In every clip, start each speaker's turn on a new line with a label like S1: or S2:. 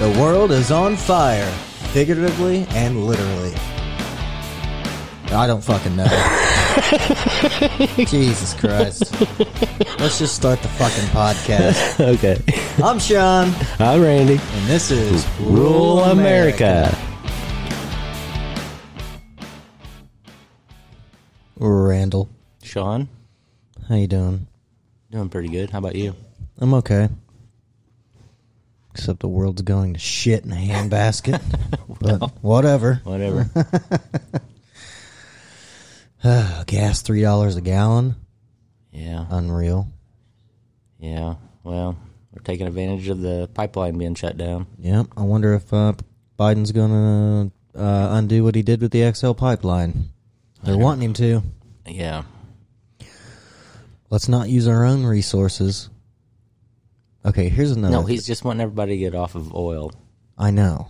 S1: The world is on fire, figuratively and literally. I don't fucking know. Jesus Christ. Let's just start the fucking podcast.
S2: Okay.
S1: I'm Sean,
S2: I'm Randy.
S1: and this is
S2: Rule America.
S1: Randall,
S2: Sean,
S1: how you doing?
S2: doing pretty good. How about you?
S1: I'm okay. Except the world's going to shit in a handbasket. but whatever.
S2: Whatever.
S1: Uh, gas three dollars a gallon.
S2: yeah.
S1: Unreal.
S2: Yeah. Well, we're taking advantage of the pipeline being shut down.
S1: Yep. I wonder if uh, Biden's gonna uh, undo what he did with the XL pipeline. They're wanting him to.
S2: Yeah.
S1: Let's not use our own resources. Okay, here's another.
S2: No, he's just wanting everybody to get off of oil.
S1: I know.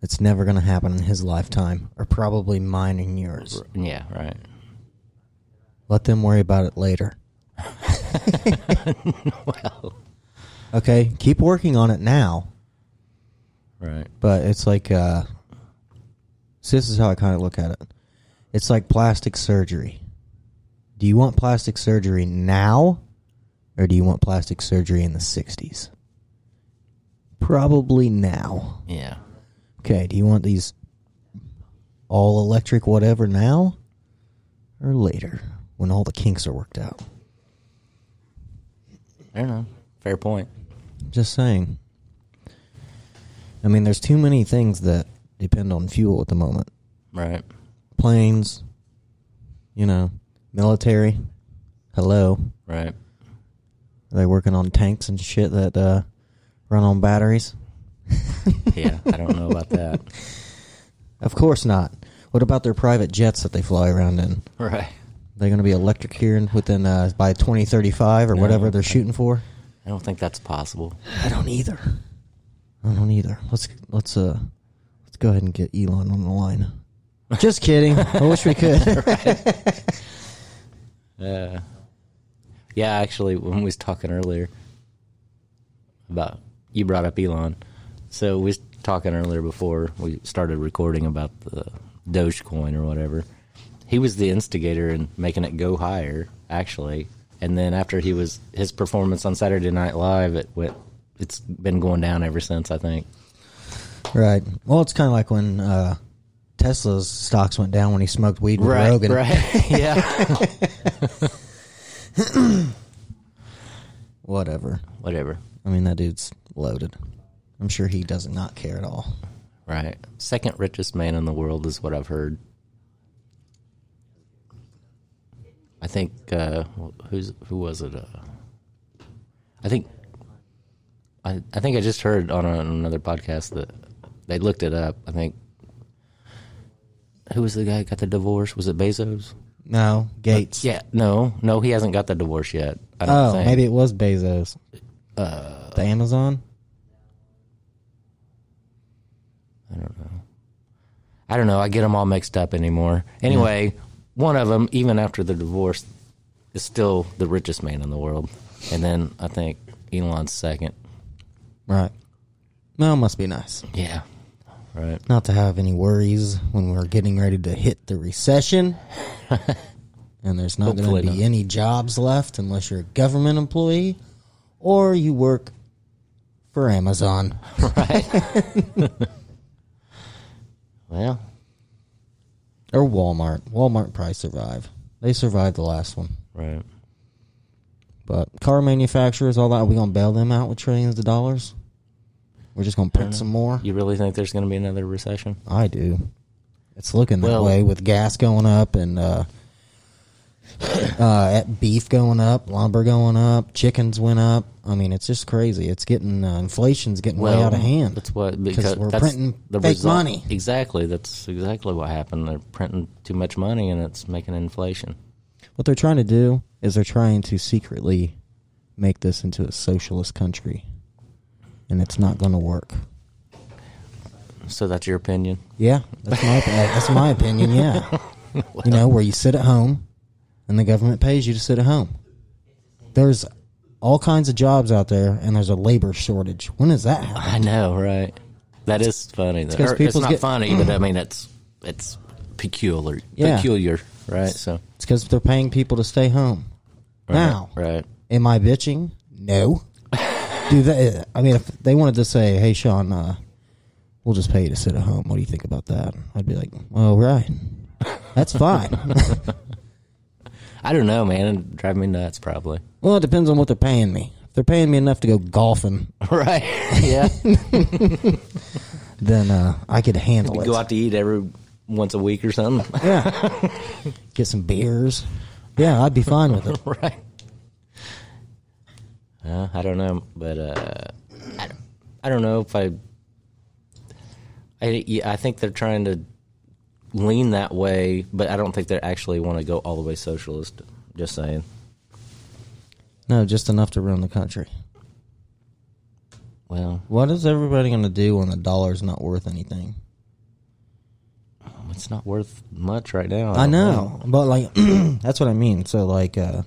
S1: It's never gonna happen in his lifetime, or probably mine and yours.
S2: Yeah, right.
S1: Let them worry about it later. well. Okay, keep working on it now.
S2: Right.
S1: but it's like uh so this is how I kind of look at it. It's like plastic surgery. Do you want plastic surgery now or do you want plastic surgery in the 60s? Probably now.
S2: Yeah.
S1: Okay, do you want these all electric whatever now or later when all the kinks are worked out?
S2: I don't know. Fair point.
S1: Just saying. I mean, there's too many things that depend on fuel at the moment.
S2: Right.
S1: planes, you know, military. Hello.
S2: Right.
S1: Are they working on tanks and shit that uh, run on batteries?
S2: Yeah. I don't know about that.
S1: Of course not. What about their private jets that they fly around in?
S2: Right.
S1: They're going to be electric here in- within uh, by 2035 or whatever they're shooting for.
S2: I don't think that's possible.
S1: I don't either. I don't either. Let's let's uh let's go ahead and get Elon on the line. Just kidding. I wish we could.
S2: Uh, yeah, actually, when we was talking earlier about you brought up Elon, so we was talking earlier before we started recording about the Dogecoin or whatever. He was the instigator in making it go higher, actually. And then after he was his performance on Saturday Night Live, it went. It's been going down ever since. I think.
S1: right. Well, it's kind of like when uh, Tesla's stocks went down when he smoked weed with Rogan.
S2: Right. yeah.
S1: Whatever.
S2: Whatever.
S1: I mean, that dude's loaded. I'm sure he does not care at all.
S2: Right. Second richest man in the world is what I've heard. I think uh, who's who was it? Uh, I think I I think I just heard on, a, on another podcast that they looked it up. I think who was the guy that got the divorce? Was it Bezos?
S1: No, Gates.
S2: Yeah, no, no, he hasn't got the divorce yet. I don't
S1: Oh,
S2: think.
S1: maybe it was Bezos. the Amazon.
S2: I don't know. I get them all mixed up anymore. Anyway, one of them, even after the divorce, is still the richest man in the world. And then I think Elon's second.
S1: Right. Well, it must be nice
S2: Yeah. Right.
S1: not to have any worries when we're getting ready to hit the recession. and there's not going
S2: Hopefully
S1: to be
S2: not.
S1: any jobs left unless you're a government employee or you work for Amazon.
S2: Well,
S1: Or Walmart. Walmart probably survive. They survived the last one.
S2: right.
S1: But car manufacturers, all that, are we gonna bail them out with trillions of dollars? We're just gonna print some more.
S2: You really think there's going to be another recession?
S1: I do. It's looking that
S2: Well-
S1: way with gas going up and uh, uh, beef going up, lumber going up, chickens went up. I mean, it's just crazy. It's getting uh, inflation's getting way out of hand.
S2: That's what because
S1: we're
S2: that's
S1: printing
S2: the
S1: fake
S2: result-
S1: money.
S2: Exactly. That's exactly what happened. They're printing too much money, and it's making inflation.
S1: What they're trying to do is they're trying to secretly make this into a socialist country, and it's not going to work.
S2: So that's your opinion.
S1: Yeah, that's my that's my opinion. Yeah, you know where you sit at home, and the government pays you to sit at home. There's all kinds of jobs out there, and there's a labor shortage. When does that happen?
S2: I know, right? That is funny. Though.
S1: 'cause
S2: Or It's,
S1: people's
S2: not
S1: get-
S2: funny, but I mean it's it's peculiar.
S1: Yeah.
S2: Peculiar, right? So
S1: It's because they're paying people to stay home. Now,
S2: right.
S1: am I bitching? No. do they? I mean, if they wanted to say, "Hey, Sean, uh, we'll just pay you to sit at home," what do you think about that? I'd be like, "Well, right, that's fine."
S2: I don't know, man. It'd drive me nuts, probably.
S1: well, it depends on what they're paying me. If they're paying me enough to go golfing,
S2: Right? Yeah.
S1: then uh, I could handle
S2: Go
S1: it.
S2: out to eat every once a week or something.
S1: Yeah, get some beers. Yeah, I'd be fine with it.
S2: right? Uh, I don't know, but uh, I, don't, I don't know if I, I. yeah, I think they're trying to lean that way, but I don't think they actually want to go all the way socialist. Just saying.
S1: No, just enough to run the country.
S2: Well,
S1: What is everybody going to do when the dollar's not worth anything?
S2: it's not worth much right now.
S1: I
S2: don't
S1: know, but like that's what I mean. So like, uh,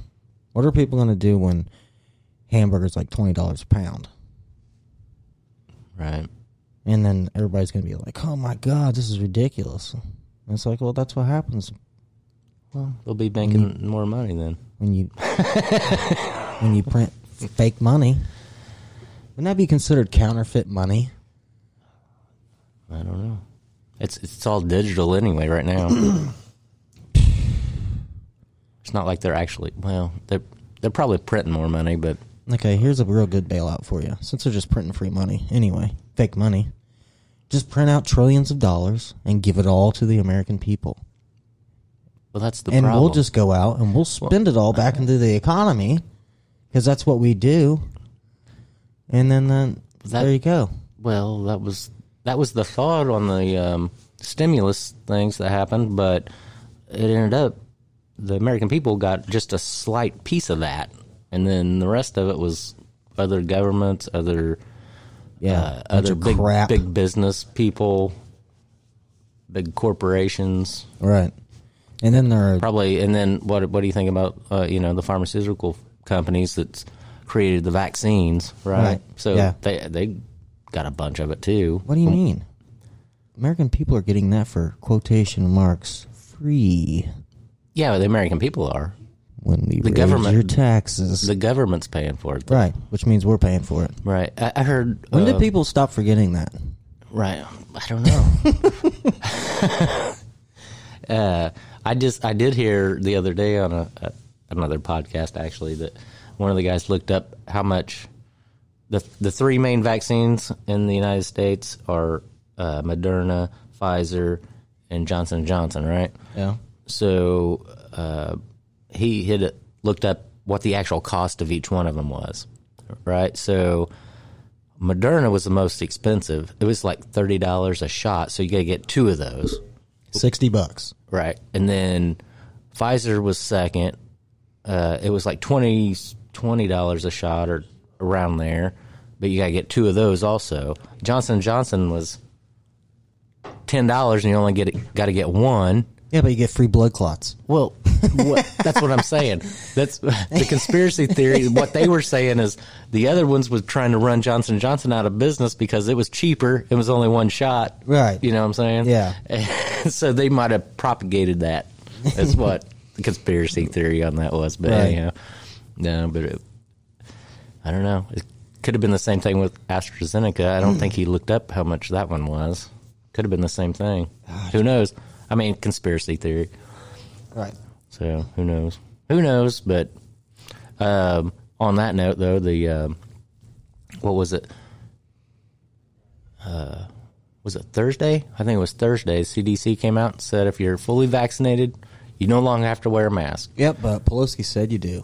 S1: what are people going to do when hamburgers like twenty dollars a pound?
S2: Right.
S1: And then everybody's going to be like, "Oh my god, this is ridiculous." And it's like, well, that's what happens
S2: Well, they'll be making
S1: Mm.
S2: more money then.
S1: when you when you print fake money. Wouldn't that be considered counterfeit money?
S2: I don't know. It's it's all digital anyway right now. it's not like they're actually well, they're they're probably printing more money, but
S1: Okay, here's a real good bailout for you. Since they're just printing free money anyway, fake money, just print out trillions of dollars and give it all to the American people.
S2: well that's the
S1: and
S2: problem.
S1: we'll just go out and we'll spend it all back into the economy because that's what we do. And then, then
S2: That-
S1: there you go.
S2: well, that was that was the thought on the um, stimulus things that happened, but it ended up the American people got just a slight piece of that, and then the rest of it was other governments, other
S1: Yeah,
S2: uh,
S1: bunch
S2: other
S1: of
S2: big
S1: crap.
S2: big business people, big corporations,
S1: right? And then there are
S2: probably. And then what what do you think about uh, you know the pharmaceutical companies that's created the vaccines, right?
S1: Right.
S2: So
S1: Yeah.
S2: they they got a bunch of it too.
S1: what do you mean? American people are getting that for quotation marks free
S2: Yeah, the American people are.
S1: when we raise
S2: government-
S1: your taxes,
S2: The government's paying for it,
S1: right? Which means we're paying for it.
S2: right? I, I heard.
S1: When
S2: uh,
S1: did people stop forgetting that?
S2: Right. I don't know. uh, I just I did hear the other day on a, a another podcast actually that one of the guys looked up how much the the three main vaccines in the United States are uh, Moderna, Pfizer, and Johnson and Johnson. Right.
S1: Yeah,
S2: So uh, he had looked up what the actual cost of each one of them was, right? So Moderna was the most expensive. It was like thirty dollars a shot, so you got to get two of those,
S1: sixty bucks.
S2: right? And then Pfizer was second. Uh, it was like 20 dollars a shot or around there, but you got to get two of those also. Johnson Johnson was ten dollars, and you only get got to get one.
S1: Yeah, but you get free blood clots.
S2: Well, what, that's what I'm saying. That's the conspiracy theory. What they were saying is the other ones was trying to run Johnson Johnson out of business because it was cheaper. It was only one shot.
S1: Right.
S2: You know what I'm saying?
S1: Yeah.
S2: so they might have propagated that. That's what the conspiracy theory on that was. But
S1: Right.
S2: anyhow, no, but it, I don't know. It could have been the same thing with AstraZeneca. I don't think he looked up how much that one was. Could have been the same thing. Who knows? I mean, conspiracy theory.
S1: Right.
S2: So who knows? Who knows? But um, on that note, though, the um, what was it? Uh, was it Thursday? I think it was Thursday. CDC came out and said if you're fully vaccinated, you no longer have to wear a mask.
S1: Yep, but Pelosi said you do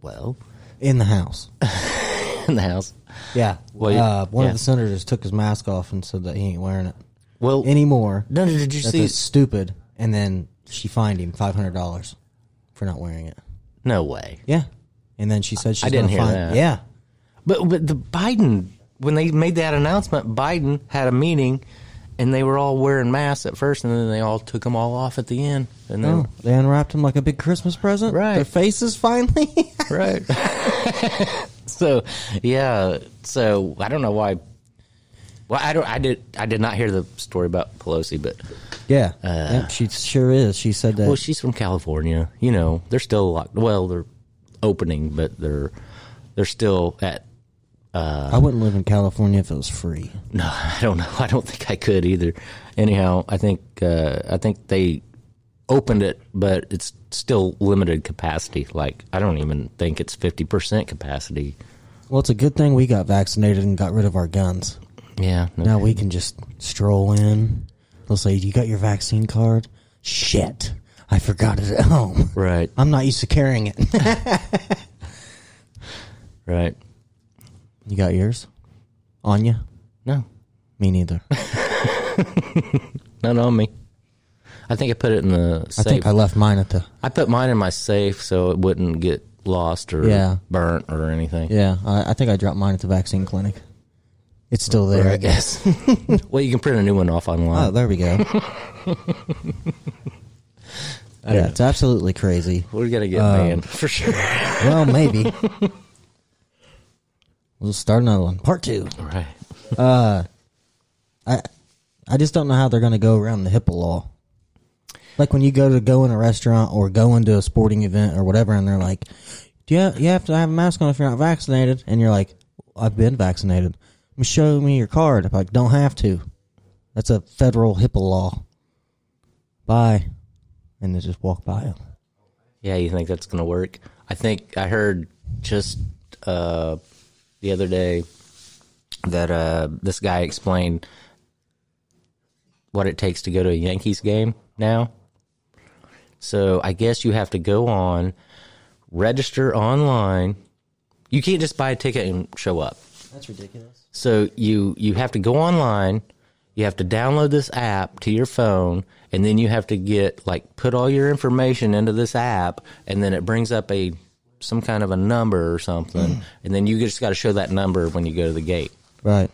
S2: Well,
S1: in the house.
S2: in the house.
S1: Yeah.
S2: Well, you-
S1: uh, one
S2: yeah.
S1: of the senators took his mask off and said that he ain't wearing it
S2: Well,
S1: anymore.
S2: no, no, did you
S1: That
S2: see?
S1: it's stupid. And then she fined him five hundred dollars for not wearing it.
S2: No way.
S1: Yeah. And then she said she's
S2: I didn't
S1: gonna
S2: hear
S1: fine-
S2: that.
S1: Yeah.
S2: But but the Biden when they made that announcement, Biden had a meeting, and they were all wearing masks at first, and then they all took them all off at the end, and then
S1: Oh, they unwrapped him like a big Christmas present.
S2: Right.
S1: Their faces finally.
S2: right so yeah so i don't know why Well, I don't. I did. I did not hear the story about Pelosi, but
S1: Yeah, Yep, she sure is. She said that.
S2: well, she's from California. You know, they're still locked. Well, they're opening, but they're they're still at.
S1: I wouldn't live in California if it was free.
S2: No, I don't know. I don't think I could either. Anyhow, I think uh, I think they opened it, but it's still limited capacity. Like I don't even think it's fifty percent capacity.
S1: Well, it's a good thing we got vaccinated and got rid of our guns.
S2: Yeah. no-
S1: Now we can just stroll in. They'll say, "You got your vaccine card?" Shit, I forgot it at home.
S2: Right.
S1: I'm not used to carrying it.
S2: Right.
S1: you got yours on you?
S2: No.
S1: Me neither.
S2: None on me. I think I put it in the
S1: I
S2: safe.
S1: think I left mine at the.
S2: I put mine in my safe so it wouldn't get lost or
S1: Yeah.
S2: burnt or anything.
S1: Yeah, I, I think I dropped mine at the vaccine clinic. It's still there. I
S2: I
S1: guess.
S2: guess. well, you can print a new one off
S1: Oh,
S2: online.
S1: there we go. yeah, it's absolutely crazy.
S2: We're gonna get
S1: uh,
S2: banned for sure.
S1: Well, maybe. we'll start another one. Part two.
S2: right.
S1: I just don't know how they're going to go around the HIPAA law. Like when you go to go in a restaurant or go into a sporting event or whatever, and they're like, "Do you have, you have to have a mask on if you're not vaccinated?" And you're like, "I've been vaccinated. Show me your card." I'm like, "Don't have to." That's a federal HIPAA law. Bye, and they just walk by them.
S2: Yeah, you think that's gonna work? I think I heard just uh, the other day that uh, this guy explained what it takes to go to a Yankees game now. So I guess you have to go on, register online. You can't just buy a ticket and show up.
S1: That's ridiculous.
S2: So you you have to go online, you have to download this app to your phone, and then you have to get like put all your information into this app, and then it brings up a some kind of a number or something, and then you just got to show that number when you go to the gate.
S1: Right.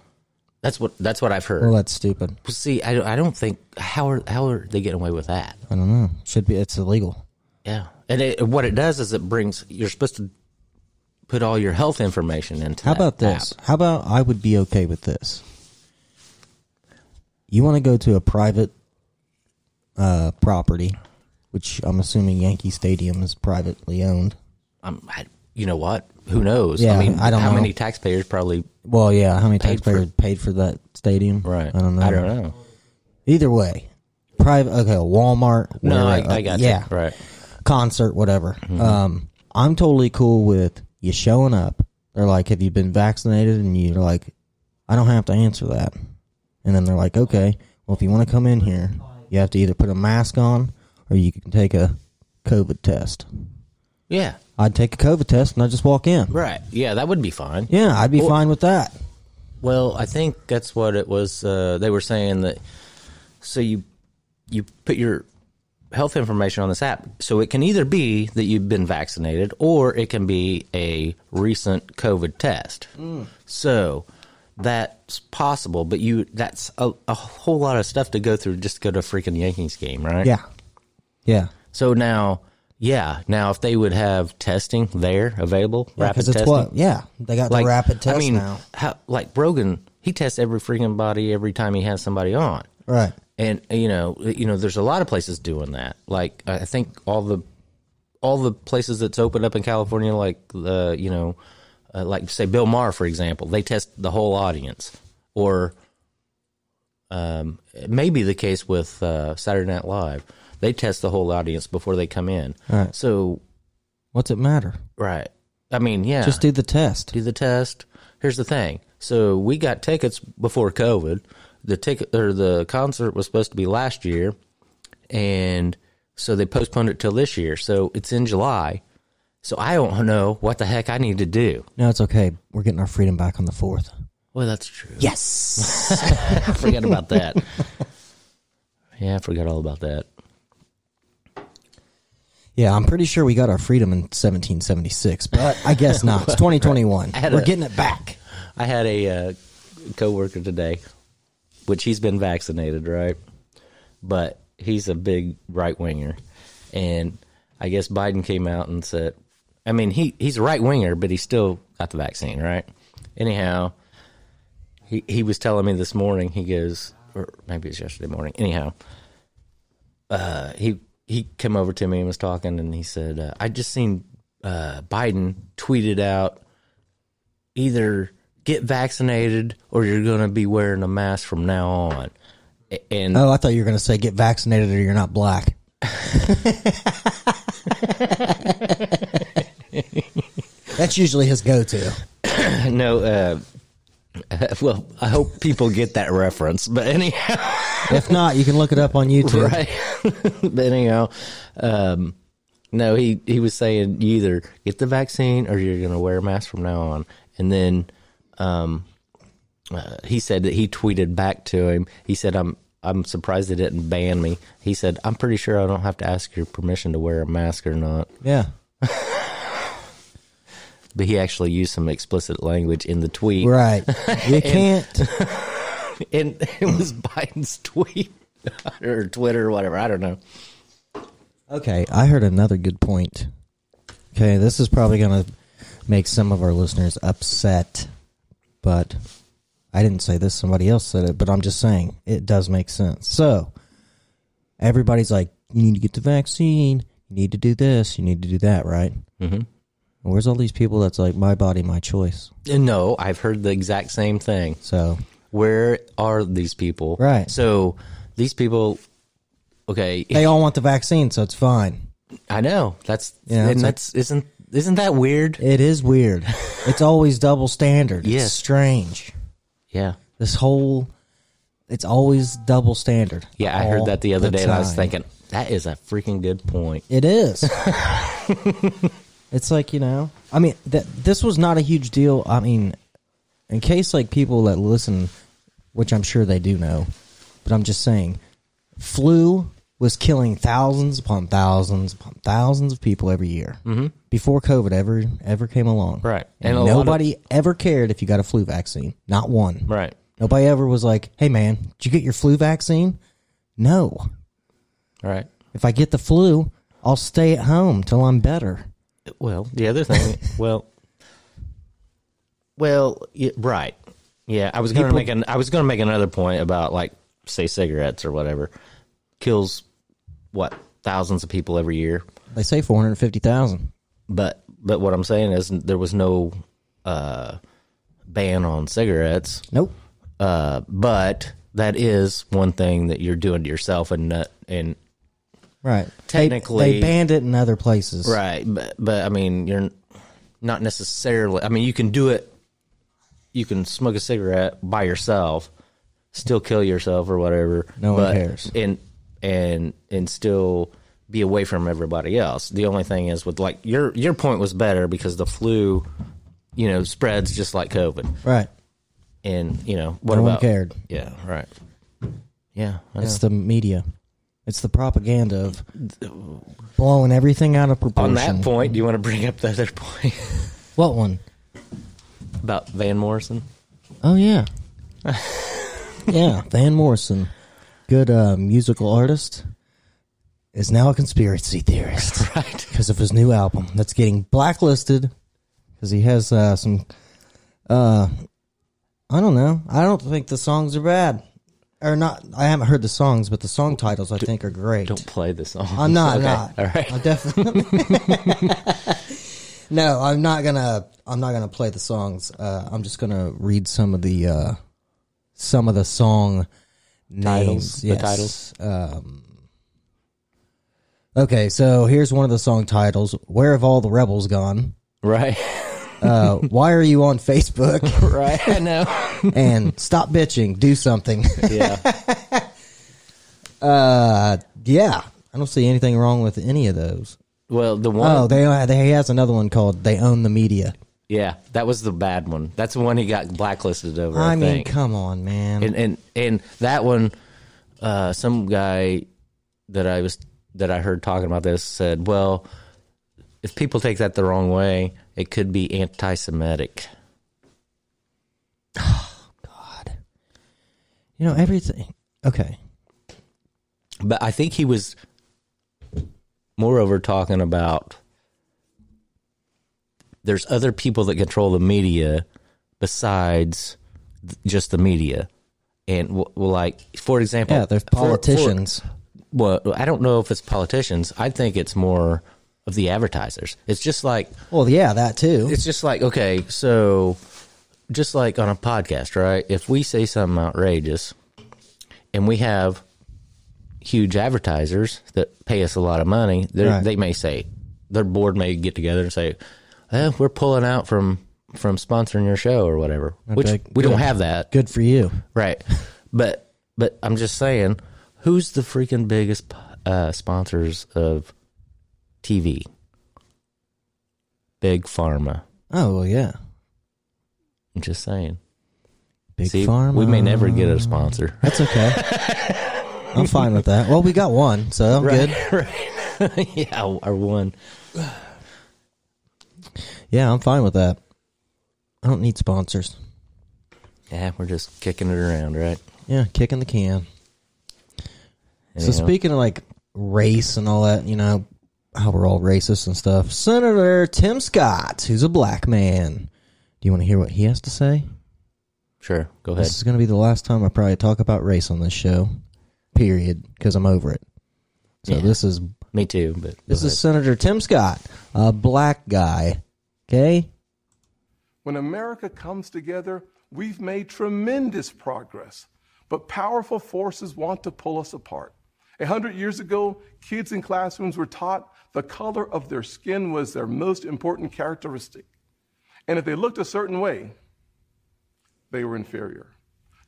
S2: That's what that's what I've heard.
S1: Well, that's stupid.
S2: See, I, don't- I don't think how are how are they getting away with that?
S1: I don't know. Should be. It's illegal.
S2: Yeah, and it, what it does is it brings you're supposed to put all your health information into.
S1: How
S2: that
S1: about this?
S2: app.
S1: How about I would be okay with this? You want to go to a private uh, property, which I'm assuming Yankee Stadium is privately owned.
S2: um, I, you know what? Who knows?
S1: Yeah,
S2: I mean,
S1: I don't
S2: how
S1: know.
S2: many taxpayers probably.
S1: Well, yeah. How many
S2: for-
S1: taxpayers paid for that stadium?
S2: Right.
S1: I don't know.
S2: I don't know.
S1: Either way, private. Okay, Walmart.
S2: No, I,
S1: whatever,
S2: I got
S1: yeah.
S2: you. Right.
S1: concert, whatever.
S2: Mm-hmm.
S1: Um, I'm totally cool with you showing up. They're like, "Have you been vaccinated?" And you're like, "I don't have to answer that." And then they're like, "Okay, well, if you want to come in here, you have to either put a mask on or you can take a COVID test."
S2: Yeah.
S1: I'd take a COVID test and I just walk in.
S2: Right. Yeah, that would be fine.
S1: Yeah, I'd be fine with that.
S2: Well, I think that's what it was. Uh, they were saying that. So you you put your health information on this app. So it can either be that you've been vaccinated, or it can be a recent COVID test.
S1: Mm.
S2: So that's possible, but you that's a, a whole lot of stuff to go through just to go to a freaking Yankees game, right?
S1: Yeah, yeah,
S2: So now, yeah, now if they would have testing there available, rapid
S1: because
S2: testing,
S1: it's what. Yeah, they got the rapid test
S2: I mean,
S1: now.
S2: How, like Brogan, he tests every freaking body every time he has somebody on,
S1: Right.
S2: and you know, you know, there's a lot of places doing that. Like I think all the all the places that's opened up in California, like the you know, uh, like say Bill Maher for example, they test the whole audience, or um, it may be the case with uh, Saturday Night Live, they test the whole audience before they come in.
S1: Right.
S2: So
S1: What's it matter?
S2: right, I mean, yeah,
S1: Just do the test.
S2: do the test. Here's the thing. So we got tickets before COVID. The ticket or the concert was supposed to be last year, and so they postponed it till this year. So it's in July. So I don't know what the heck I need to do.
S1: No, it's okay. We're getting our freedom back on the fourth.
S2: Well, that's true.
S1: Yes.
S2: I forgot about that. Yeah, I forgot all about that.
S1: Yeah, I'm pretty sure we got our freedom in 1776, but I guess not. It's 2021.
S2: had
S1: We're
S2: a-
S1: getting it back.
S2: I had a uh, coworker today, which he's been vaccinated, right? But he's a big right winger, and I guess Biden came out and said, I mean, he he's a right winger, but he still got the vaccine, right? Anyhow, He he was telling me this morning. He goes, or maybe it's yesterday morning. Anyhow, uh, he he came over to me and was talking, and he said, uh, "I just seen uh, Biden tweeted out either get vaccinated or you're going to be wearing a mask from now on." A- And
S1: Oh, I thought you were going to say get vaccinated or you're not black. That's usually his go-to.
S2: no, uh, well, I hope people get that reference. But anyhow.
S1: If not, you can look it up on YouTube.
S2: right? but anyhow, um, no, he he was saying you either get the vaccine or you're going to wear a mask from now on. And then um, uh, he said that he tweeted back to him. He said, "I'm." I'm surprised they didn't ban me. He said, "I'm pretty sure I don't have to ask your permission to wear a mask or not."
S1: Yeah.
S2: But he actually used some explicit language in the tweet,
S1: Right. You can't.
S2: and it was Biden's tweet or Twitter or whatever. I don't know.
S1: Okay, I heard another good point. Okay, this is probably going to make some of our listeners upset, but I didn't say this, somebody else said it, but I'm just saying it does make sense. So, everybody's like, you need to get the vaccine, you need to do this, you need to do that, right? Mm-hmm. Where's all these people that's like, my body, my choice?
S2: No, I've heard the exact same thing.
S1: So,
S2: where are these people?
S1: Right.
S2: So these people, okay,
S1: they all want the vaccine, so it's fine.
S2: I know that's
S1: Yeah,
S2: and
S1: it's like-
S2: that's isn't isn't that weird?
S1: It is weird. it's always double standard.
S2: Yes.
S1: It's strange.
S2: Yeah,
S1: this whole it's always double standard
S2: yeah. I heard
S1: all
S2: that the other day, and I was
S1: time.
S2: thinking that is a freaking good point.
S1: it is it's like you know i mean that this was not a huge deal i mean in case like people that listen which i'm sure they do know but i'm just saying flu was killing thousands upon thousands upon thousands of people every year mm-hmm. before covid ever ever came along
S2: Right.
S1: and,
S2: And a lot of-
S1: nobody ever cared if you got a flu vaccine not one
S2: Right.
S1: Nobody ever was like, "Hey man, did you get your flu vaccine?" No.
S2: Right.
S1: If I get the flu, I'll stay at home till I'm better.
S2: Well, the other thing, well, well, yeah, right. Yeah, I was gonna
S1: People-
S2: make an I was gonna make another point about like say cigarettes or whatever kills what thousands of people every year.
S1: They say 450,000.
S2: but but what I'm saying is there was no uh, ban on cigarettes,
S1: Nope.
S2: uh, but that is one thing that you're doing to yourself and not, and
S1: Right. They-
S2: Technically-
S1: they, banned it in other places.
S2: right. But but I mean you're not necessarily. I mean you can do it. You can smoke a cigarette by yourself, still kill yourself or whatever.
S1: No one
S2: but-
S1: cares.
S2: and and and still be away from everybody else. The only thing is with like your your point was better because the flu, you know, spreads just like COVID.
S1: Right.
S2: and you know what
S1: No one
S2: about
S1: cared.
S2: Yeah, right. Yeah, I
S1: It's the media. It's the propaganda of blowing everything out of
S2: know.
S1: proportion.
S2: on that point, do you want to bring up the other point
S1: What one?
S2: about Van Morrison?
S1: Oh yeah. yeah, Van Morrison, good uh, musical artist, is now a conspiracy theorist.
S2: Right.
S1: because of his new album that's getting blacklisted because he has uh, some uh i don't know i don't think the songs are bad or not i haven't heard the songs but the song titles i think are great
S2: Don't play the song.
S1: i'm not
S2: Okay,
S1: not
S2: All right.
S1: i'm definitely no i'm not gonna i'm not gonna play the songs uh i'm just gonna read some of the uh some of the song names
S2: Titles, the titles.
S1: um okay so here's one of the song titles where have all the rebels gone
S2: Right.
S1: uh why are you on facebook
S2: right. I know.
S1: and stop bitching do something
S2: Yeah.
S1: uh yeah i don't see anything wrong with any of those
S2: Well, the one.
S1: oh they they he has another one called they own the media
S2: Yeah, that was the bad one. That's the one he got blacklisted over. I,
S1: I mean,
S2: think.
S1: come on, man.
S2: and and and that one, uh, some guy that I was that I heard talking about this said, well, if people take that the wrong way, it could be anti-Semitic.
S1: God. You know, everything. Okay.
S2: But I think he was, moreover, talking about there's other people that control the media besides th- just the media. And w- well, like, for example,
S1: Yeah, they're
S2: for- for-
S1: politicians.
S2: well, I don't know if it's politicians. I think it's more of the advertisers. It's just like
S1: well, yeah, that too.
S2: it's just like okay, so just like on a podcast, right? If we say something outrageous, and we have huge advertisers that pay us a lot of money, they
S1: Right.
S2: they may say their board may get together and say, eh, "We're pulling out from from sponsoring your show or whatever," which
S1: like,
S2: we don't
S1: good.
S2: have that,
S1: Good for you.
S2: right? But but I'm just saying, who's the freaking biggest uh, sponsors of TV? Big Pharma.
S1: Oh well, yeah.
S2: I'm just saying.
S1: Big
S2: See,
S1: farm.
S2: we may never get a sponsor.
S1: That's okay. I'm fine with that. Well, we got one, so I'm good.
S2: Right. yeah, or one.
S1: Yeah, I'm fine with that. I don't need sponsors.
S2: Yeah, we're just kicking it around, right?
S1: Yeah, kicking the can. So
S2: Anyhow.
S1: speaking of like race and all that, you know how we're all racist and stuff. Senator Tim Scott, who's a black man. Do you want to hear what he has to say?
S2: Sure, go ahead.
S1: This is going to be the last time I probably talk about race on this show. Period, because I'm over it. So
S2: Yeah.
S1: this is
S2: Me too, but
S1: this is Senator Tim Scott, a black guy. Okay,
S3: When America comes together, we've made tremendous progress, but powerful forces want to pull us apart. A hundred years ago, kids in classrooms were taught the color of their skin was their most important characteristic. And if they looked a certain way, they were inferior.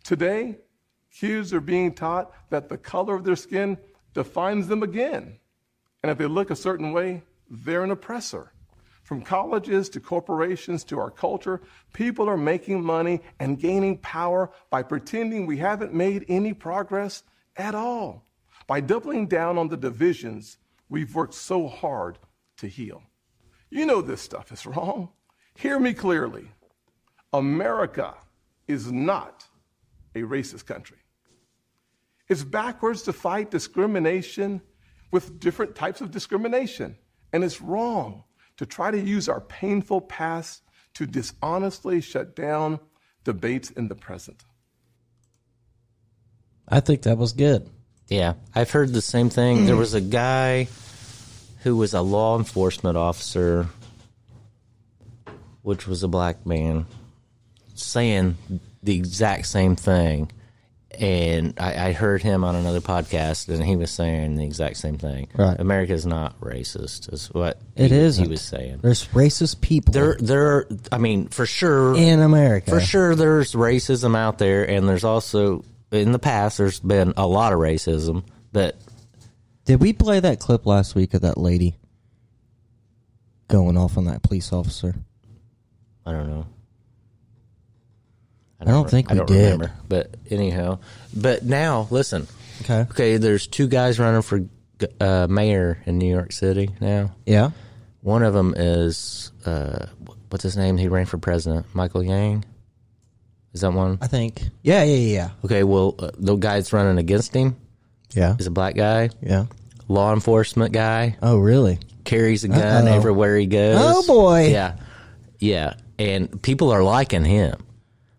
S3: Today, kids are being taught that the color of their skin defines them again. And if they look a certain way, they're an oppressor. From colleges to corporations to our culture, people are making money and gaining power by pretending we haven't made any progress at all, by doubling down on the divisions we've worked so hard to heal. You know this stuff is wrong. Hear me clearly America is not a racist country. It's backwards to fight discrimination with different types of discrimination. And it's wrong to try to use our painful past to dishonestly shut down debates in the present.
S1: I think that was good.
S2: Yeah, I've heard the same thing. There was a guy who was a law enforcement officer, which was a black man, saying the exact same thing. And I, I heard him on another podcast, and he was saying the exact same thing.
S1: Right.
S2: America's not racist, is what
S1: It
S2: he,
S1: is.
S2: he was saying.
S1: There's racist people
S2: There, there. I mean, for sure,
S1: in America.
S2: for sure there's racism out there and there's also in the past there's been a lot of racism but
S1: Did we play that clip last week of that lady going off on that police officer?
S2: i don't know
S1: I don't think
S2: i
S1: we
S2: don't
S1: did.
S2: remember but anyhow but now listen
S1: Okay.
S2: okay there's two guys running for uh, mayor in new york city now
S1: Yeah.
S2: one of them is uh, what's his name he ran for president michael yang is that one
S1: I think. Yeah, yeah, yeah.
S2: okay well uh, the guy that's running against him
S1: Yeah.
S2: is a black guy
S1: Yeah.
S2: law enforcement guy
S1: Oh, really?
S2: carries a gun
S1: Uh-oh.
S2: everywhere he goes.
S1: Oh, boy.
S2: Yeah, yeah, and people are liking him,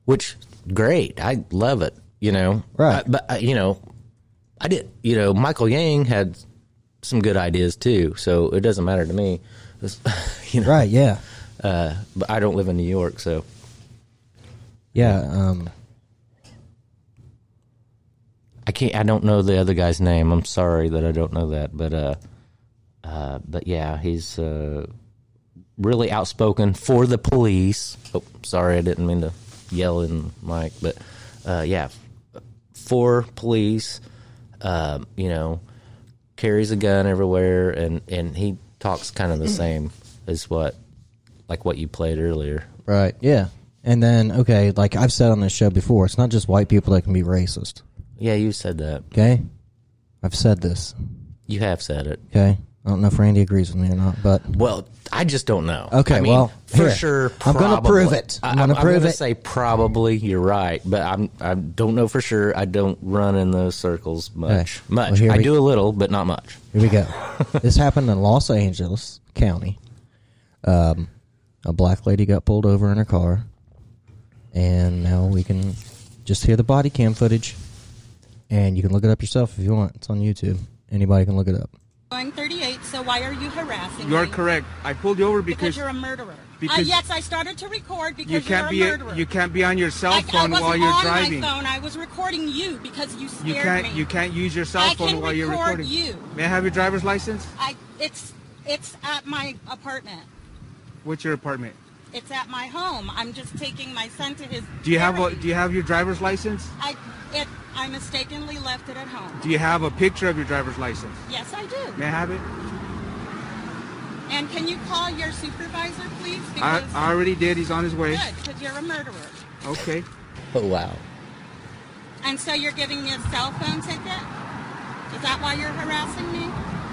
S2: which great. I love it. You know,
S1: Right.
S2: I- but uh, you know, I did. You know, Michael Yang had some good ideas too, so it doesn't matter to me. It's- you know,
S1: Right, yeah.
S2: uh, but I don't live in New York, so
S1: Yeah, um
S2: I can't. I don't know the other guy's name. I'm sorry that I don't know that, but uh, uh, but yeah, he's uh, really outspoken for the police. Oh, sorry, I didn't mean to yell in Mike, but uh, yeah, for police. Um, you know, carries a gun everywhere, and and he talks kind of the same as what, like what you played earlier.
S1: right, yeah. And then okay, like I've said on this show before, it's not just white people that can be racist,
S2: Yeah, you said that.
S1: okay? I've said this,
S2: You have said it.
S1: okay? I don't know if Randy agrees with me or not, but
S2: Well, I just don't know.
S1: Okay,
S2: I mean,
S1: well,
S2: for
S1: here.
S2: sure,
S1: I'm gonna
S2: probably.
S1: prove it.
S2: I-
S1: I'm gonna prove
S2: gonna
S1: it.
S2: Say probably. You're right, but I'm I don't know for sure. I don't run in those circles much.
S1: Okay. Well,
S2: Much.
S1: here
S2: I
S1: we-
S2: do a little, but not much.
S1: Here we go. this happened in Los Angeles County. Um, a black lady got pulled over in her car, And now we can just hear the body cam footage. And you can look it up yourself if you want. It's on YouTube. Anybody can look it up.
S4: Going 38, so why are you harassing
S5: You are
S4: me?
S5: correct. I pulled you over
S4: Because
S5: because,
S4: you're a murderer.
S5: because-
S4: uh, yes, I started to record because
S5: you can't
S4: are a
S5: be
S4: murderer.
S5: you can't be on your cell
S4: I, I
S5: phone
S4: wasn't
S5: while you're
S4: on
S5: driving.
S4: my phone. I was recording you because you scared
S5: You can't
S4: me.
S5: you can't use your cell
S4: I
S5: phone
S4: can
S5: while you're
S4: record
S5: recording.
S4: you.
S5: May I have your driver's license?
S4: I, it's, it's at my apartment.
S5: What's your apartment?
S4: It's at my home. I'm just taking my son to his.
S5: Do you have a,
S4: therapy.
S5: do you have your driver's license?
S4: I, it, I mistakenly left it at home.
S5: Do you have a picture of your driver's license?
S4: Yes, I do.
S5: May I have it?
S4: And can you call your supervisor, please?
S5: I,
S4: Because
S5: I already did. He's on his way.
S4: good, because you're a murderer.
S5: Okay.
S2: Oh wow.
S4: And so you're giving me a cell phone ticket? Is that why you're harassing me?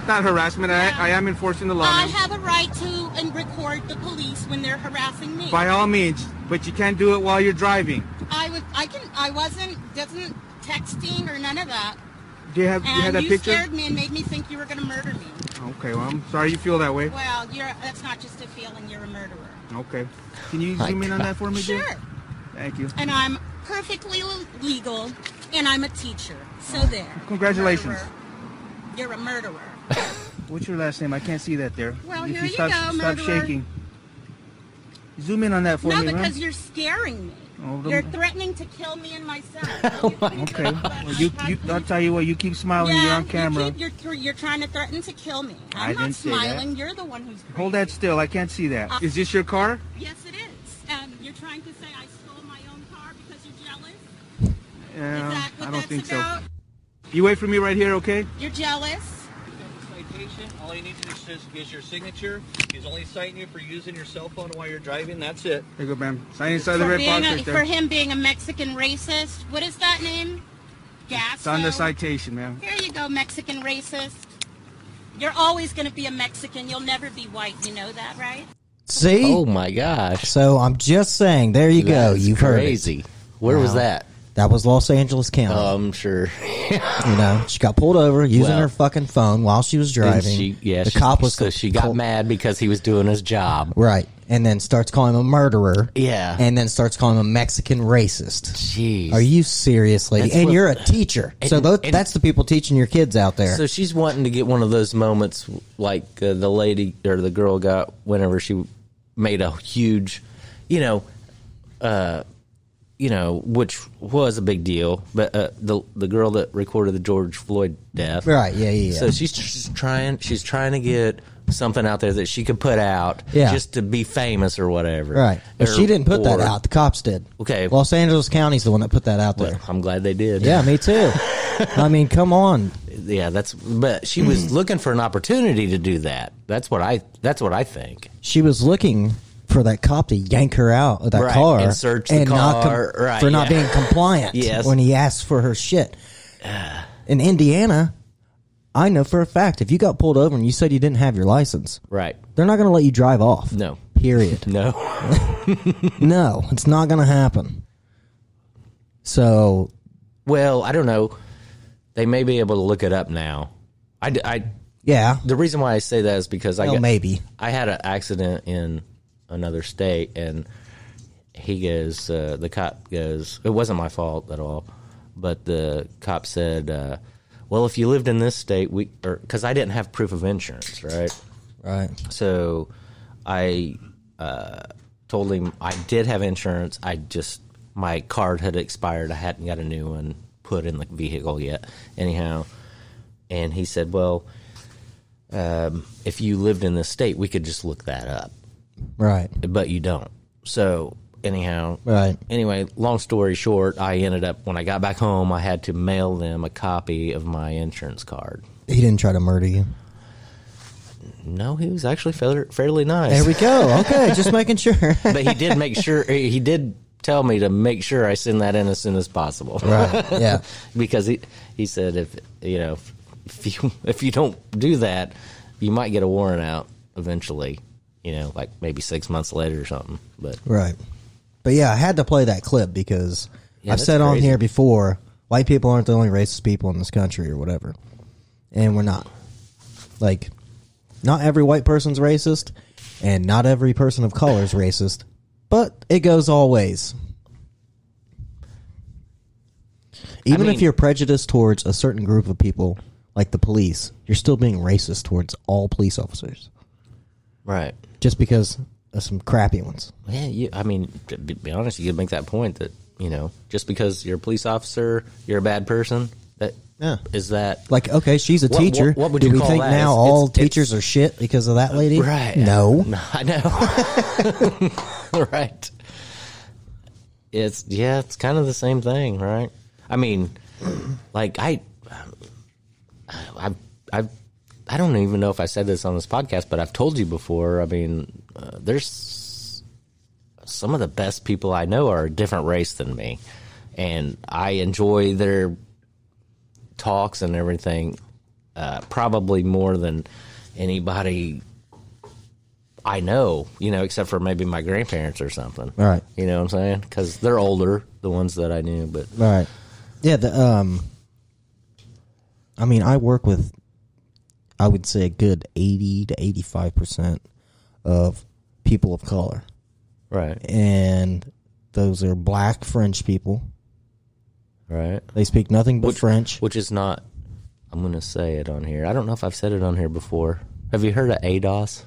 S5: Not harassment.
S4: Yeah.
S5: I, I am enforcing the law.
S4: I
S5: ma'am.
S4: have a right to and record the police when they're harassing me.
S5: By all means, but you can't do it while you're driving.
S4: I was I can I wasn't doesn't texting or none of that.
S5: Do you have you had
S4: And
S5: that
S4: you
S5: picture?
S4: scared me and made me think you were gonna murder me.
S5: Okay. Well, I'm sorry you feel that way.
S4: Well, you're that's not just a feeling, you're a murderer.
S5: Okay. Can you
S2: My
S5: zoom in on
S2: God.
S5: that for me, dear?
S4: Sure.
S5: Thank you.
S4: And I'm perfectly le- legal and I'm a teacher. So there.
S5: Congratulations.
S4: Murderer. You're a murderer.
S5: What's your last name? I can't see that there.
S4: Well,
S5: If
S4: here you
S5: stop,
S4: go,
S5: Stop
S4: murderer.
S5: shaking. Zoom in on that for
S4: no,
S5: me, ma'am.
S4: because you're scaring me.
S5: Oh, the-
S4: you're threatening to kill me and my son. Will you please
S5: Okay.
S4: let my
S5: Well, you,
S4: son
S5: you,
S4: please
S5: I'll tell you what. You keep smiling.
S4: yeah,
S5: you're on
S4: you
S5: camera.
S4: keep- you're, thr- you're trying to threaten to kill me. I'm
S5: I
S4: not
S5: didn't say that.
S4: smiling. You're the one who's.
S5: Hold that still. I can't see that. Is
S4: Uh,
S5: this your car?
S4: Yes, it is. Um, you're trying to say I stole my own car because you're jealous.
S5: Uh,
S4: is that what
S5: I don't
S4: that's
S5: think
S4: about?
S5: so. You wait for me right here, okay?
S4: You're jealous.
S6: citation. All he needs is, just- is your signature. He's only citing you for using your cell phone while you're driving. That's it.
S5: There you go, ma'am. Sign inside the
S4: for,
S5: red
S4: being
S5: box
S4: a,
S5: right
S4: for
S5: there.
S4: him being a Mexican racist. What is that name? Gas.
S5: It's on the citation, ma'am.
S4: Here you go, Mexican racist. You're always going to be a Mexican. You'll never be white. You know that, right?
S1: See?
S2: Oh my gosh.
S1: So I'm just saying, there you go.
S2: That's
S1: You've
S2: crazy. Where was
S1: Wow.
S2: that?
S1: heard it. That was Los Angeles County.
S2: Oh, I'm sure.
S1: you know, she got pulled over using
S2: Well.
S1: her fucking phone while she was driving.
S2: And she, yeah,
S1: the
S2: she-
S1: cop was
S2: so she got
S1: col-
S2: mad because he was doing his job.
S1: Right. And then starts calling him a murderer.
S2: Yeah.
S1: And then starts calling him a Mexican racist.
S2: Jeez.
S1: Are you serious, lady?
S2: That's
S1: and
S2: what-
S1: you're a teacher.
S2: And-
S1: so tho-
S2: and-
S1: that's the people teaching your kids out there.
S2: So she's wanting to get one of those moments like uh, the lady or the girl got whenever she made a huge, you know, uh, you know, which was a big deal. But uh, the the girl that recorded the George Floyd death,
S1: right. Yeah, yeah, yeah.
S2: So she's just trying. She's trying to get something out there that she could put out,
S1: Yeah.
S2: just to be famous or whatever.
S1: right. But
S2: Or-
S1: she didn't put that
S2: or-
S1: out. The cops did.
S2: Okay.
S1: Los Angeles County's the one that put that out there.
S2: I'm glad they did.
S1: yeah, me too. I mean, come on.
S2: yeah. That's. But she was looking for an opportunity to do that. That's what I. That's what I think.
S1: she was looking for that cop to yank her out of that
S2: Right,
S1: car
S2: and search the car, right,
S1: for not
S2: yeah.
S1: being compliant
S2: Yes.
S1: when he asked for her shit. In Indiana, I know for a fact if you got pulled over and you said you didn't have your license,
S2: Right.
S1: they're not going to let you drive off.
S2: No.
S1: Period.
S2: No.
S1: no, it's not going to happen. So,
S2: Well, I don't know. They may be able to look it up now. I, d- I-
S1: yeah.
S2: the reason why I say that is because I
S1: Well,
S2: got-
S1: maybe.
S2: I had an accident in another state, and he goes, uh, the cop goes, it wasn't my fault at all, but the cop said, uh, well, if you lived in this state, we because I didn't have proof of insurance, right?
S1: Right.
S2: So I uh, told him I did have insurance. I just my card had expired. I hadn't got a new one put in the vehicle yet. Anyhow, and he said, "Well, um, if you lived in this state, we could just look that up,
S1: Right.
S2: but you don't." So anyhow,
S1: Right.
S2: Anyway, long story short, I ended up when I got back home, I had to mail them a copy of my insurance card.
S1: He didn't try to murder you.
S2: No, he was actually fair, fairly nice.
S1: There we go. Okay, just making sure.
S2: but he did make sure he did tell me to make sure I send that in as soon as possible.
S1: right. Yeah.
S2: because he he said if you know if you if you don't do that, you might get a warrant out eventually. You know, like maybe six months later or something. But
S1: Right. But yeah, I had to play that clip because
S2: Yeah,
S1: I've
S2: that's
S1: said on
S2: crazy.
S1: here before, white people aren't the only racist people in this country or whatever. And we're not. Like, not every white person's racist, and not every person of color is racist, but it goes all ways. Even
S2: mean-
S1: if you're prejudiced towards a certain group of people, like the police, you're still being racist towards all police officers
S2: Right.
S1: just because of some crappy ones.
S2: Yeah, you, I mean, to be be honest, you could make that point that, you know, just because you're a police officer, you're a bad person. That
S1: Yeah.
S2: is that
S1: Like, okay, she's a
S2: What-
S1: teacher.
S2: what- what would
S1: Do
S2: you
S1: we
S2: call
S1: think
S2: that?
S1: now
S2: It's-
S1: all
S2: it's-
S1: teachers are shit because of that lady?
S2: Right.
S1: No.
S2: I know. right. It's yeah, it's kind of the same thing, right? I mean, like I I I I don't even know if I said this on this podcast, but I've told you before. I mean, uh, there's some of the best people I know are a different race than me, and I enjoy their talks and everything uh, probably more than anybody I know, you know, except for maybe my grandparents or something.
S1: Right.
S2: You know what I'm saying? Because they're older, the ones that I knew. But
S1: All right. Yeah, the um I mean, I work with I would say a good 80 to 85% of people of color.
S2: right,
S1: And those are black French people.
S2: right,
S1: They speak nothing but French.
S2: which is not. I'm gonna say it on here. I don't know if I've said it on here before. Have you heard of ADOS?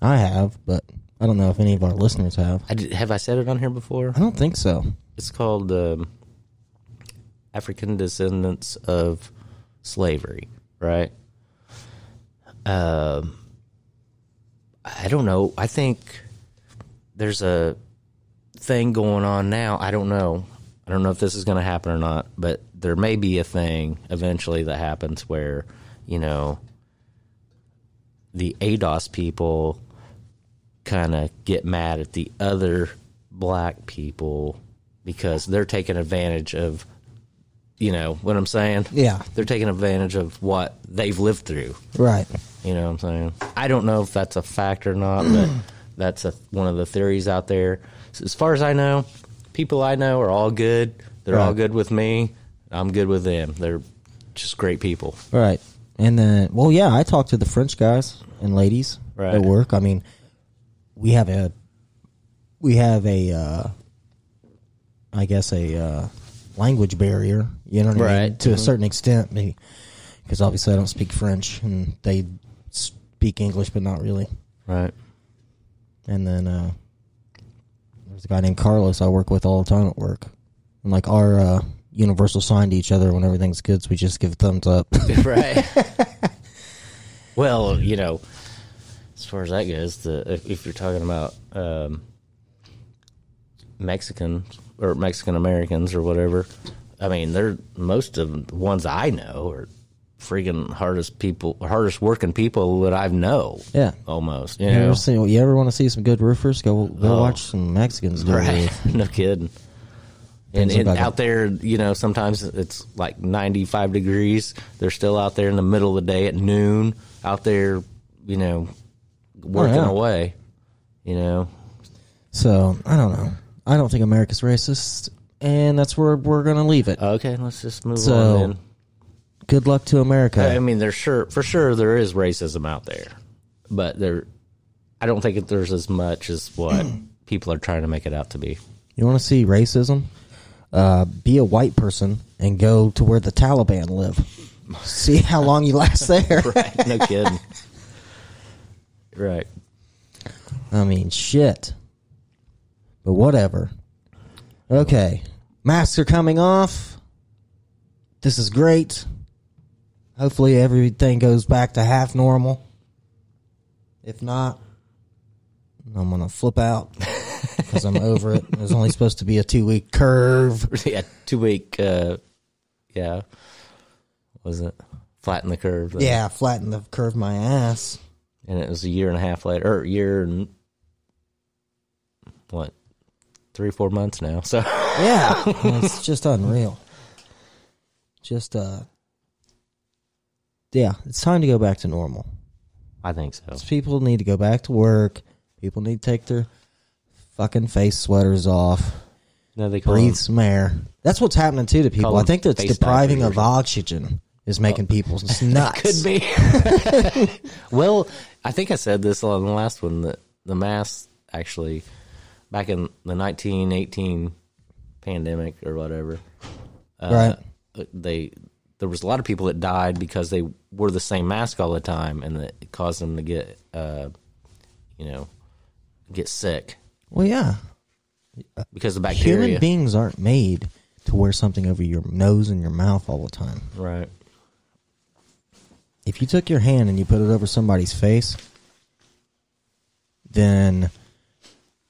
S1: I have, but I don't know if any of our listeners have.
S2: I did, have I said it on here before?
S1: I don't think so.
S2: It's called um, African Descendants of Slavery, right? Um, I don't know. I think there's a thing going on now. I don't know. I don't know if this is going to happen or not, but there may be a thing eventually that happens where, you know, the ADOS people kind of get mad at the other black people because they're taking advantage of, you know, what I'm saying?
S1: Yeah.
S2: They're taking advantage of what they've lived through.
S1: Right.
S2: You know what I'm saying? I don't know if that's a fact or not, but that's a, one of the theories out there. So as far as I know, people I know are all good. They're all
S1: Right.
S2: good with me. I'm good with them. They're just great people.
S1: Right. And then, well, yeah, I talk to the French guys and ladies
S2: Right.
S1: at work. I mean, we have a, we have a, uh, I guess a uh, language barrier. You know what I mean?
S2: Right. Mm-hmm.
S1: To a certain extent, maybe because obviously I don't speak French and they speak English, but not really.
S2: Right.
S1: And then uh, there's a guy named Carlos I work with all the time at work, and like our uh, universal sign to each other when everything's good, so we just give thumbs up.
S2: Right. well, you know, as far as that goes, the if, if you're talking about um, Mexicans or Mexican Americans or whatever, I mean, they're most of the ones I know are freaking hardest people, hardest working people that I know.
S1: Yeah.
S2: almost. You
S1: You
S2: know,
S1: ever, see, you ever want to see some good roofers? Go go
S2: Oh.
S1: watch some Mexicans do
S2: Right.
S1: roof.
S2: no kidding. And,
S1: Things
S2: and
S1: about
S2: out there, you know, sometimes it's like 95 degrees. They're still out there in the middle of the day at noon, out there, you know, working
S1: yeah.
S2: away, you know.
S1: So I don't know. I don't think America's racist, and that's where we're gonna leave it.
S2: Okay, let's just move
S1: So,
S2: on then.
S1: good luck to America.
S2: I mean, there's sure for sure there is racism out there, but there, I don't think that there's as much as what people are trying to make it out to be.
S1: you want to see racism? Uh, be a white person and go to where the Taliban live. See how long you last there.
S2: Right? No kidding. right.
S1: I mean, shit. But whatever. Okay. Masks are coming off. This is great. Hopefully, everything goes back to half normal. If not, I'm going to flip out because I'm over it. It was only supposed to be a two week curve.
S2: yeah, two week. Uh, yeah, was it flatten the curve? though.
S1: Yeah, flatten the curve my ass.
S2: and it was a year and a half later, or a year and what, three four months now. So
S1: Yeah. it's just unreal. Just, uh, yeah, it's time to go back to normal.
S2: I think so.
S1: People need to go back to work. People need to take their fucking face sweaters off.
S2: No, they call
S1: Breathe
S2: them-
S1: some air. That's what's happening too to people.
S2: Call
S1: I
S2: them
S1: think that's
S2: face
S1: depriving
S2: diapers
S1: of
S2: or Uh,
S1: oxygen is making people nuts.
S2: could be. well, I think I said this on the last one that the mask actually back in the nineteen eighteen pandemic or whatever.
S1: right.
S2: they there was a lot of people that died because they wore the same mask all the time, and it caused them to get uh, you know get sick
S1: Well, yeah.
S2: because of
S1: Human
S2: bacteria.
S1: beings aren't made to wear something over your nose and your mouth all the time.
S2: right?
S1: If you took your hand and you put it over somebody's face, then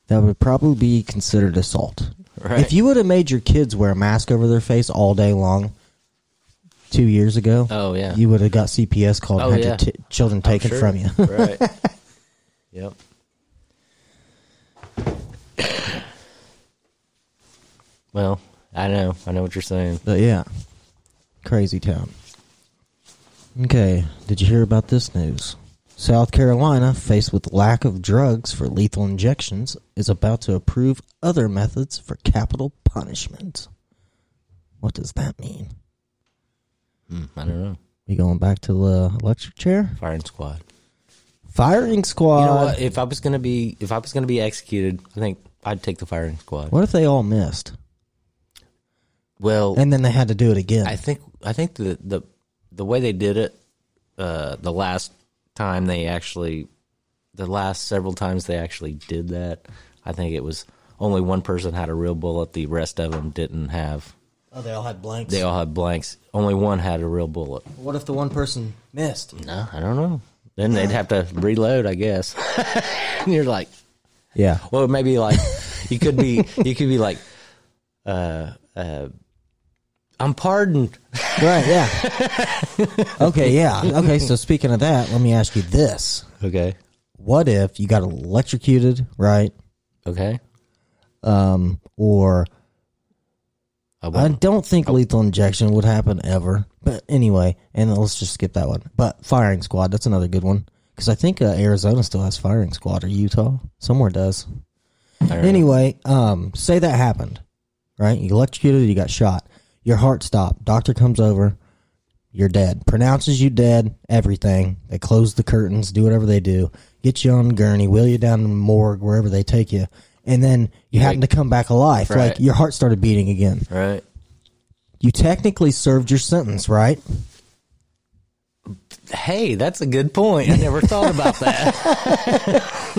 S1: that would probably be considered assault.
S2: Right.
S1: If you would have made your kids wear a mask over their face all day long two years ago,
S2: Oh, yeah.
S1: you would have got CPS called
S2: Oh,
S1: and had
S2: yeah.
S1: your t- children taken
S2: Sure.
S1: from you.
S2: right. Yep. Well, I know, I know what you're saying.
S1: But yeah, crazy town. Okay, did you hear about this news? South Carolina, faced with lack of drugs for lethal injections, is about to approve other methods for capital punishment. What does that mean?
S2: I don't know.
S1: We going back to the electric chair?
S2: Firing squad.
S1: Firing squad.
S2: You know what? If I was gonna be, if I was gonna be executed, I think I'd take the firing squad.
S1: What if they all missed
S2: Well,
S1: and then they had to do it again?
S2: I think I think the the the way they did it, uh, the last time they actually, the last several times they actually did that, I think it was only one person had a real bullet. The rest of them didn't have.
S1: oh, they all had blanks.
S2: They all had blanks. Only one had a real bullet.
S1: what if the one person missed?
S2: No, I don't know. Then they'd have to reload, I guess. and you're like,
S1: Yeah.
S2: Well, maybe like you could be you could be like, uh, uh, I'm pardoned.
S1: Right, yeah. okay, yeah. Okay, so speaking of that, let me ask you this.
S2: Okay.
S1: What if you got electrocuted, right?
S2: Okay.
S1: Um, or
S2: I
S1: I
S2: won't.
S1: don't think lethal injection would happen ever. But anyway, and let's just skip that one. But firing squad, that's another good one. Because I think uh, Arizona still has firing squad or Utah. Somewhere does.
S2: don't know.
S1: Anyway, um, say that happened, right? You electrocuted, you got shot. Your heart stopped. Doctor comes over, you're dead. Pronounces you dead, everything. They close the curtains, do whatever they do. Get you on a gurney, wheel you down to the morgue, wherever they take you. And then you happen to come back alive.
S2: Right.
S1: Like your heart started beating again.
S2: Right.
S1: You technically served your sentence, right?
S2: Hey, that's a good point. I never thought about that.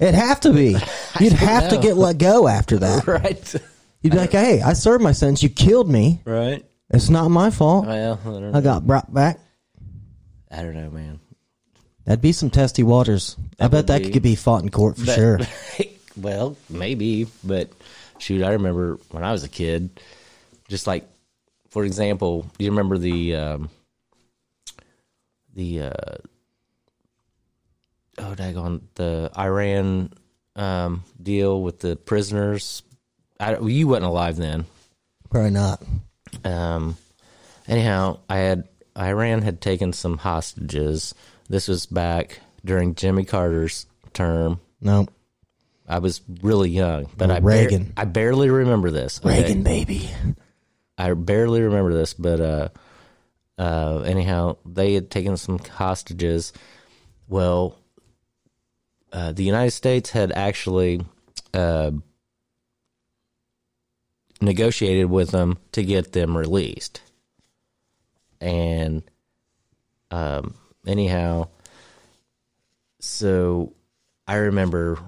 S1: It'd have to be. You'd have to
S2: know.
S1: get let go after that.
S2: right.
S1: You'd be like, hey, I served my sentence. You killed me.
S2: Right.
S1: It's not my fault.
S2: Well, I don't know.
S1: I got brought back.
S2: I don't know, man.
S1: That'd be some testy waters. I bet that
S2: would be.
S1: could be fought in court for
S2: But-
S1: sure.
S2: well, maybe, but shoot, I remember when I was a kid, just like, for example, do you remember the, um, the, uh, oh, daggone, the Iran, um, deal with the prisoners? I, don't- you wasn't alive then.
S1: Probably not.
S2: Um, anyhow, I had Iran had taken some hostages. This was back during Jimmy Carter's term.
S1: No.
S2: I was really young, but I bar-
S1: Reagan.
S2: I barely remember this. okay?
S1: Reagan, baby.
S2: I barely remember this, but uh, uh, anyhow, they had taken some hostages. Well, uh, the United States had actually uh, negotiated with them to get them released, and um, anyhow, so I remember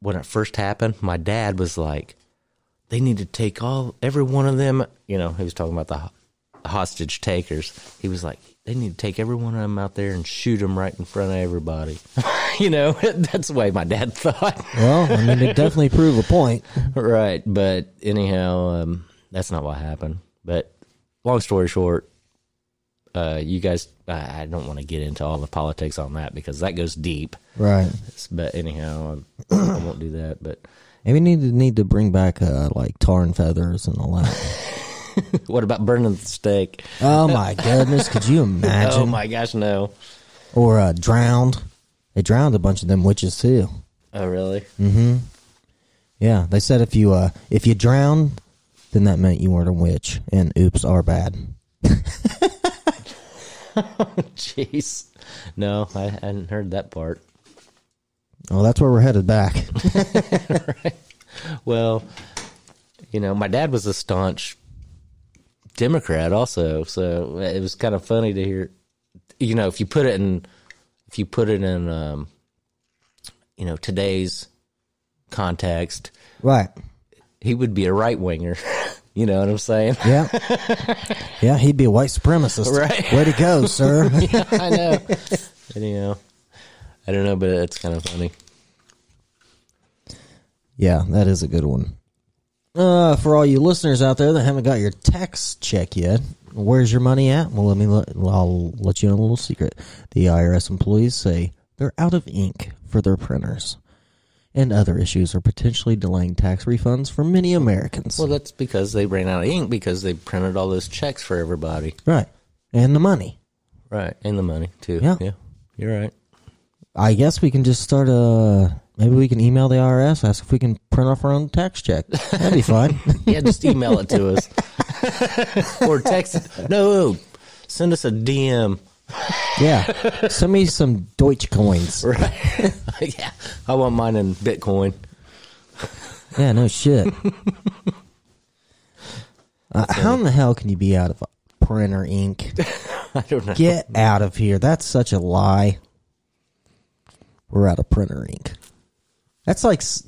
S2: when it first happened, my dad was like they need to take all every one of them. You know, he was talking about the ho- hostage takers. He was like, they need to take every one of them out there and shoot them right in front of everybody. you know, that's the way my dad thought.
S1: Well, I mean, it definitely prove a point.
S2: right, but anyhow, um, that's not what happened. But long story short, uh, you guys, I I don't want to get into all the politics on that because that goes deep.
S1: Right.
S2: But anyhow, I, I won't do that. But
S1: Maybe we need to need to bring back uh, like tar and feathers and all that.
S2: what about burning the stake?
S1: oh my goodness, could you imagine?
S2: Oh my gosh, no.
S1: Or uh, drowned. They drowned a bunch of them witches too.
S2: Oh really?
S1: Yeah, they said if you uh, if you drowned, then that meant you weren't a witch, and oops are bad.
S2: Jeez. No, I hadn't heard that part.
S1: Well, that's where we're headed back.
S2: Well, you know, my dad was a staunch Democrat also, so it was kind of funny to hear. You know, if you put it in, if you put it in, um, you know, today's context,
S1: Right.
S2: he would be a right winger. you know what I'm saying?
S1: Yeah. yeah, he'd be a white supremacist.
S2: Right.
S1: Way to go, sir.
S2: I know. Anyhow, I don't know, but it's kind of funny.
S1: yeah, that is a good one. Uh, for all you listeners out there that haven't got your tax check yet, where's your money at? Well, let me let, I'll let you in a little secret. The IRS employees say they're out of ink for their printers. And other issues are potentially delaying tax refunds for many Americans.
S2: Well, that's because they ran out of ink because they printed all those checks for everybody.
S1: right. And the money.
S2: Right. And the money, too.
S1: Yeah.
S2: You're right.
S1: I guess we can just start a. Maybe we can email the IRS, ask if we can print off our own tax check. That'd be fun.
S2: Yeah, just email it to us or text it. No, send us a DM.
S1: yeah. Send me some Deutsche coins.
S2: yeah. I want mine in Bitcoin.
S1: Yeah, no shit. Uh, how in the hell can you be out of printer ink?
S2: I don't know.
S1: Get out of here. That's such a lie. We're out of printer ink. That's like. s-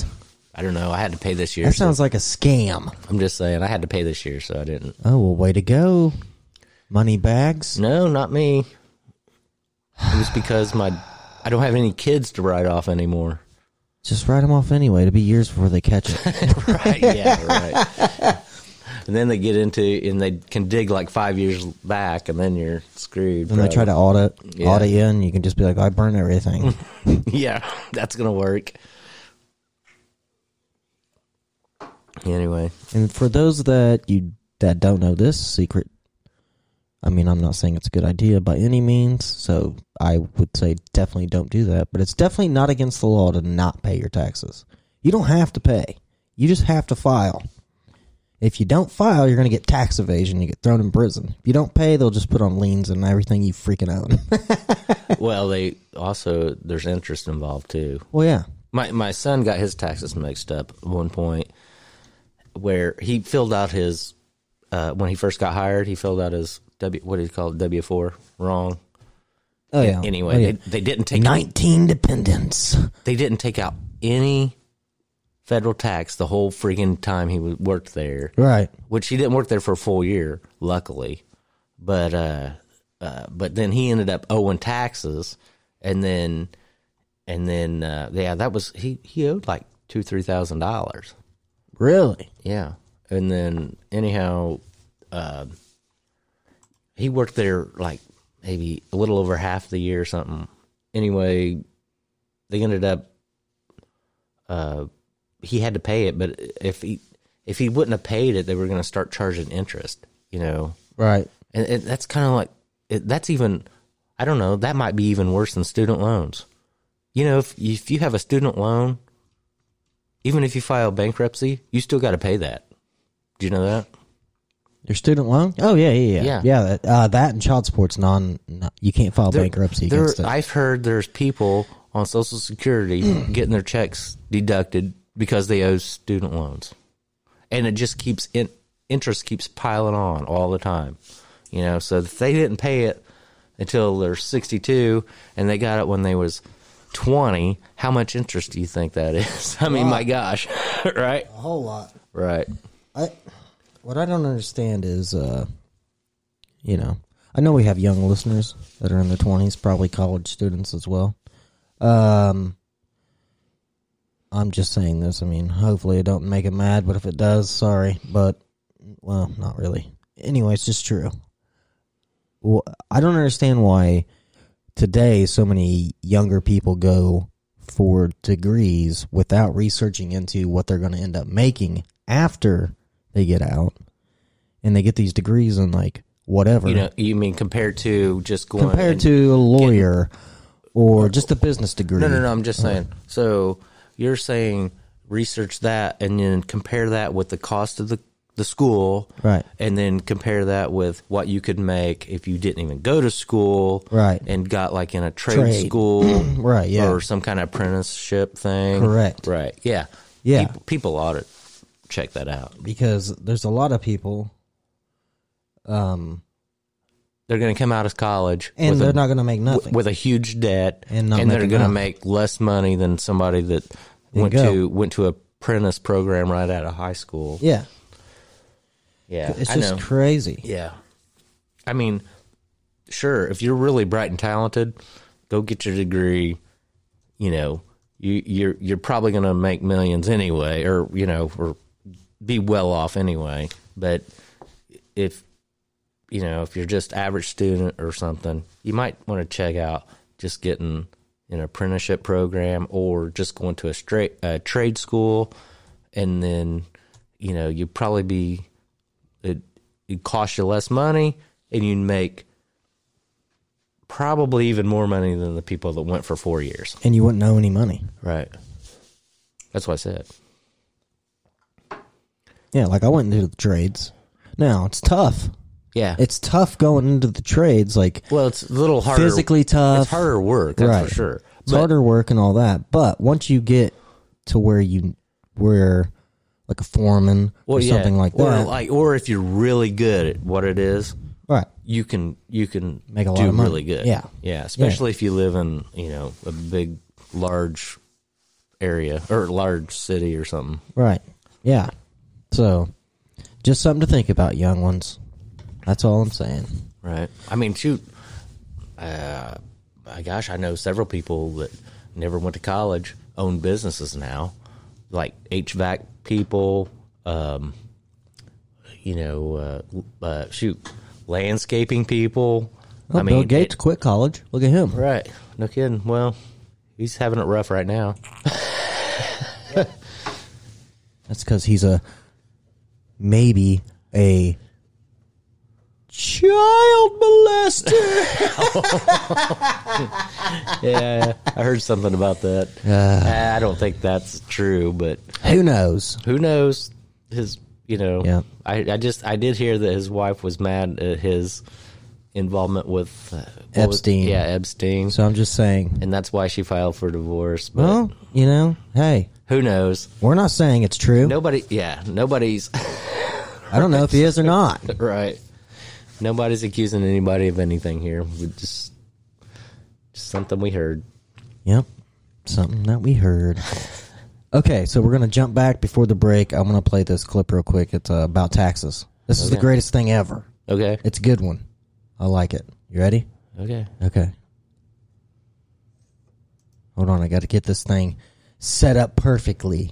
S2: I don't know. I had to pay this year.
S1: That sounds like a scam.
S2: so I'm just saying, I had to pay this year, so I didn't.
S1: Oh, well, way to go. Money bags.
S2: No, not me. It was because my I don't have any kids to write off anymore.
S1: Just write them off anyway. It'll be years before they catch it.
S2: Right? Yeah, right. And then they get into and they can dig like five years back, and then you're screwed.
S1: When they try to
S2: probably.
S1: audit,
S2: Yeah.
S1: audit you, and you can just be like, I burn everything.
S2: yeah, that's gonna work. Anyway,
S1: And for those that you that don't know this secret, I mean, I'm not saying it's a good idea by any means. So I would say definitely don't do that. But it's definitely not against the law to not pay your taxes. You don't have to pay. You just have to file. If you don't file, you're going to get tax evasion. You get thrown in prison. If you don't pay, they'll just put on liens and everything you freaking own.
S2: well, they also there's interest involved too.
S1: well, yeah,
S2: My my son got his taxes mixed up at one point where he filled out his uh, when he first got hired, he filled out his W what do you call it W four wrong.
S1: oh yeah.
S2: Anyway,
S1: Oh, yeah.
S2: they, they didn't take
S1: nineteen dependents.
S2: they didn't take out any federal tax the whole freaking time he wa- worked there.
S1: Right.
S2: which he didn't work there for a full year, luckily. But uh, uh, but then he ended up owing taxes, and then and then uh, yeah, that was he he owed like two three thousand dollars.
S1: Really.
S2: Yeah, and then anyhow, uh, he worked there like maybe a little over half the year or something. Anyway, they ended up. Uh, he had to pay it, but if he if he wouldn't have paid it, they were going to start charging interest. You know,
S1: Right.
S2: and, and that's kind of like it, that's even I don't know that might be even worse than student loans. You know, if if you have a student loan, even if you file bankruptcy, you still got to pay that. Do you know that?
S1: Your student loan? Oh yeah, yeah, yeah,
S2: Yeah.
S1: yeah. that, uh, that and child support's non. no- you can't file
S2: There-
S1: bankruptcy
S2: there-
S1: against it.
S2: I've heard there's people on Social Security getting their checks deducted because they owe student loans, and it just keeps in, interest keeps piling on all the time. You know, so if they didn't pay it until they're 62, and they got it when they was 20. How much interest do you think that is? I mean, my gosh, right?
S1: a whole lot.
S2: Right.
S1: I what I don't understand is, uh, you know, I know we have young listeners that are in their twenties, probably college students as well. Um, I'm just saying this. I mean, hopefully it don't make them mad, but if it does, sorry. But well, not really. Anyway, it's just true. Well, I don't understand why today so many younger people go for degrees without researching into what they're going to end up making after they get out and they get these degrees in like whatever
S2: You know, you mean compared to just going
S1: compared
S2: and-
S1: to a lawyer or just a business degree
S2: No, no, no. I'm just saying. So you're saying research that and then compare that with the cost of the the school,
S1: Right.
S2: And then compare that with what you could make if you didn't even go to school,
S1: Right.
S2: And got like in a trade,
S1: Trade.
S2: school,
S1: Right, yeah.
S2: or some kind of apprenticeship thing,
S1: Correct.
S2: Right? Yeah,
S1: Yeah.
S2: People, people audit check that out.
S1: because there's a lot of people
S2: They're going to come out of college
S1: and
S2: with
S1: they're
S2: a,
S1: not going to make nothing.
S2: with a huge debt,
S1: And not
S2: they're
S1: making
S2: going to
S1: nothing.
S2: make less money than somebody that went
S1: go.
S2: to went to a apprentice program right out of high school.
S1: yeah,
S2: Yeah,
S1: it's
S2: I
S1: just
S2: know.
S1: crazy.
S2: Yeah. I mean, sure, if you're really bright and talented, go get your degree. You know, you, you're you're probably going to make millions anyway, or you know, or be well off anyway. But if you know, if you're just average student or something, you might want to check out just getting an apprenticeship program or just going to a straight uh, trade school, and then you know you'd probably be it it costs you less money and you'd make probably even more money than the people that went for four years.
S1: And you wouldn't know any money.
S2: Right. That's what I said.
S1: Yeah, like I went into the trades. Now it's tough.
S2: Yeah.
S1: It's tough going into the trades. Like
S2: well, it's a little harder.
S1: Physically tough.
S2: It's harder work, that's for sure.
S1: It's harder work and all that. But once you get to where you where like a foreman or
S2: yeah.
S1: something like that,
S2: Or like or if you're really good at what it is,
S1: right?
S2: you can you can
S1: Make a lot
S2: do
S1: of money.
S2: really good.
S1: Yeah.
S2: Yeah. Especially if you live in, you know, a big large area or large city or something.
S1: Right. Yeah. So, just something to think about, young ones. That's all I'm saying.
S2: Right. I mean, shoot. Uh, my gosh, I know several people that never went to college own businesses now, like HVAC people. Um, you know, uh, uh, shoot, landscaping people.
S1: Well,
S2: I mean,
S1: Bill Gates
S2: it-
S1: quit college. Look at him.
S2: right? No kidding. Well, he's having it rough right now.
S1: That's because he's a maybe a child molester.
S2: Yeah, I heard something about that. I don't think that's true, but
S1: Who knows?
S2: who knows his you know
S1: Yeah.
S2: I, I just i did hear that his wife was mad at his involvement with uh, what was-
S1: Epstein.
S2: yeah epstein
S1: So I'm just saying.
S2: and that's why she filed for divorce but
S1: Well, you know, hey,
S2: who knows
S1: we're not saying it's true.
S2: nobody yeah nobody's
S1: I don't know if he is or not.
S2: right nobody's accusing anybody of anything here we just just something we heard
S1: Yep. Something that we heard. Okay, so we're going to jump back before the break. I'm going to play this clip real quick. It's uh, about taxes. This is the
S2: Okay.
S1: greatest thing ever.
S2: okay
S1: It's a good one. I like it. You ready?
S2: okay
S1: Okay. Hold on, I got to get this thing set up perfectly.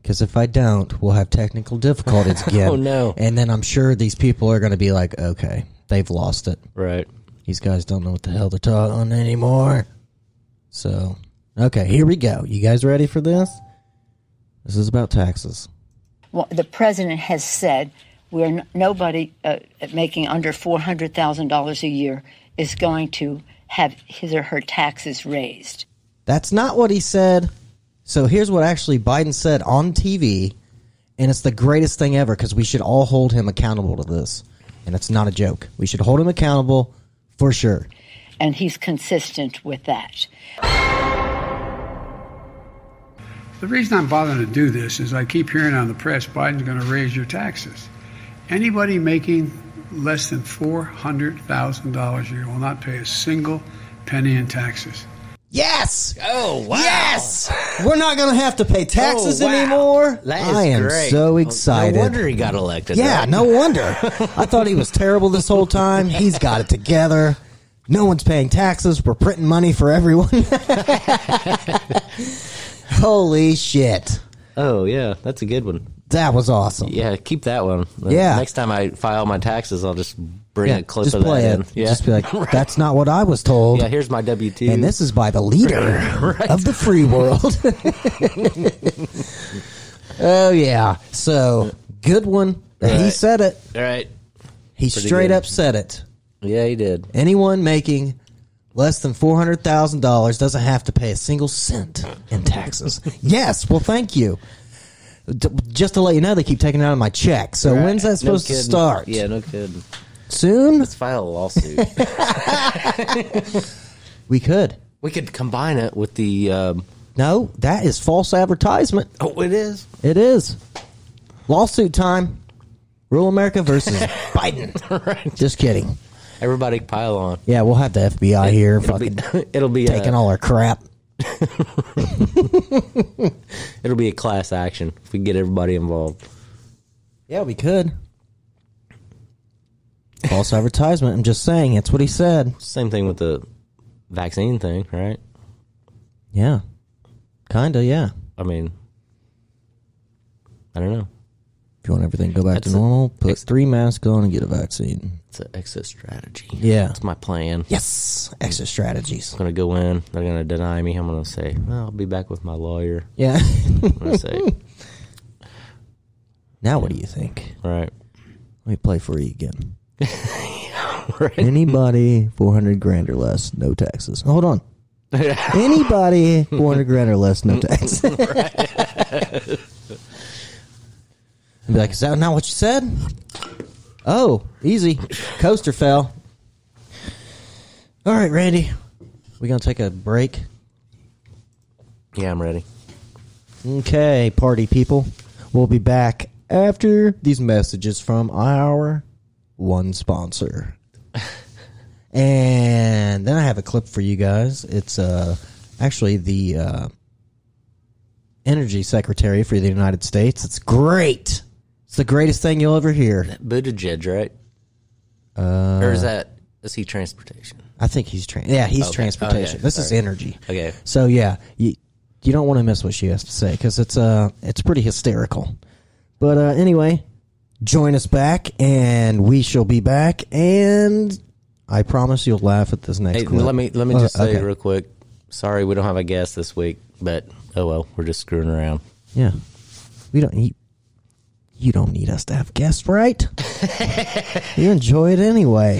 S1: Because if I don't, we'll have technical difficulties again.
S2: Oh, no.
S1: And then I'm sure these people are going to be like, okay, they've lost it.
S2: right
S1: These guys don't know what the hell they're talking anymore. So, okay, here we go. You guys ready for this? This is about taxes.
S7: Well, the president has said we're n- nobody uh, making under four hundred thousand dollars a year is going to have his or her taxes raised.
S1: That's not what he said. So here's what actually Biden said on TV, and it's the greatest thing ever because we should all hold him accountable to this. And it's not a joke. We should hold him accountable for sure.
S7: and he's consistent with that.
S8: The reason I'm bothering to do this is I keep hearing on the press Biden's going to raise your taxes. Anybody making less than $400,000 a year will not pay a single penny in taxes.
S1: Yes!
S2: oh wow
S1: Yes! We're not going to have to pay taxes
S2: Oh, wow.
S1: anymore.
S2: that is
S1: I am
S2: great. Oh,
S1: so
S2: no
S1: excited.
S2: wonder he got elected
S1: Yeah,
S2: right?
S1: no wonder. I thought he was terrible this whole time. He's got it together. No one's paying taxes. We're printing money for everyone. Holy shit.
S2: oh yeah that's a good one
S1: That was awesome.
S2: Yeah, keep that one. The
S1: Yeah.
S2: Next time I file my taxes, I'll just bring a clip
S1: just
S2: of
S1: play it.
S2: that in. Yeah.
S1: Just be like, that's not what I was told.
S2: yeah, here's my W two.
S1: and this is by the leader of the free world. oh, yeah. So, good one. He
S2: Right.
S1: said it.
S2: All right.
S1: He
S2: Pretty
S1: straight
S2: good.
S1: up said it.
S2: Yeah, he did.
S1: Anyone making less than four hundred thousand dollars doesn't have to pay a single cent in taxes. yes, well, thank you. D- just to let you know, they keep taking it out of my check. So when's that supposed to
S2: kidding.
S1: start?
S2: Yeah, no kidding.
S1: Soon.
S2: Let's file a lawsuit.
S1: We could.
S2: we could combine it with the. Um,
S1: No, that is false advertisement.
S2: oh, it is.
S1: It is. Lawsuit time. Rule America versus Biden. Just kidding.
S2: Everybody pile on.
S1: Yeah, we'll have the FBI here
S2: It'll be
S1: fucking
S2: it'll be
S1: taking
S2: a,
S1: all our crap.
S2: it'll be a class action if we get everybody involved.
S1: Yeah, we could. False advertisement. I'm just saying. That's what he said.
S2: Same thing with the vaccine thing, right?
S1: Yeah. Kinda, yeah.
S2: I mean, I don't know.
S1: If you want everything to go back
S2: That's
S1: to
S2: a-
S1: normal, put three masks on and get a vaccine.
S2: It's an exit strategy.
S1: Yeah.
S2: That's my plan.
S1: Yes. Extra strategies.
S2: I'm gonna go in. They're gonna deny me. I'm gonna say, "Well, I'll be back with my lawyer.
S1: Yeah.
S2: I'm gonna say,
S1: now what do you think?
S2: all right,
S1: Let me play for you again. Anybody 400 grand or less, no taxes. Hold on. Anybody 400 grand or less, no taxes. I'd be like, is that not what you said? Oh, easy. Coaster fell. All right, Randy. We're going to take a break.
S2: yeah, I'm ready."
S1: Okay, party people. We'll be back after these messages from our one sponsor. and then I have a clip for you guys. It's uh, actually the uh, energy secretary for the United States. It's great. It's the greatest thing you'll ever hear.
S2: Buttigieg, right? Uh, or is that is he transportation?
S1: I think he's trans. Yeah, he's
S2: Okay.
S1: transportation.
S2: Okay.
S1: This is
S2: Sorry.
S1: energy.
S2: Okay.
S1: So yeah, you you don't want to miss what she has to say because it's uh it's pretty hysterical. But uh, anyway, join us back, and we shall be back. And I promise you'll laugh at this next.
S2: Hey,
S1: clip.
S2: let me let me
S1: Uh,
S2: just say
S1: okay.
S2: real quick. Sorry, we don't have a guest this week, but oh well, we're just screwing around.
S1: Yeah, we don't. You, you don't need us to have guests, right? you enjoy it anyway.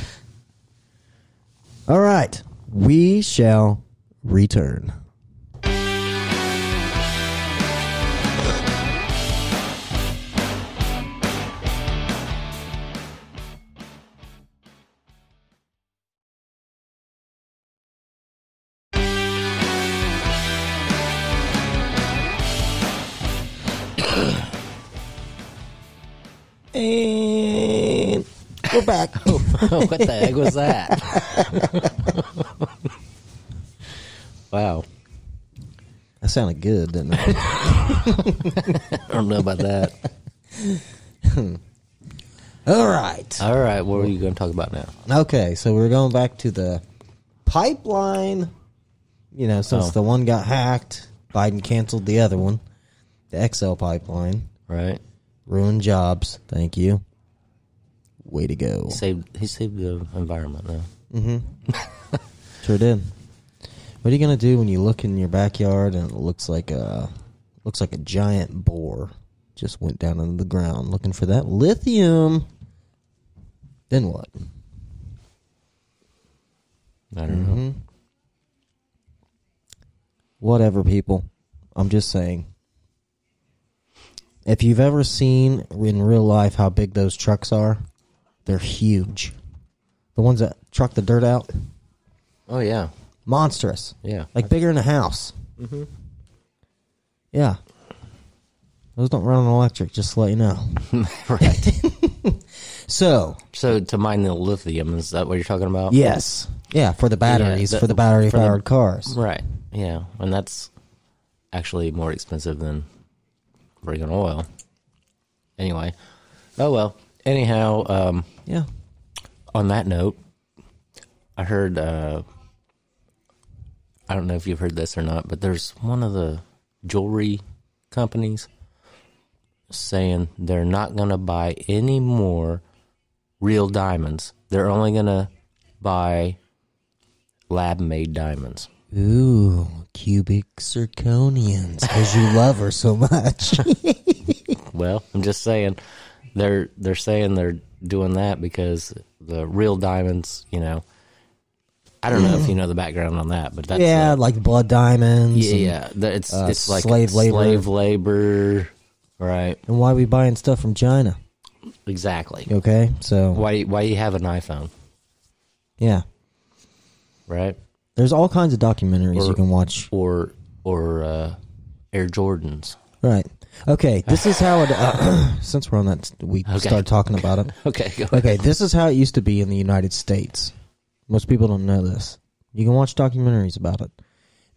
S1: All right, we shall return. And we're back.
S2: what the heck was that? wow,
S1: That sounded good, didn't it?
S2: I don't know about that.
S1: All right.
S2: All right, what are you going to talk about now?
S1: Okay, so we're going back to the pipeline. You know, since
S2: Oh.
S1: the one got hacked, Biden canceled the other one. The XL pipeline
S2: Right?
S1: ruined jobs. Thank you. Way to go.
S2: Saved he saved the environment now.
S1: Sure did. What are you gonna do when you look in your backyard and it looks like a looks like a giant boar just went down into the ground looking for that lithium? Then what?
S2: I don't know.
S1: whatever people i'm just saying if you've ever seen in real life how big those trucks are they're huge the ones that truck the dirt out
S2: Oh yeah,
S1: monstrous
S2: yeah.
S1: like bigger than a house mm-hmm. yeah those don't run on electric just to let you know
S2: right.
S1: so
S2: So to mine the lithium is that what you're talking about?
S1: yes yeah for the batteries
S2: the-
S1: for the battery
S2: for the-
S1: powered cars
S2: Right. Yeah, and that's actually more expensive than friggin' oil. Anyway, oh well. Anyhow, um,
S1: yeah
S2: on that note, I heard. Uh, I don't know if you've heard this or not, but there's one of the jewelry companies saying they're not going to buy any more real diamonds. They're only going to buy lab-made diamonds.
S1: ooh cubic zirconians because you love her so much
S2: Well, I'm just saying they're they're saying they're doing that because the real diamonds, you know. I don't know if you know the background on that, but that's
S1: yeah,
S2: uh,
S1: like blood diamonds.
S2: yeah,
S1: and,
S2: yeah. The- It's
S1: uh,
S2: it's like
S1: slave
S2: slave
S1: labor.
S2: labor. right?
S1: and why we buying stuff from China?
S2: Exactly.
S1: Okay, so
S2: Why why you have an iPhone,
S1: yeah,
S2: right?
S1: there's all kinds of documentaries you
S2: Or-
S1: can watch.
S2: Or or uh, Air Jordans.
S1: Right. Okay. This is how it. uh, since we're on that, we
S2: Okay.
S1: start talking about it.
S2: Okay, go ahead.
S1: Okay. This is how it used to be in the United States. Most people don't know this. You can watch documentaries about it.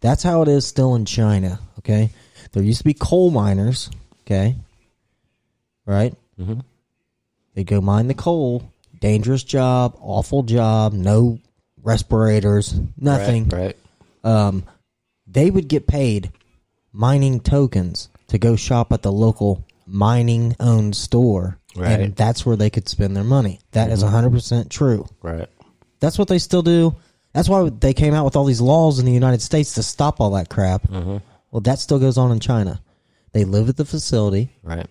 S1: That's how it is still in China. Okay. There used to be coal miners. Okay. Right. Mm-hmm. They go mine the coal. Dangerous job. Awful job. No respirators. Nothing
S2: Right, right.
S1: um, they would get paid mining tokens to go shop at the local mining owned store.
S2: Right.
S1: And that's where they could spend their money. That is 100% true.
S2: Right.
S1: That's what they still do. That's why they came out with all these laws in the United States to stop all that crap. Well, that still goes on in China. They live at the facility,
S2: Right.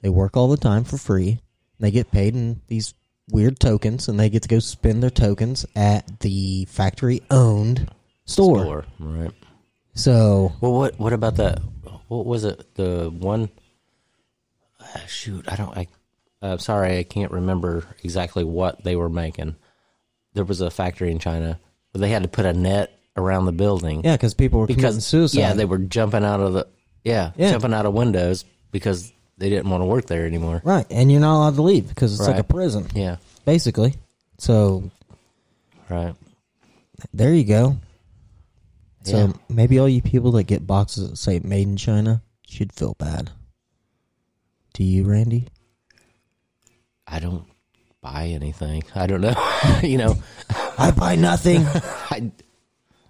S1: they work all the time for free, and they get paid in these weird tokens, and they get to go spend their tokens at the factory owned store.
S2: Or right.
S1: So
S2: Well, what what about that? What was it? The one? Uh, shoot, I don't. I uh, sorry, I can't remember exactly what they were making. There was a factory in China where they had to put a net around the building.
S1: Yeah, because people were committing suicide.
S2: Yeah, they were jumping out of the yeah,
S1: Yeah.
S2: jumping out of windows because they didn't want to work there anymore.
S1: right, and you're not allowed to leave because it's like a
S2: Right.
S1: prison,
S2: Yeah,
S1: basically. So
S2: right.
S1: there you go. So
S2: Yeah.
S1: maybe all you people that get boxes that say "Made in China" should feel bad. Do you, Randy?
S2: I don't buy anything. I don't know. you know,
S1: I buy nothing.
S2: I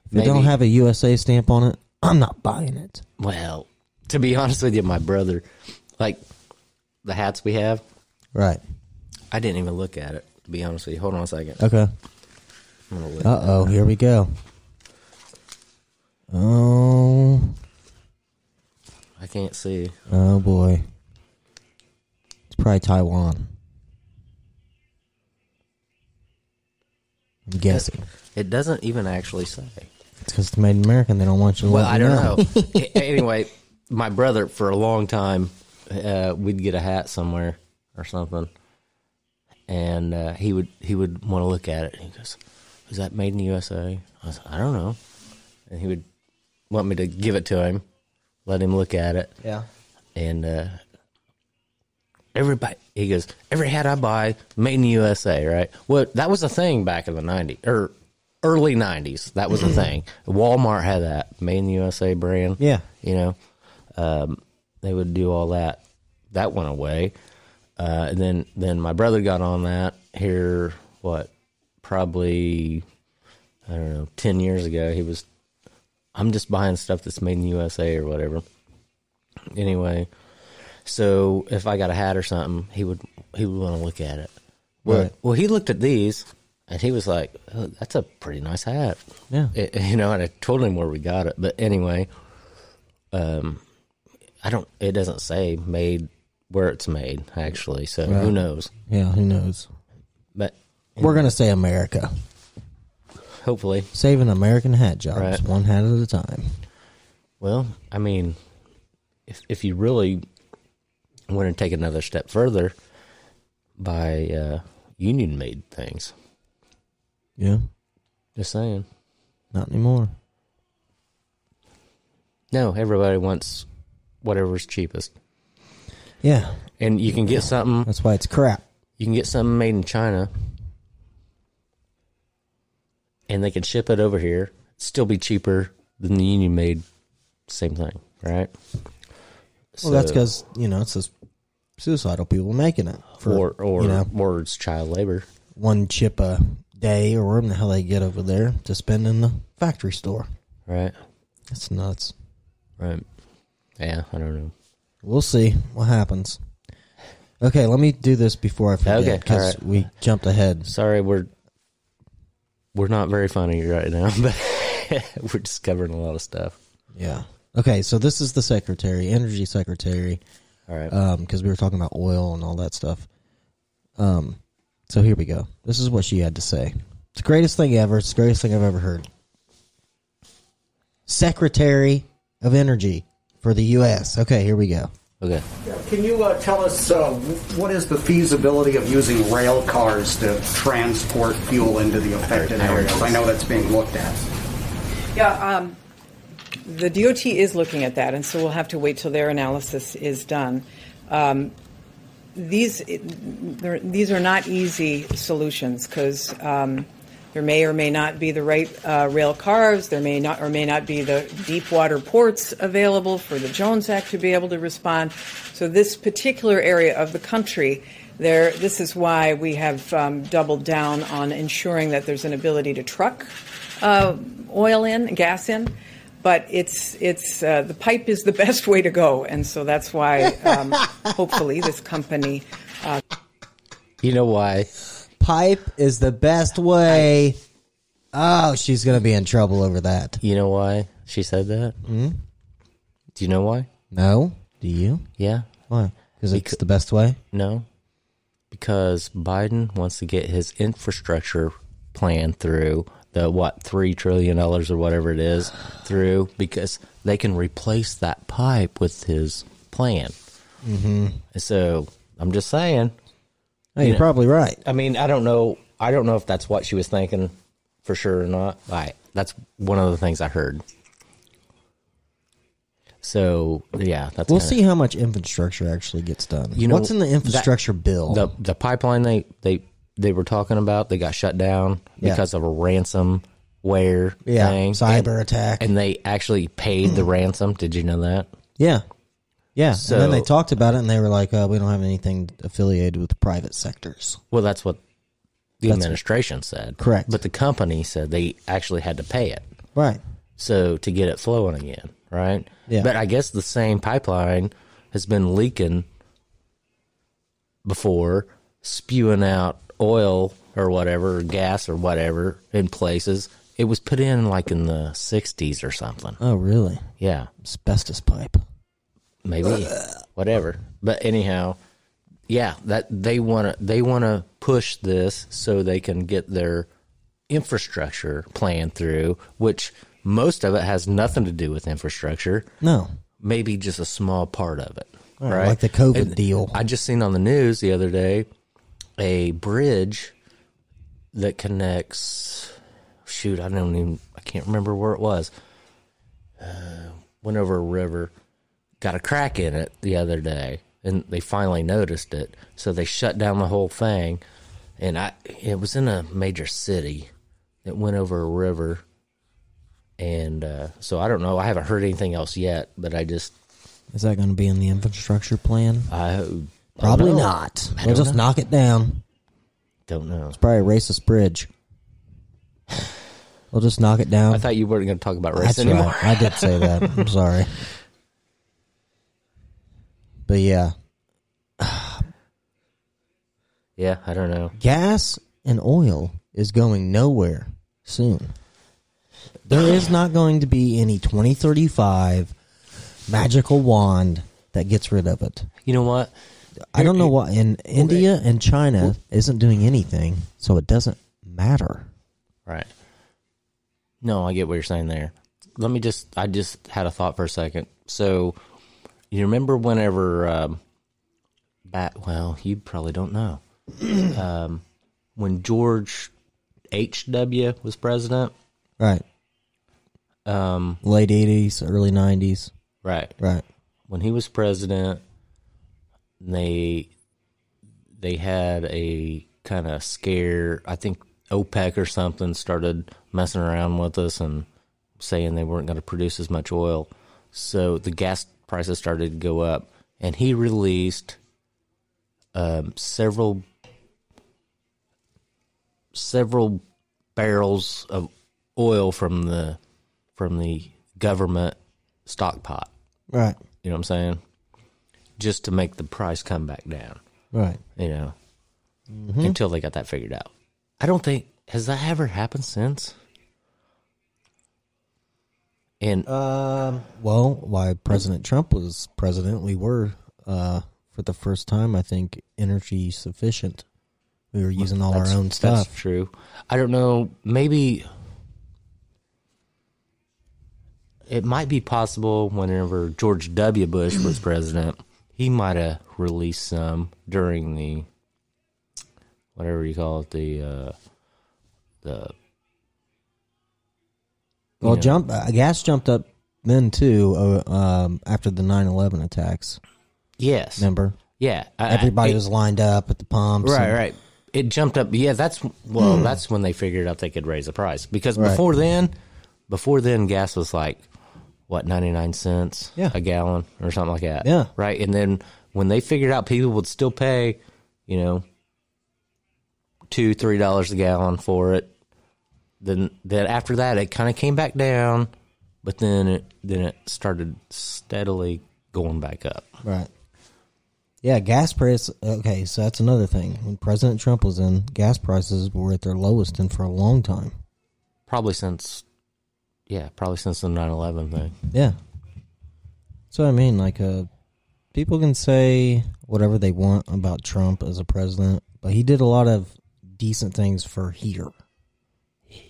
S1: If it don't
S2: maybe-
S1: have a USA stamp on it, I'm not buying it.
S2: Well, to be honest with you, my brother, like the hats we have,
S1: Right.
S2: I didn't even look at it. To be honest with you, hold on a second.
S1: Okay.
S2: I'm gonna look.
S1: Uh oh. Here we go. Oh.
S2: I can't see.
S1: Oh boy. It's probably Taiwan. I'm guessing.
S2: It doesn't even actually say.
S1: It's because it's made in America and they don't want you to
S2: Well,
S1: let
S2: I
S1: you
S2: don't know. A- anyway, my brother for a long time, uh, we'd get a hat somewhere or something, and uh, he would he would want to look at it. He goes, "Is that made in the USA?" I was, "I don't know," and he would want me to give it to him, let him look at it.
S1: Yeah.
S2: and uh, everybody he goes every hat i buy made in the usa right well that was a thing back in the 90s or early 90s that was a thing walmart had that made in the usa brand
S1: Yeah.
S2: you know um, they would do all that that went away uh, and then then my brother got on that here what probably i don't know 10 years ago he was i'm just buying stuff that's made in the usa or whatever anyway. So if I got a hat or something, he would he would want to look at it. Well,
S1: Right.
S2: well, he looked at these and he was like, oh, "That's a pretty nice hat."
S1: Yeah.
S2: It- Eh, you know. And I told him where we got it, but anyway, um, I don't. It doesn't say made where it's made actually. So who
S1: Right.
S2: knows?
S1: Yeah, who knows?
S2: But
S1: We're going to say America.
S2: hopefully,
S1: Saving American hat jobs,
S2: Right.
S1: one hat at a time.
S2: Well, I mean, if if you really want to take another step further by uh, union made things,
S1: Yeah.
S2: just saying.
S1: Not anymore.
S2: No, everybody wants whatever's cheapest,
S1: Yeah.
S2: and you can get something.
S1: That's why it's crap.
S2: You can get something made in China, and they can ship it over here, still be cheaper than the union made. Same thing, right?
S1: Well, that's
S2: So-
S1: because, you know, it's just suicidal people making it for,
S2: or or
S1: you know,
S2: or it's child labor.
S1: one chip a day or whatever the hell they get over there to spend in the factory store.
S2: Right.
S1: That's nuts.
S2: Right. Yeah, I don't know.
S1: We'll see what happens. Okay, let me do this before I
S2: Okay,
S1: forget because
S2: alright.
S1: we jumped ahead.
S2: Sorry, we're we're not very funny right now, but we're discovering a lot of stuff.
S1: Yeah. Okay, so this is the secretary, energy secretary,
S2: All right.
S1: because we were talking about oil and all that stuff. Um, so here we go. This is what she had to say. It's the greatest thing ever. It's the greatest thing I've ever heard. Secretary of Energy for the U.S. Okay, here we go.
S2: okay.
S9: Can you uh, tell us uh, what is the feasibility of using rail cars to transport fuel into the affected areas? I know that's being looked at.
S10: Yeah, um, The DOT is looking at that, and so we'll have to wait till their analysis is done. Um, these there- these are not easy solutions because um, there may or may not be the right uh, rail cars. There may not or may not be the deep water ports available for the Jones Act to be able to respond. So this particular area of the country, there. This is why we have um, doubled down on ensuring that there's an ability to truck uh, oil in, gas in. But it's it's uh, the pipe is the best way to go, and so that's why um, hopefully this company. Uh,
S1: You know why? Pipe is the best way. Oh, she's gonna be in trouble over that.
S2: You know why she said that?
S1: Mm-hmm.
S2: Mm? Do you know why?
S1: No, do you?
S2: Yeah.
S1: Why? Because it's the best way.
S2: No, because Biden wants to get his infrastructure plan through the what three trillion dollars or whatever it is through because they can replace that pipe with his plan.
S1: Mm-hmm.
S2: So I'm just saying.
S1: Hey, Oh, you're
S2: know,
S1: probably right.
S2: I mean, I don't know. I don't know if that's what she was thinking for sure or not. I that's one of the things I heard. So yeah, that's
S1: We'll
S2: kinda-
S1: see how much infrastructure actually gets done. what's in the
S2: that-
S1: infrastructure bill?
S2: The the pipeline they they they were talking about they got shut down
S1: Yeah.
S2: because of a ransomware
S1: Yeah,
S2: thing,
S1: cyber
S2: and,
S1: attack.
S2: and they actually paid the ransom. Did you know that?
S1: yeah, yeah.
S2: So-
S1: and then they talked about it, and they were like, uh, "We don't have anything affiliated with the private sectors."
S2: Well, that's what the
S1: That's-
S2: administration said.
S1: Correct.
S2: but the company said they actually had to pay it.
S1: Right.
S2: so to get it flowing again, right?
S1: Yeah.
S2: But I guess the same pipeline has been leaking before, spewing out oil or whatever, or gas or whatever in places. It was put in like in the '60s or something.
S1: Oh, really?
S2: Yeah,
S1: Asbestos pipe.
S2: maybe whatever. But anyhow, yeah, that they want to they want to push this so they can get their infrastructure plan through, which most of it has nothing to do with infrastructure.
S1: No.
S2: maybe just a small part of it,
S1: Right,
S2: right?
S1: like the COVID
S2: deal. I just seen on the news the other day a bridge that connects. Shoot, I don't even. I can't remember where it was. Uh, went over a river, got a crack in it the other day, and they finally noticed it. So they shut down the whole thing, and I. It was in a major city. It went over a river, and uh, so I don't know. I haven't heard anything else yet, but I just
S1: Is that going to be in the infrastructure plan?
S2: I don't
S1: probably
S2: know.
S1: not.
S2: I
S1: They'll
S2: don't
S1: just
S2: know.
S1: knock it down.
S2: don't know.
S1: It's probably a racist bridge. They'll just knock it down.
S2: I thought you weren't going to talk about race
S1: That's
S2: anymore.
S1: right. I did say that. I'm sorry. But yeah,
S2: yeah, I don't know.
S1: gas and oil is going nowhere soon. There is not going to be any 2035 magical wand that gets rid of it.
S2: You know what?
S1: I don't know why. And India and China isn't doing anything, so it doesn't matter.
S2: Right. No, I get what you're saying there. Let me just. I just had a thought for a second. So, you remember whenever um, back? Well, you probably don't know. um, when George H. W. was president.
S1: Right.
S2: Um,
S1: Late 80s, early 90s.
S2: Right.
S1: Right.
S2: When he was president, they they had a kind of scare. I think OPEC or something started messing around with us and saying they weren't going to produce as much oil. So the gas prices started to go up, and he released um, several several barrels of oil from the from the government stockpot.
S1: Right.
S2: You know what I'm saying? Just to make the price come back down.
S1: Right.
S2: You know,
S1: Mhm.
S2: until they got that figured out. I don't think has that ever happened since. And
S1: um, Well, why President Trump was president, we were, uh, for the first time, I think, energy sufficient. We were using all our
S2: That's-
S1: own stuff.
S2: That's true. I don't know. Maybe it might be possible whenever George W. Bush was president, he might have released some during the whatever you call it, the uh, the
S1: Well,
S2: Yeah.
S1: jump uh, gas jumped up then too, uh, um, after the 9-11 attacks.
S2: Yes.
S1: Remember?
S2: Yeah, I-
S1: Everybody
S2: I-
S1: was lined up at the pumps.
S2: Uh, Right,
S1: and-
S2: right. It jumped up. Yeah, that's well, that's when they figured out they could raise the price because
S1: Hmm. Right.
S2: before then, before then, gas was like what ninety nine cents a gallon or something like that.
S1: Yeah.
S2: right. And then when they figured out people would still pay, you know, two three dollars a gallon for it, then then after that it kind of came back down, but then it then it started steadily going back up.
S1: Right. Yeah, gas price. Okay, so that's another thing. When President Trump was in, gas prices were at their lowest in for a long time.
S2: probably since yeah probably since the 9-11 thing
S1: Yeah. So I mean, like, uh, people can say whatever they want about Trump as a president, but he did a lot of decent things for here.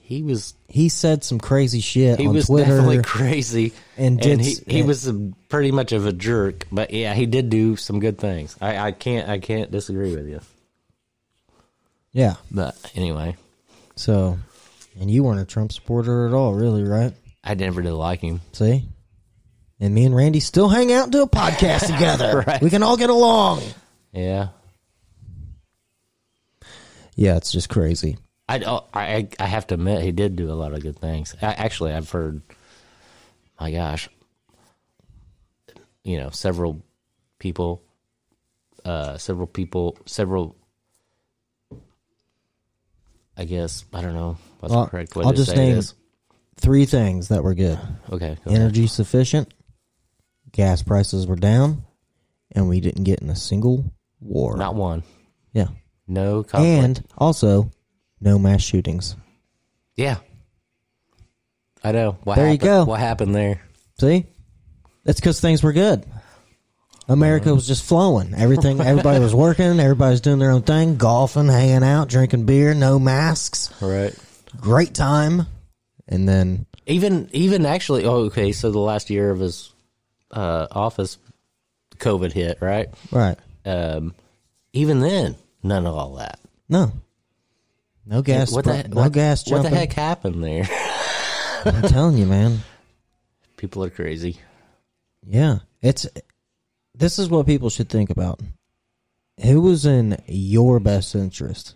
S2: He was.
S1: He said some crazy shit
S2: he
S1: on
S2: was
S1: Twitter.
S2: definitely crazy
S1: and did.
S2: he, he was a, pretty much of a jerk but yeah he did do some good things i, I can't i can't disagree with you
S1: Yeah.
S2: but anyway
S1: So, and you weren't a Trump supporter at all, really, right?
S2: i never did like him
S1: See? And me and Randy still hang out and do a podcast together.
S2: Right.
S1: We can all get along.
S2: yeah
S1: Yeah, it's just crazy.
S2: I, oh, I I have to admit he did do a lot of good things. I, actually, I've heard, my gosh, you know, several people, uh, several people, several. I guess I don't know what's
S1: Well,
S2: the correct way
S1: I'll
S2: to
S1: just
S2: say
S1: name
S2: this.
S1: three things that were good.
S2: Okay, go ahead.
S1: Energy sufficient, gas prices were down, and we didn't get in a single war.
S2: Not one.
S1: Yeah.
S2: No conflict.
S1: And also, no mass shootings.
S2: yeah, I know. What
S1: There you
S2: happened-
S1: go.
S2: What happened there?
S1: See? That's because things were good.
S2: Uh-huh.
S1: America was just flowing. Everything, everybody was working. Everybody's doing their own thing, golfing, hanging out, drinking beer, no masks.
S2: Right.
S1: Great time. And then,
S2: even even actually oh, okay so the last year of his uh office covid hit right
S1: right.
S2: um even then none of all that
S1: No. No gas.
S2: what the,
S1: no
S2: what,
S1: gas
S2: what
S1: jumping.
S2: the heck happened there
S1: I'm telling you, man.
S2: people are crazy
S1: Yeah, it's this is what people should think about. Who was in your best interest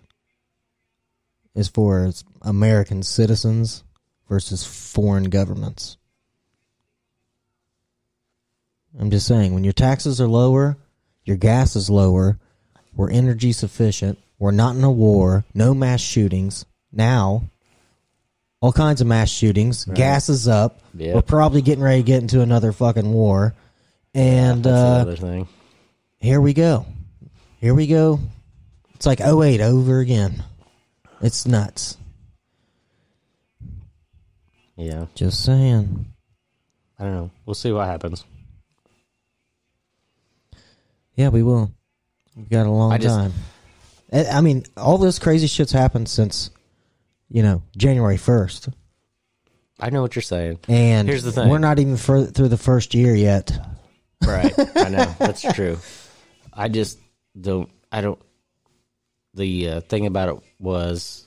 S1: as far as American citizens versus foreign governments? I'm just saying, when your taxes are lower, your gas is lower, we're energy sufficient, we're not in a war, no mass shootings. Now, all kinds of mass shootings, gas is up,
S2: Yeah.
S1: we're probably getting ready to get into another fucking war. And
S2: that's
S1: uh,
S2: another thing
S1: here we go. Here we go. It's like 08 over again. It's nuts.
S2: yeah
S1: Just saying.
S2: i don't know we'll see what happens
S1: Yeah, we will. We've got a long
S2: I just-
S1: time. I I mean, all this crazy shit's happened since, you know, January 1st.
S2: i know what you're saying
S1: And
S2: here's the thing
S1: we're not even fur- through the first year yet.
S2: right i know that's true i just don't i don't the uh, thing about it was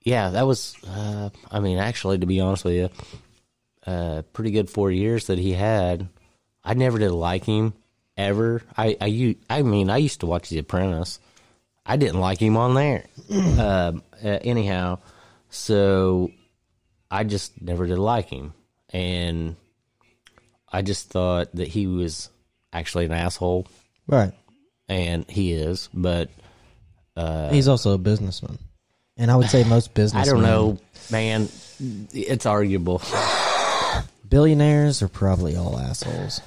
S2: yeah that was uh, i mean actually to be honest with you uh, pretty good four years that he had i never did like him ever i i u- i mean i used to watch the apprentice i didn't like him on there um, uh, anyhow so i just never did like him and i just thought that he was actually an asshole
S1: Right.
S2: and he is, but uh,
S1: He's also a businessman. And I would say most
S2: I
S1: businessmen.
S2: don't know, man. It's arguable.
S1: Billionaires are probably all assholes.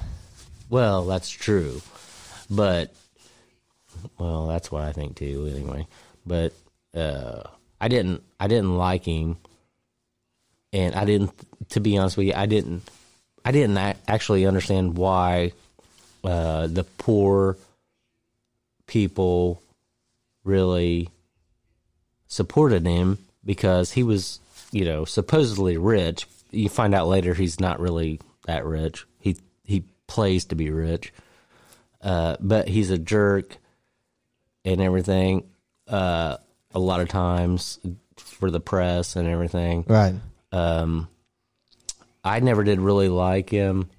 S2: well, that's true, but well, that's what I think too. Anyway, but uh, I didn't, I didn't like him, and I didn't. To be honest with you, I didn't, I didn't a- actually understand why uh, the poor people really supported him because he was, you know, supposedly rich. You find out later he's not really that rich. He he plays to be rich, uh, but he's a jerk and everything. Uh, a lot of times for the press and everything,
S1: Right.
S2: um, I never did really like him.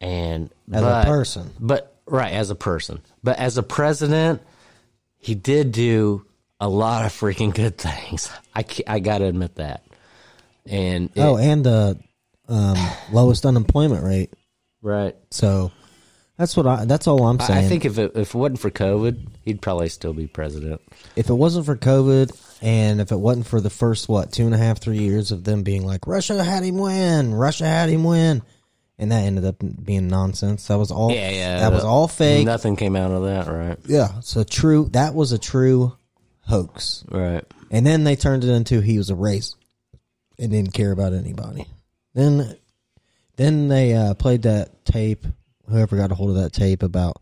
S2: And
S1: As a
S2: but-
S1: person.
S2: but right as a person, but as a president, he did do a lot of freaking good things. I ca- I gotta admit that. And it-
S1: oh, and the um, lowest unemployment rate.
S2: right.
S1: So that's what I. That's all I'm
S2: I-
S1: saying.
S2: I think if it, if it wasn't for COVID, he'd probably still be president.
S1: if it wasn't for COVID, and if it wasn't for the first what two and a half, three years of them being like Russia had him win, Russia had him win, and that ended up being nonsense. That was all.
S2: yeah, yeah.
S1: That was
S2: the-
S1: all fake.
S2: Nothing came out of that, right?
S1: Yeah. So true. That was a true hoax.
S2: Right.
S1: And then they turned it into he was a race and didn't care about anybody. Then, then they uh, played that tape. Whoever got a hold of that tape about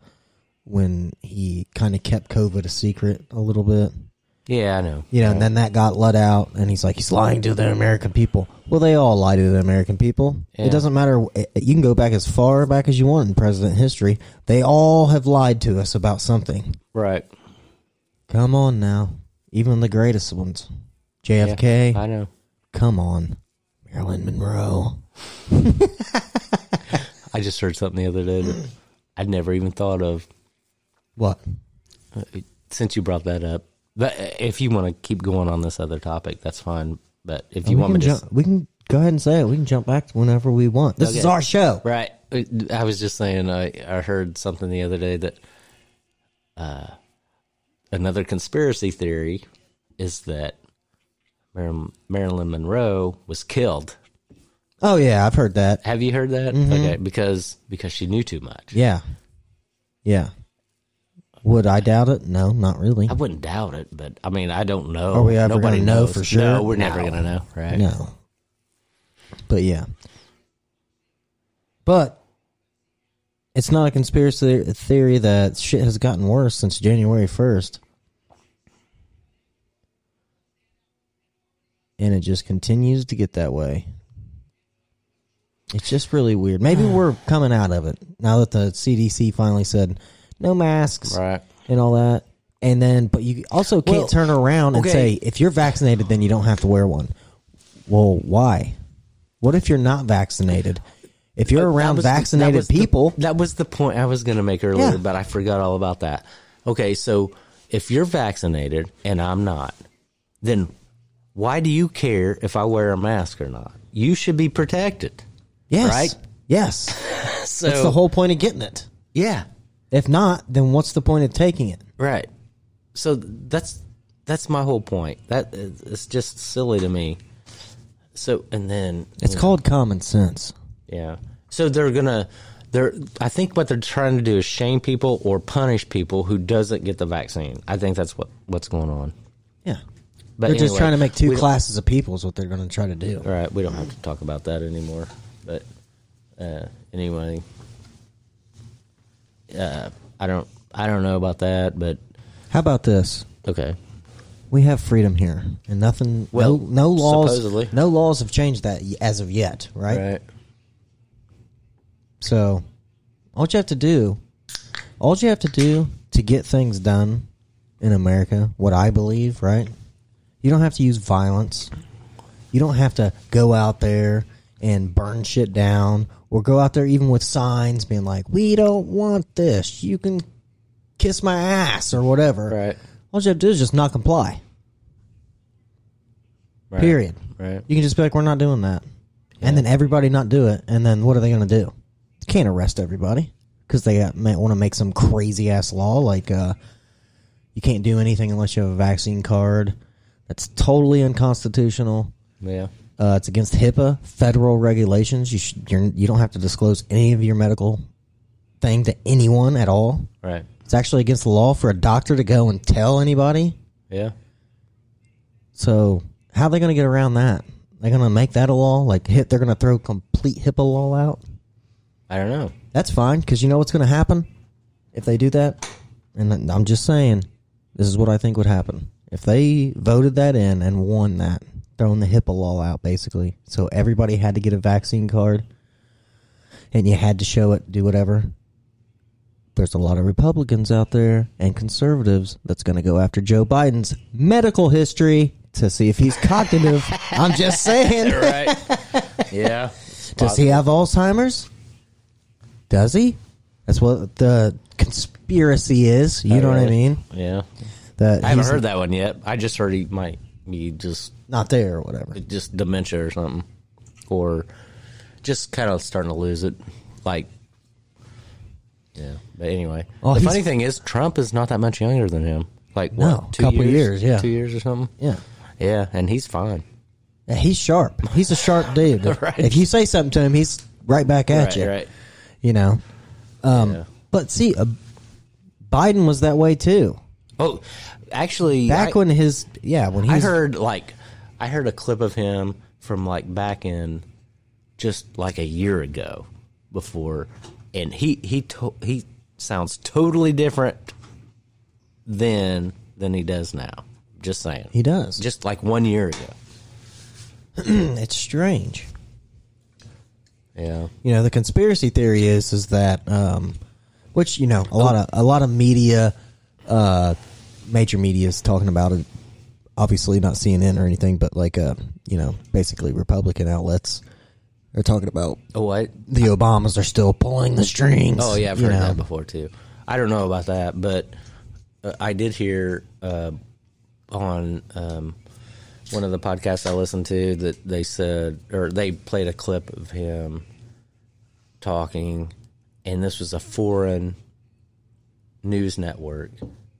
S1: when he kind of kept COVID a secret a little bit.
S2: Yeah, I know.
S1: You know, and then that got let out, and he's like, he's lying to the American people. Well, they all lie to the American people.
S2: Yeah.
S1: It doesn't matter. eh, You can go back as far back as you want in president history. They all have lied to us about something.
S2: Right.
S1: Come on now. Even the greatest ones. JFK.
S2: Yeah, I know.
S1: Come on. Marilyn Monroe.
S2: I just heard something the other day that I'd never even thought of
S1: What?
S2: Uh, since you brought that up. But uh, if you want to keep going on this other topic, that's fine. But if you
S1: we,
S2: want
S1: can
S2: me to,
S1: jump, we can go ahead and say it. We can jump back to whenever we want. This is
S2: Okay.
S1: our show.
S2: right? Uh, I was just saying, I I heard something the other day that uh, another conspiracy theory is that Marilyn Marilyn Monroe was killed.
S1: Oh, yeah. I've heard that.
S2: Have you heard that?
S1: Mm-hmm.
S2: Okay, because because she knew too much.
S1: Yeah. Yeah. Would I doubt it? No, not really.
S2: I wouldn't doubt it, but I mean, I don't know.
S1: Are we ever
S2: Nobody
S1: gonna know
S2: knows.
S1: for sure?
S2: No, we're never
S1: No.
S2: gonna know, right?
S1: No. But yeah. But it's not a conspiracy theory that shit has gotten worse since January 1st. And it just continues to get that way. It's just really weird. Maybe we're coming out of it now that the CDC finally said no masks
S2: Right.
S1: and all that. And then, but you also can't
S2: Well,
S1: turn around and
S2: okay.
S1: say if you're vaccinated, then you don't have to wear one. Well, why? What if you're not vaccinated? If you're around
S2: Uh, That was-
S1: vaccinated
S2: that was the-
S1: people,
S2: that was the point I was going to make earlier,
S1: Yeah.
S2: but I forgot all about that. Okay, so if you're vaccinated and I'm not, then why do you care if I wear a mask or not? You should be protected.
S1: yes,
S2: right?
S1: yes,
S2: So
S1: that's the whole point of getting it.
S2: yeah,
S1: If not, then what's the point of taking it?
S2: right. So that's that's my whole point. That it's just silly to me. So and then
S1: It's called common sense.
S2: Yeah. So they're gonna they're I think what they're trying to do is shame people or punish people who doesn't get the vaccine. I think that's what what's going on.
S1: Yeah,
S2: But
S1: they're just
S2: anyway,
S1: trying to make
S2: we
S1: two
S2: don't-
S1: classes of people is what they're going to try to do.
S2: All right, we don't have to talk about that anymore. But uh, anyway, uh, I don't I don't know about that, but
S1: How about this?
S2: okay.
S1: We have freedom here, and nothing.
S2: Well,
S1: no, no laws.
S2: supposedly.
S1: No laws have changed that y- as of yet, right?
S2: Right.
S1: So, all you have to do, all you have to do to get things done in America, what I believe, right? You don't have to use violence. You don't have to go out there and burn shit down, or go out there even with signs being like, "We don't want this. You can kiss my ass" or whatever.
S2: Right.
S1: All you have to do is just not comply.
S2: right.
S1: Period.
S2: Right.
S1: You can just be like, we're not doing that. And then everybody not do it. And then what are they going to do? You can't arrest everybody because they want to make some crazy ass law like uh, you can't do anything unless you have a vaccine card. That's totally unconstitutional.
S2: Yeah.
S1: Uh, it's against HIPAA federal regulations. You should, you're, you don't have to disclose any of your medical thing to anyone at all.
S2: Right.
S1: It's actually against the law for a doctor to go and tell anybody
S2: Yeah.
S1: so how are they going to get around that? They're going to make that a law? Like hit? They're going to throw complete HIPAA law out?
S2: I don't know.
S1: That's fine because you know what's going to happen if they do that. And I'm just saying, this is what I think would happen if they voted that in and won that, throwing the HIPAA law out basically. So everybody had to get a vaccine card, and you had to show it, do whatever. There's a lot of Republicans out there and conservatives that's going to go after Joe Biden's medical history to see if he's cognitive. I'm just saying.
S2: right. Yeah.
S1: Does he have Alzheimer's? Does he? That's what the conspiracy is. You
S2: Oh,
S1: know what I
S2: really?
S1: mean?
S2: Yeah.
S1: That
S2: I haven't
S1: he's
S2: heard that one yet. I just heard he might be just
S1: Not there or whatever.
S2: Just dementia or something, or just kind of starting to lose it. Like, yeah. But anyway,
S1: Oh,
S2: the
S1: he's-
S2: funny thing is, Trump is not that much younger than him. Like,
S1: No,
S2: what? Two
S1: couple years, yeah.
S2: two years or something.
S1: Yeah.
S2: yeah, and he's fine.
S1: Yeah, he's sharp. He's a sharp dude. If-
S2: Right.
S1: If you say something to him, he's right back at
S2: Right,
S1: you.
S2: right.
S1: You know. Um, But see, uh, Biden was that way too.
S2: Oh, actually,
S1: Back
S2: I-
S1: when his yeah when he
S2: I
S1: was-
S2: heard like I heard a clip of him from like back in just like a year ago before and he he to- he sounds totally different then than he does now. Just saying.
S1: He does.
S2: Just like 1 year ago.
S1: it's strange.
S2: Yeah.
S1: you know the conspiracy theory is is that um, which you know a lot of a lot of media uh, major media is talking about it obviously not cnn or anything but like uh, you know basically republican outlets are talking about
S2: Oh, what?
S1: the obamas are still pulling the strings
S2: Oh yeah, I've
S1: you
S2: heard
S1: know.
S2: that before too. I don't know about that, but uh, I did hear uh, on um, one of the podcasts I listened to that they said or they played a clip of him talking, and this was a foreign news network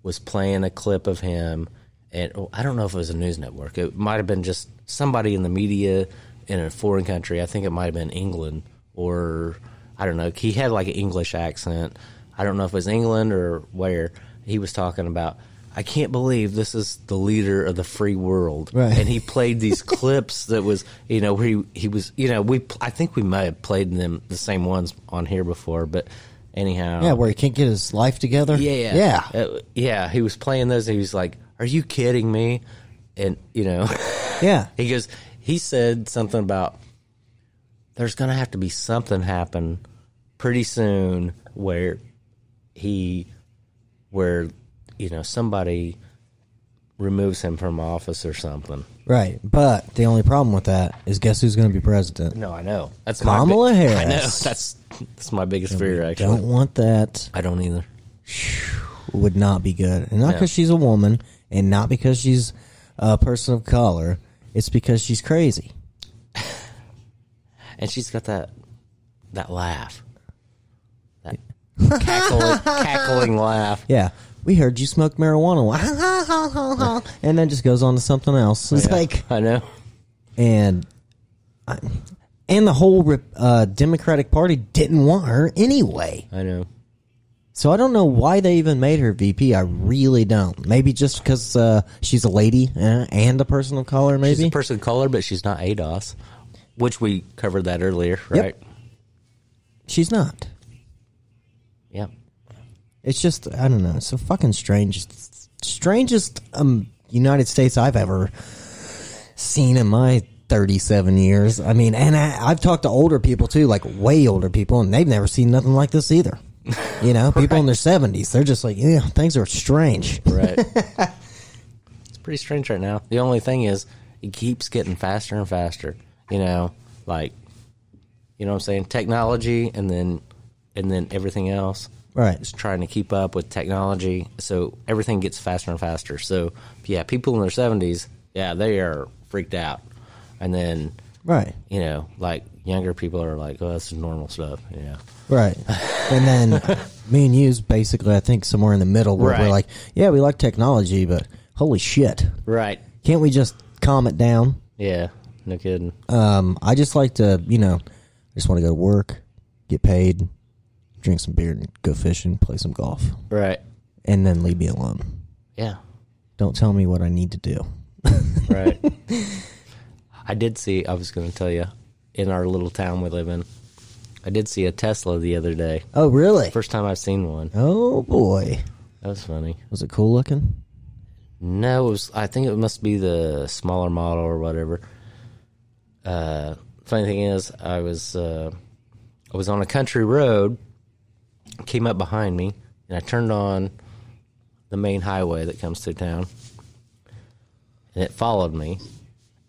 S2: was playing a clip of him, and oh, I don't know if it was a news network. It might have been just somebody in the media in a foreign country. I think it might have been England or I don't know. He had like an English accent. I don't know if it was England or where he was talking about. I can't believe this is the leader of the free world,
S1: Right.
S2: and he played these clips that was, you know, where he, he was, you know, we I think we might have played them the same ones on here before, but anyhow,
S1: yeah where he can't get his life together
S2: yeah,
S1: yeah
S2: yeah, Uh, yeah. He was playing those, and he was like, "Are you kidding me?" And you know,
S1: yeah
S2: he goes, he said something about there's going to have to be something happen pretty soon where he, where you know, somebody removes him from office or something.
S1: right but the only problem with that is guess who's going to be president
S2: No, I know that's
S1: Kamala
S2: my, bi-
S1: Harris.
S2: I know that's that's my biggest fear. Actually,
S1: don't want that
S2: I don't either.
S1: would not be good. And not
S2: No.
S1: because she's a woman and not because she's a person of color. It's because she's crazy.
S2: and she's got that that laugh, that cackling, cackling laugh.
S1: Yeah. We heard you smoked marijuana. and then just goes on to something else. It's
S2: Oh, Yeah,
S1: like,
S2: I know.
S1: and, I- and the whole Re- uh, Democratic Party didn't want her anyway.
S2: I know.
S1: So I don't know why they even made her VP. I really don't. Maybe just because uh, she's a lady uh, and a person of color, maybe.
S2: She's a person of color, but she's not ADOS, which we covered that earlier, right?
S1: she's not.
S2: Yep.
S1: It's just I don't know. It's the fucking strange, strangest um, United States I've ever seen in my thirty-seven years. I mean, and I, I've talked to older people too, like way older people, and they've never seen nothing like this either. You know, people in their seventies, they're just like, yeah, things are strange.
S2: Right. it's pretty strange right now. The only thing is, it keeps getting faster and faster. You know, like, you know what I'm saying? Technology, and then, and then everything else.
S1: Right.
S2: It's trying to keep up with technology, so everything gets faster and faster. So, yeah, people in their 70s, yeah, they are freaked out, and then,
S1: Right.
S2: you know, like younger people are like, oh, that's just normal stuff. Yeah.
S1: Right. And then me and you's basically, I think, somewhere in the middle where we're
S2: Right.
S1: like, yeah, we like technology, but holy shit,
S2: Right.
S1: can't we just calm it down?
S2: Yeah. No kidding.
S1: Um, I just like to, you know, I just want to go to work, get paid, drink some beer, and go fishing, play some golf,
S2: Right.
S1: and then leave me alone.
S2: Yeah.
S1: Don't tell me what I need to do.
S2: Right. I did see, I was going to tell you, in our little town we live in, I did see a Tesla the other day.
S1: Oh, really?
S2: First time I've seen one.
S1: Oh boy,
S2: That was funny.
S1: was it cool looking?
S2: No, it was, I think it must be the smaller model or whatever. Uh, funny thing is, I was, uh, I was on a country road, came up behind me, and I turned on the main highway that comes through town. and it followed me,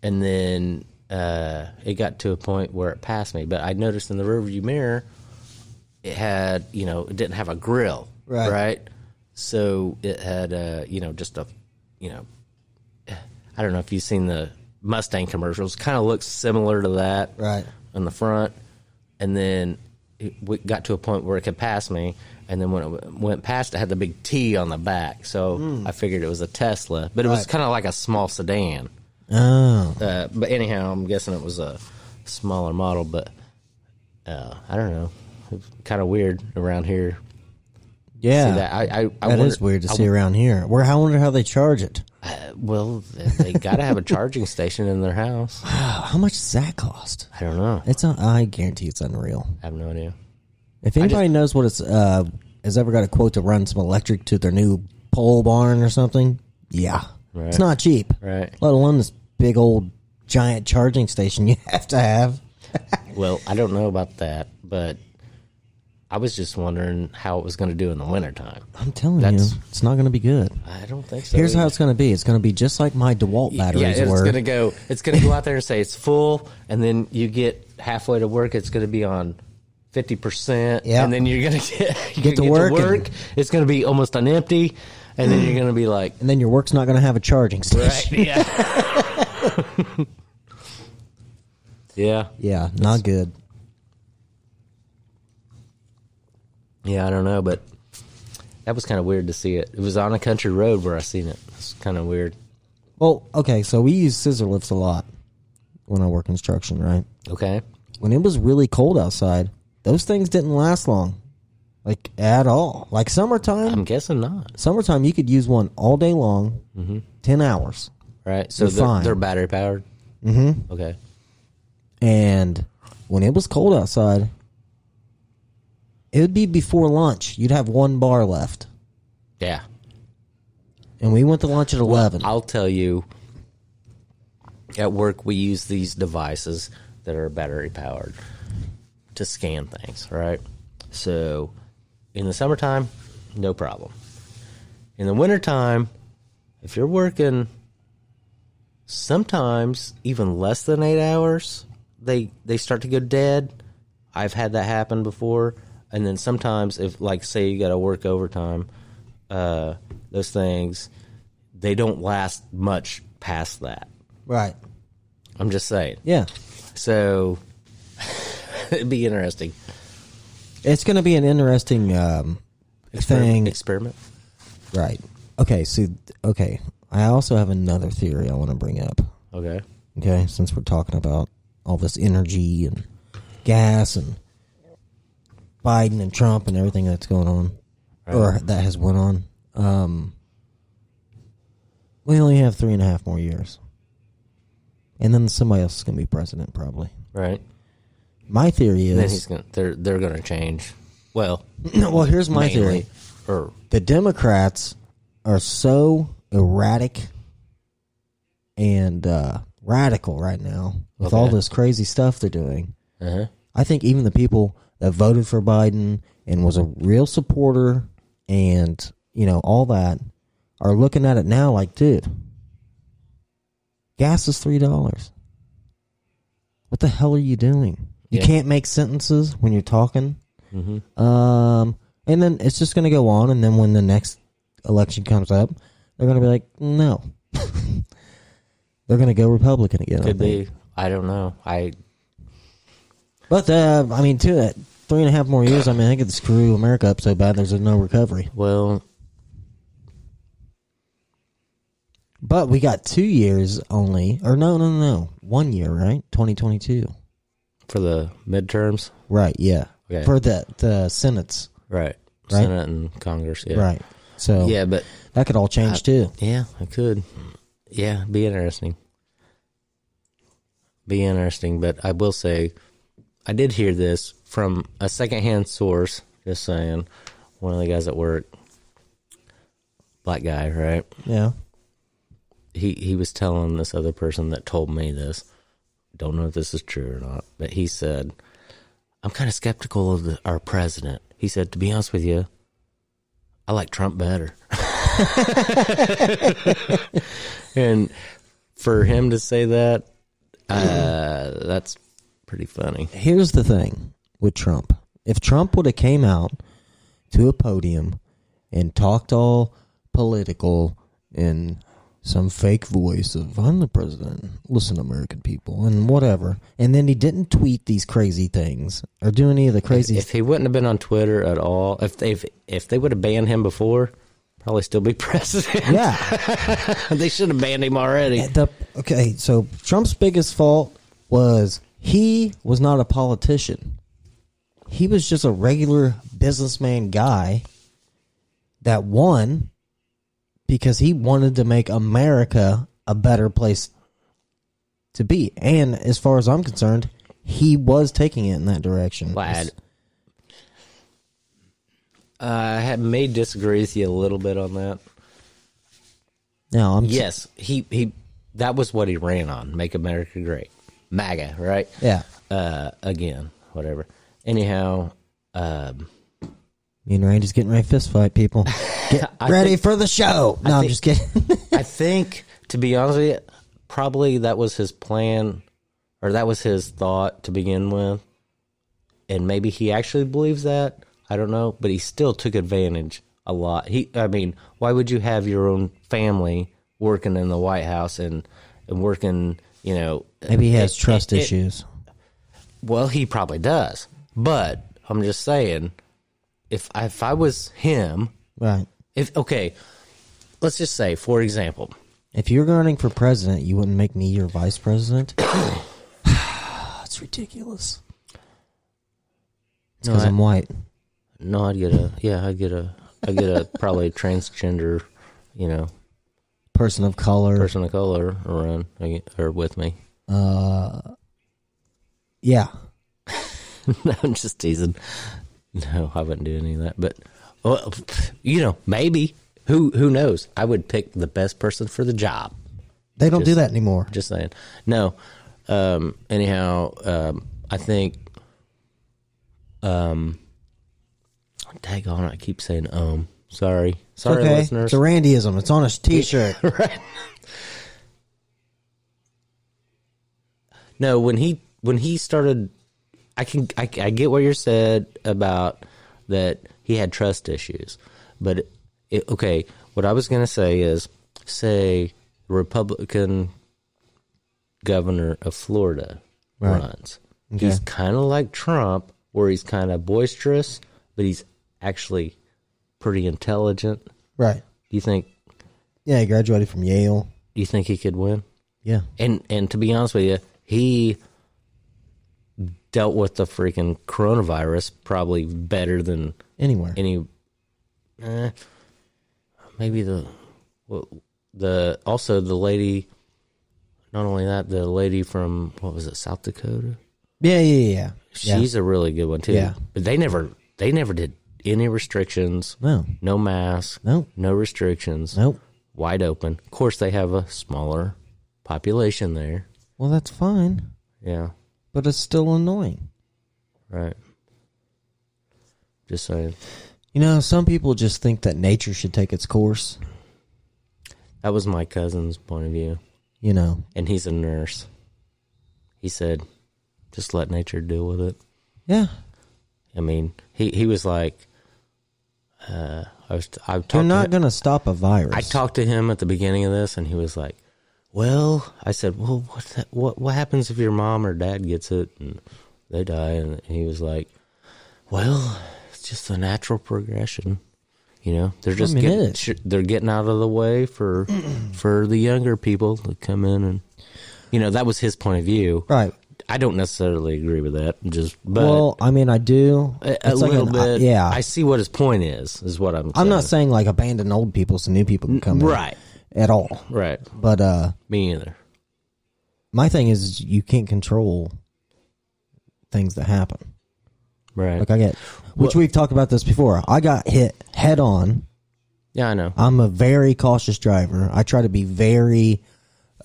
S2: and then uh, it got to a point where it passed me. But I noticed in the rearview mirror, it had you know it didn't have a grill,
S1: Right.
S2: So it had uh, you know just a you know I don't know if you've seen the Mustang commercials. Kind of looks similar to that,
S1: right?
S2: On the front, and then it w- got to a point where it could pass me, and then when it w- went past, it had the big T on the back. So
S1: Mm.
S2: I figured it was a Tesla, but it was
S1: Right.
S2: kind of like a small sedan.
S1: Oh.
S2: Uh, but anyhow, I'm guessing it was a smaller model. But uh, I don't know, kind of weird around here.
S1: Yeah.
S2: See that? I- I- I
S1: That is
S2: wonder-
S1: weird to
S2: I
S1: see
S2: w-
S1: around here. Where I wonder how they charge it.
S2: Uh, well, they got to have a charging station in their house.
S1: How much does that cost?
S2: I don't know.
S1: It's un- I guarantee it's unreal.
S2: I have no idea.
S1: If anybody knows what it's uh has ever got a quote to run some electric to their new pole barn or something, yeah,
S2: Right.
S1: it's not cheap.
S2: Right.
S1: Let alone this big old giant charging station you have to have.
S2: Well, I don't know about that, but I was just wondering how it was going to do in the wintertime.
S1: I'm telling
S2: That's-
S1: you, it's not going to be good.
S2: I don't think so
S1: Here's how
S2: either.
S1: it's going to be. It's going to be just like my DeWalt batteries
S2: yeah, it's
S1: were.
S2: going to go. It's going to go out there and say it's full, and then you get halfway to work, it's going to be on fifty percent,
S1: Yeah.
S2: and then you're going to get
S1: Get to
S2: you're gonna
S1: work and-
S2: it's going to be almost on empty, and then you're going to be like,
S1: and then your work's not going to have a charging
S2: right,
S1: station.
S2: yeah, yeah,
S1: yeah, not good.
S2: yeah. I don't know, but that was kind of weird to see it. It was on a country road where I seen it. It's kind of weird.
S1: Well, okay, so we use scissor lifts a lot when I work construction, right?
S2: Okay.
S1: When it was really cold outside, those things didn't last long, like at all. Like summertime, I'm
S2: guessing not.
S1: Summertime, you could use one all day long,
S2: Mhm.
S1: ten hours,
S2: Right, so
S1: You're
S2: they're,
S1: fine.
S2: they're battery powered.
S1: Mhm.
S2: Okay.
S1: and when it was cold outside, it would be before lunch. You'd have one bar left,
S2: Yeah.
S1: and we went to lunch at eleven.
S2: I'll tell you, at work we use these devices that are battery powered to scan things, right? So in the summertime, no problem. In the wintertime, if you're working sometimes even less than eight hours, they they start to go dead. I've had that happen before. And then sometimes if like say you gotta work overtime, uh, those things they don't last much past that.
S1: right?
S2: I'm just saying.
S1: Yeah.
S2: So it'd be interesting.
S1: It's going to be an interesting um, thing.
S2: Experiment.
S1: Right. Okay. So, okay. I also have another theory I want to bring up.
S2: Okay.
S1: Okay. Since we're talking about all this energy and gas and Biden and Trump and everything that's going on, or that has went on, um, we only have three and a half more years, and then somebody else is going to be president probably.
S2: Right.
S1: My theory is
S2: Then he's gonna they're they're gonna change. Well
S1: well, here's my
S2: mainly.
S1: theory.
S2: Or
S1: The Democrats are so erratic and uh, radical right now with all
S2: Okay.
S1: this crazy stuff they're doing.
S2: Uh-huh.
S1: I think even the people that voted for Biden and was a real supporter and you know all that are looking at it now like, dude, gas is three dollars. What the hell are you doing? You
S2: Yeah.
S1: can't make sentences when you're talking.
S2: Mhm.
S1: Um, and then it's just going to go on. And then when the next election comes up, they're going to be like, no. they're going to go Republican again. I
S2: could
S1: think.
S2: be I don't know. I
S1: But uh, I mean, to it, three and a half more years. I mean, I could screw America up so bad there's no recovery.
S2: Well,
S1: but we got two years only, or no, no, no, one year, right? Twenty twenty two.
S2: for the midterms.
S1: Right. Yeah.
S2: Okay.
S1: For the the senates.
S2: Right.
S1: Right.
S2: Senate and Congress, yeah.
S1: Right. So
S2: Yeah, but
S1: that could all change
S2: I-
S1: too.
S2: Yeah, I could. Yeah, be interesting. Be interesting, but I will say, I did hear this from a secondhand source. Just saying, one of the guys at work, black guy, right?
S1: Yeah.
S2: He he was telling this other person that told me this. Don't know if this is true or not, but he said, "I'm kind of skeptical of the, our president." He said, "To be honest with you, I like Trump better." and for him to say that, uh, that's pretty funny.
S1: Here's the thing with Trump. If Trump would have came out to a podium and talked all political in some fake voice of I'm the president, listen American people and whatever, and then he didn't tweet these crazy things or do any of the crazy
S2: If he wouldn't have been on Twitter at all, if they if, if they would have banned him before, probably still be president.
S1: Yeah,
S2: they should have banned him already.
S1: At the- okay, so Trump's biggest fault was he was not a politician. He was just a regular businessman guy that won because he wanted to make America a better place to be. And as far as I'm concerned, he was taking it in that direction.
S2: Lad. Uh, I had- may disagree with you a little bit on that.
S1: Now, I'm
S2: Yes, he he. That was what he ran on. Make America great, MAGA, right?
S1: Yeah.
S2: Uh, again, whatever. Anyhow, um,
S1: me and Randy's getting ready to fist fight people. Get ready
S2: think-
S1: for the show.
S2: I
S1: No, I'm
S2: think-
S1: just kidding.
S2: I think, to be honest with you, probably that was his plan or that was his thought to begin with. And maybe he actually believes that. I don't know. But he still took advantage a lot. He, I mean, why would you have your own family working in the White House and, and working, you know?
S1: Maybe he has
S2: it-
S1: trust
S2: it- it-
S1: issues.
S2: well, he probably does. But I'm just saying, if I, if I was him,
S1: right.
S2: if, okay, let's just say, for example,
S1: If you're running for president, you wouldn't make me your vice president? it's ridiculous. It's
S2: No,
S1: because
S2: I-
S1: I'm white.
S2: No, I'd get a yeah, I'd get a I'd get a probably a transgender, you know,
S1: Person of color.
S2: person of color around I get- or with me.
S1: Uh, yeah.
S2: no, I'm just teasing. No, I wouldn't do any of that. But well, you know, maybe who who knows? I would pick the best person for the job.
S1: They don't do
S2: Just-
S1: that anymore.
S2: Just saying. No. Um, anyhow, um, I think. Um, daggone, I keep saying um. Sorry,
S1: It's
S2: sorry,
S1: okay.
S2: listeners.
S1: It's a Randyism. It's on his t shirt.
S2: right. No, when he when he started, I can I, I get what you said about that he had trust issues, but it, okay, what I was gonna say is say Republican governor of Florida
S1: Right.
S2: runs.
S1: Okay.
S2: He's kind of like Trump, where he's kind of boisterous, but he's actually pretty intelligent.
S1: Right.
S2: Do you think?
S1: Yeah, he graduated from Yale.
S2: Do you think he could win?
S1: Yeah.
S2: And and to be honest with you, he dealt with the freaking coronavirus probably better than
S1: Anywhere.
S2: any. Eh, maybe the well, the also the lady. Not only that, the lady from what was it, South Dakota?
S1: Yeah, yeah, yeah. yeah.
S2: She's a really good one too.
S1: Yeah.
S2: But they never they never did any restrictions.
S1: No.
S2: No mask.
S1: No.
S2: No restrictions.
S1: Nope.
S2: Wide open. Of course they have a smaller population there.
S1: Well, that's fine,
S2: Yeah.
S1: but it's still annoying.
S2: Right. Just saying.
S1: You know, some people just think that nature should take its course.
S2: That was my cousin's point of view.
S1: You know,
S2: And he's a nurse. He said, just let nature deal with it.
S1: yeah,
S2: I mean, he, he was like, uh, I was, I talked
S1: They're
S2: to
S1: not
S2: him-
S1: going to stop a virus.
S2: I talked to him at the beginning of this, and he was like, "Well," I said, "Well, what the, what what happens if your mom or dad gets it and they die?" And he was like, "Well, it's just the natural progression, you know. They're just
S1: mean, it
S2: getting
S1: is.
S2: sh- they're getting out of the way for for the younger people to come in and." You know that was his point of view.
S1: Right.
S2: I don't necessarily agree with that. Just but
S1: well, I mean, I do.
S2: a, a
S1: It's like
S2: little
S1: an- uh,
S2: bit.
S1: yeah.
S2: I see what his point is. Is what I'm. Saying.
S1: I'm not saying like abandon old people so new people can come in
S2: right.
S1: at all.
S2: Right.
S1: But uh,
S2: Me either.
S1: my thing is you can't control things that happen.
S2: Right.
S1: Like I get, which
S2: Well-
S1: we've talked about this before. I got hit head on.
S2: Yeah, I know.
S1: I'm a very cautious driver. I try to be very,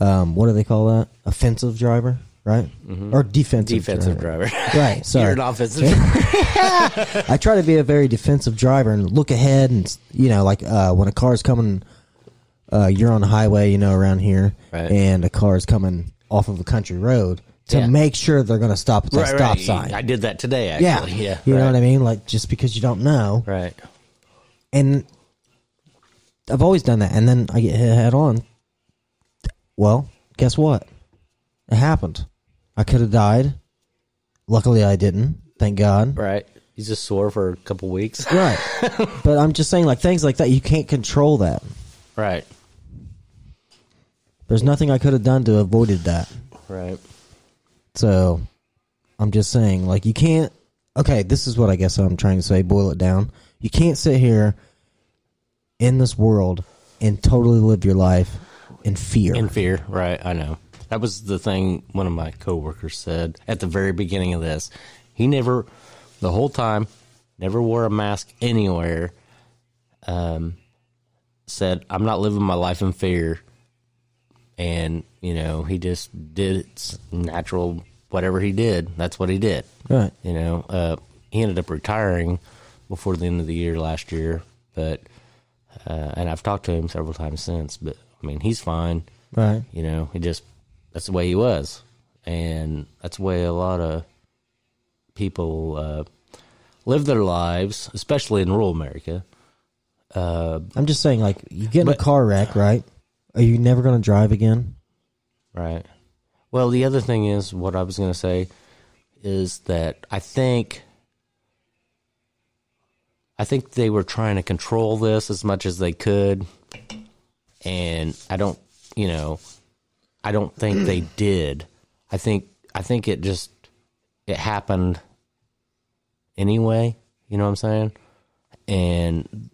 S1: um, what do they call that? Offensive driver, right? Or defensive
S2: Mm-hmm. Defensive driver.
S1: Right. Sorry.
S2: You're an offensive driver.
S1: I try to be a very defensive driver and look ahead and you know like uh, when a car's coming uh, you're on the highway, you know, around here,
S2: Right.
S1: and a car is coming off of a country road to
S2: Yeah.
S1: make sure they're going to stop at that
S2: Right,
S1: stop
S2: right.
S1: sign.
S2: I did that today, actually. Yeah.
S1: you know
S2: right.
S1: what I mean. Like just because you don't know,
S2: right?
S1: And I've always done that, and then I get hit head on. Well, guess what? It happened. I could have died. Luckily, I didn't. Thank God.
S2: Right. He's just sore for a couple weeks.
S1: Right. but I'm just saying, like things like that, you can't control that.
S2: Right.
S1: There's nothing I could have done to avoided that.
S2: Right.
S1: So I'm just saying, like, you can't. Okay, this is what I guess I'm trying to say. Boil it down. You can't sit here in this world and totally live your life in fear.
S2: In fear, right? I know. That was the thing one of my coworkers said at the very beginning of this. He never, the whole time, never wore a mask anywhere. Um, said, "I'm not living my life in fear," and you know, he just did its natural whatever he did. That's what he did.
S1: Right.
S2: You know, uh, he ended up retiring before the end of the year last year, but uh, and I've talked to him several times since. But I mean, he's fine.
S1: Right.
S2: You know, he just that's the way he was, and that's the way a lot of people uh, live their lives, especially in rural America. Uh,
S1: I'm just saying, like, you get in a car wreck, right? Are you never going to drive again?
S2: Right. Well, the other thing is what I was going to say is that I think I think they were trying to control this as much as they could and I don't, you know, I don't think they did. I think I think it just it happened anyway, you know what I'm saying? And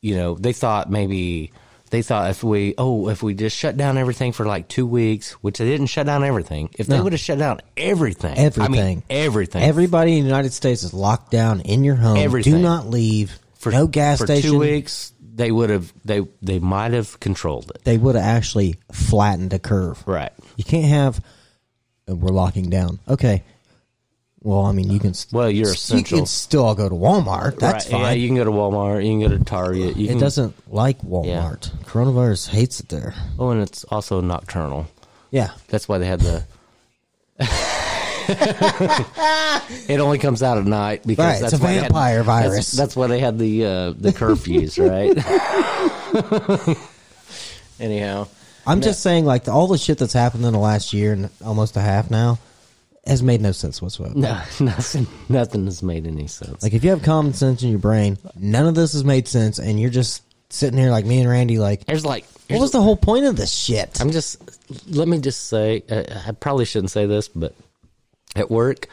S2: you know, they thought maybe they thought if we oh if we just shut down everything for like two weeks, which they didn't shut down everything. If they
S1: No.
S2: would have shut down everything, I mean,
S1: Everything.
S2: everything,
S1: Everybody in the United States is locked down in your home. Do
S2: Everything.
S1: not leave. no gas
S2: for
S1: station.
S2: two weeks, they would have they they might have controlled it.
S1: They would have actually flattened the curve.
S2: Right.
S1: You can't have. "Oh, We're locking down. Okay. Well, I mean, you can. st-
S2: Well, you're
S1: you
S2: essential.
S1: can still all go to Walmart. That's
S2: right,
S1: fine.
S2: Yeah, you can go to Walmart. You can go to Target. You
S1: it
S2: can,
S1: doesn't like Walmart. Coronavirus hates it there.
S2: Oh, and it's also nocturnal.
S1: Yeah.
S2: That's why they had the. it only comes out at night because
S1: Right, it's
S2: that's
S1: a
S2: why they had-
S1: vampire
S2: that's-
S1: virus.
S2: That's, why they had the uh, the curfews, right? Anyhow,
S1: I'm
S2: No.
S1: just saying, like the, all the shit that's happened in the last year and almost a half now has made no sense whatsoever.
S2: no, nothing, nothing has made any sense.
S1: Like if you have common sense in your brain, none of this has made sense, and you're just sitting here like me and Randy, like
S2: there's like
S1: what was the whole point of this shit?
S2: I'm just. Let me just say, uh, I probably shouldn't say this, but at work,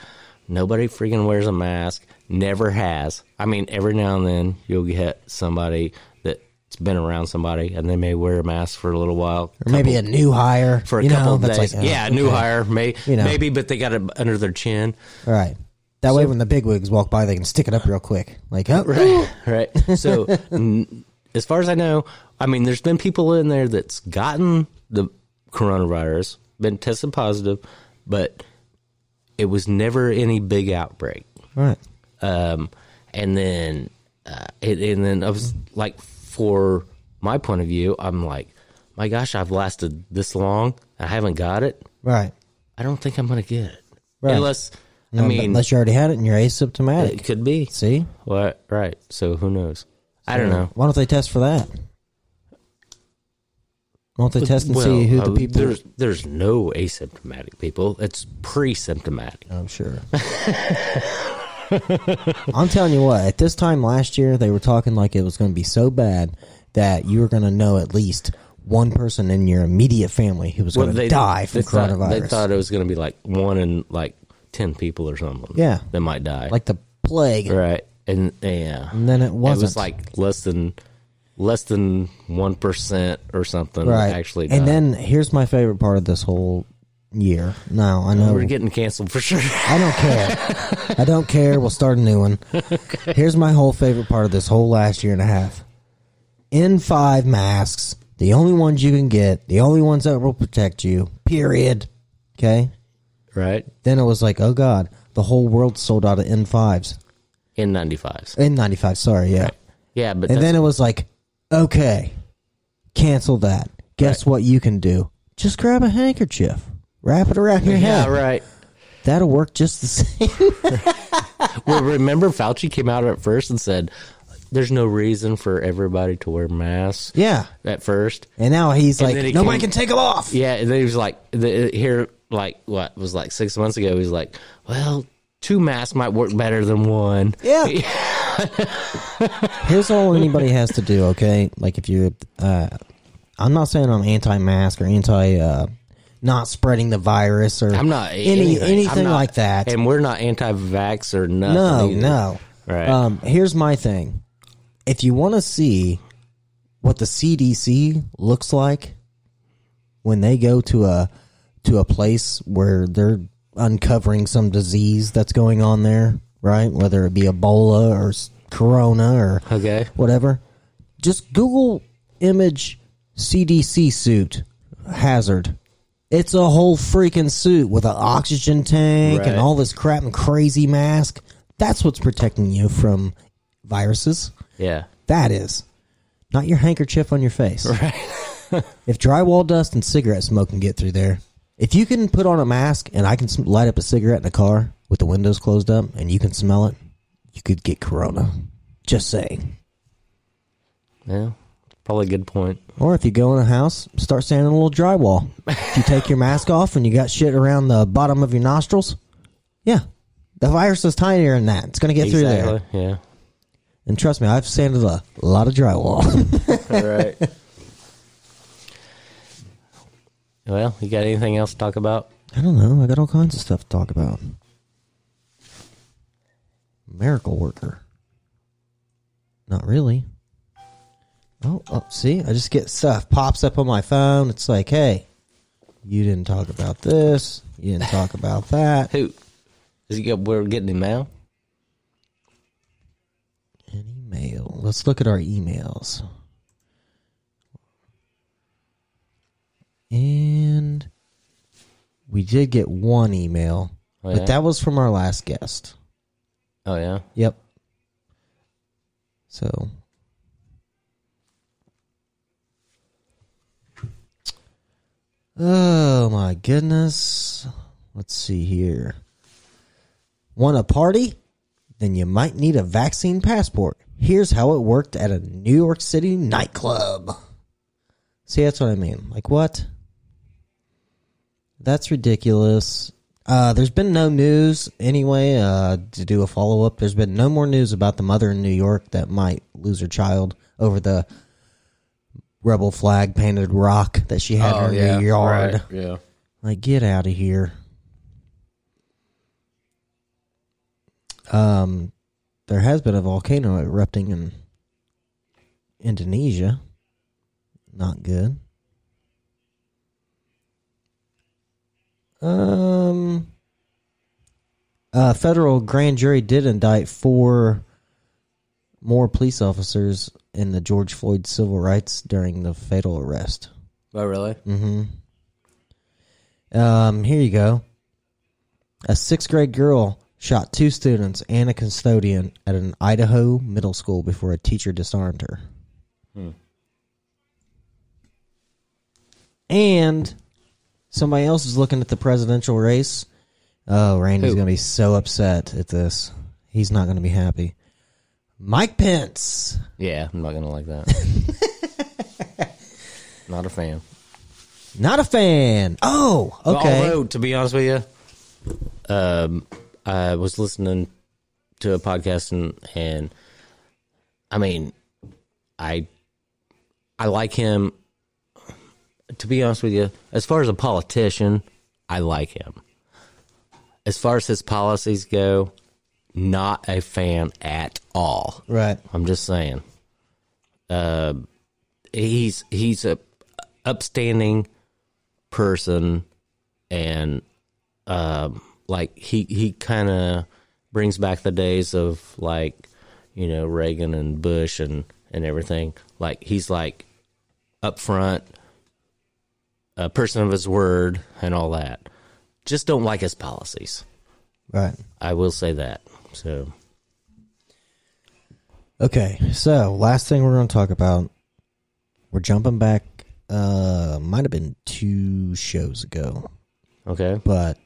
S2: nobody freaking wears a mask. Never has. I mean, every now and then you'll get somebody that's been around somebody, and they may wear a mask for a little while,
S1: Or maybe a
S2: couple-
S1: new hire
S2: for a
S1: you know,
S2: couple
S1: that's
S2: days.
S1: like, oh,
S2: yeah, a new
S1: okay.
S2: hire, may,
S1: You know.
S2: maybe, but they got it under their chin.
S1: All right. That way, when the bigwigs walk by, they can stick it up real quick. Like, oh,
S2: Right, right. So, n- as far as I know, I mean, there's been people in there that's gotten the coronavirus, been tested positive, but it was never any big outbreak.
S1: Right.
S2: Um, and then, uh, it, and then I was like, for my point of view, I'm like, my gosh, I've lasted this long. I haven't got it.
S1: Right.
S2: I don't think I'm going to get it.
S1: Right.
S2: Unless, I
S1: Um,
S2: mean,
S1: unless you already had it and you're asymptomatic.
S2: it could be.
S1: See?
S2: What? Right. So who knows? I don't
S1: So,
S2: know.
S1: Why don't they test for that? Why don't they test and
S2: Well,
S1: see who
S2: uh,
S1: the people?
S2: There's, there's no asymptomatic people. It's pre-symptomatic.
S1: I'm sure. I'm telling you what. At this time last year, they were talking like it was going to be so bad that you were going to know at least one person in your immediate family who was going to die from
S2: they thought-
S1: coronavirus.
S2: they thought it was going to be like one in like ten people or something.
S1: Yeah.
S2: that might die.
S1: like the plague.
S2: right, and yeah,
S1: And then it
S2: It was
S1: wasn't.
S2: like less than less than one percent or something.
S1: right.
S2: actually, died.
S1: and then here's my favorite part of this whole year. Now I know
S2: we're getting canceled for sure.
S1: I don't care. I don't care. We'll start a new one. Here's my whole favorite part of this whole last year and a half. N5 masks, the only ones you can get, the only ones that will protect you, period. Okay?
S2: right,
S1: Then it was like, oh God, the whole world sold out of N5s.
S2: in ninety fives.
S1: N95, sorry, yeah.
S2: Yeah, but
S1: and
S2: that's-
S1: then it was like, okay, cancel that. Guess what you can do? Just grab a handkerchief, wrap it around your
S2: Yeah,
S1: head.
S2: right.
S1: That'll work just the same.
S2: well, remember Fauci came out at first and said, "There's no reason for everybody to wear masks."
S1: Yeah.
S2: At first,
S1: And now he's
S2: And then
S1: like,
S2: he
S1: nobody can
S2: came-
S1: take them off.
S2: Yeah, and then he was like, the, here, like what it was like six months ago, he was like, "Well, two masks might work better than one."
S1: Yeah. Here's all anybody has to do, okay? Like if you, uh, I'm not saying I'm anti-mask or anti, uh, not spreading the virus or
S2: I'm not
S1: any anything,
S2: I'm not-
S1: like that.
S2: and we're not anti-vax or nothing.
S1: No,
S2: either.
S1: no.
S2: Right.
S1: Um, here's my thing. If you want to see what the CDC looks like when they go to a to a place where they're uncovering some disease that's going on there, right? Whether it be Ebola or s- Corona or
S2: Okay.
S1: whatever, just Google image CDC suit hazard. It's a whole freaking suit with an oxygen tank and
S2: Right.
S1: all this crap and crazy mask. That's what's protecting you from viruses.
S2: Yeah.
S1: That is. Not your handkerchief on your face. Right. if drywall dust and cigarette smoke can get through there, if you can put on a mask and I can sm- light up a cigarette in a car with the windows closed up and you can smell it, you could get corona. Just saying.
S2: Yeah. Probably a good point.
S1: Or if you go in a house, start sanding a little drywall. if you take your mask off and you got shit around the bottom of your nostrils, yeah, the virus is tinier than that. It's going to get through there.
S2: Exactly, Yeah.
S1: And trust me, I've sanded a lot of drywall.
S2: All right. well, you got anything else to talk about?
S1: I don't know. I got all kinds of stuff to talk about. Miracle worker. Not really. Oh, oh, see, I just get stuff pops up on my phone. It's like, hey, you didn't talk about this. You didn't talk about that.
S2: Who? Is he? We're getting him now.
S1: Email. Let's look at our emails. And we did get one email,
S2: Oh, yeah?
S1: but that was from our last guest.
S2: Oh yeah.
S1: Yep. So. Oh my goodness. Let's see here. Want a party? Then you might need a vaccine passport. Here's how it worked at a New York City nightclub. See, that's what I mean. Like, what? That's ridiculous. Uh, there's been no news anyway uh, to do a follow up. There's been no more news about the mother in New York that might lose her child over the rebel flag painted rock that she had
S2: Oh,
S1: in her Oh, yard.
S2: Yeah.
S1: Like, get out of here. Um, there has been a volcano erupting in Indonesia. Not good. Um, a federal grand jury did indict four more police officers in the George Floyd civil rights during the fatal arrest.
S2: Oh really?
S1: Mm-hmm. Um, here you go. A sixth grade girl shot two students and a custodian at an Idaho middle school before a teacher disarmed her.
S2: Hmm.
S1: And somebody else is looking at the presidential race. Oh, Randy's
S2: Who?
S1: going to be so upset at this. He's not going to be happy. Mike Pence.
S2: Yeah. I'm not gonna like that. not a fan.
S1: Not a fan. Oh, okay.
S2: Although, to be honest with you, um, I was listening to a podcast and, and I mean, I I like him. To be honest with you, as far as a politician, I like him. As far as his policies go, not a fan at all.
S1: Right.
S2: I'm just saying. Uh, he's he's a upstanding person, and um, like he he kind of brings back the days of like you know Reagan and Bush and and everything. Like he's like upfront, a person of his word, and all that. Just don't like his policies.
S1: Right.
S2: I will say that. So
S1: Okay, so last thing we're going to talk about, we're jumping back Uh, might have been two shows ago.
S2: Okay.
S1: But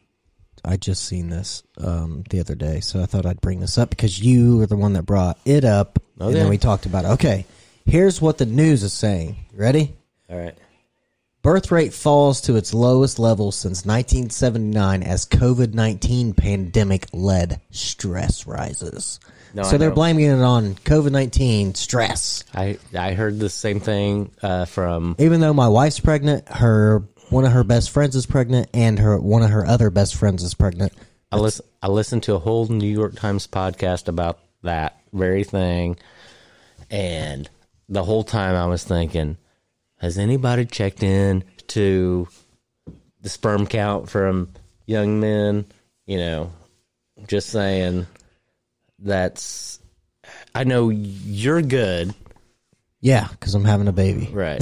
S1: I just seen this um, the other day, so I thought I'd bring this up because you were the one that brought it up, and
S2: Okay.
S1: then we talked about it. Okay, here's what the news is saying. Ready?
S2: All right.
S1: Birth rate falls to its lowest level since 1979 as COVID 19 pandemic led stress rises.
S2: No,
S1: so
S2: I
S1: they're
S2: know.
S1: blaming it on COVID 19 stress.
S2: I I heard the same thing uh, from
S1: Even though my wife's pregnant, her one of her best friends is pregnant, and her one of her other best friends is pregnant.
S2: I listen. I listened to a whole New York Times podcast about that very thing, and the whole time I was thinking, has anybody checked in to the sperm count from young men? You know, just saying. That's. I know you're good,
S1: Yeah, because I'm having a baby.
S2: right?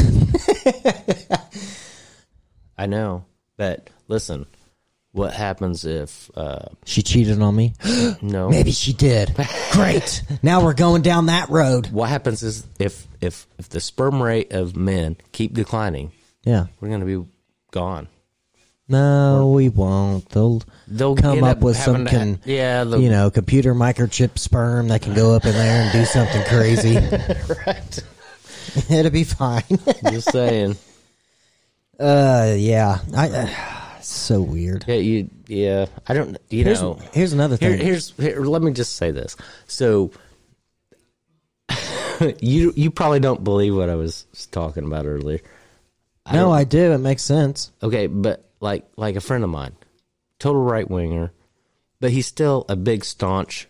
S2: I know, but listen, what happens if? Uh,
S1: She cheated on me.
S2: no,
S1: Maybe she did. Great. Now we're going down that road.
S2: what happens is if if if the sperm rate of men keep declining,
S1: Yeah.
S2: we're going to be gone.
S1: No, we won't. They'll
S2: They'll
S1: come
S2: end
S1: up
S2: up
S1: with some
S2: having to ha-
S1: can
S2: yeah, they'll-
S1: you know computer microchip sperm that can go up in there and do something crazy.
S2: right.
S1: It'll be fine.
S2: Just saying.
S1: uh, yeah. I uh, so weird.
S2: Yeah, you yeah, I don't you
S1: Here's-
S2: know.
S1: here's another
S2: Here-
S1: thing.
S2: here's here, let me just say this. So you you probably don't believe what I was talking about earlier.
S1: no,
S2: don't-
S1: I do. It makes sense.
S2: Okay, but like like a friend of mine, total right winger, but he's still a big staunch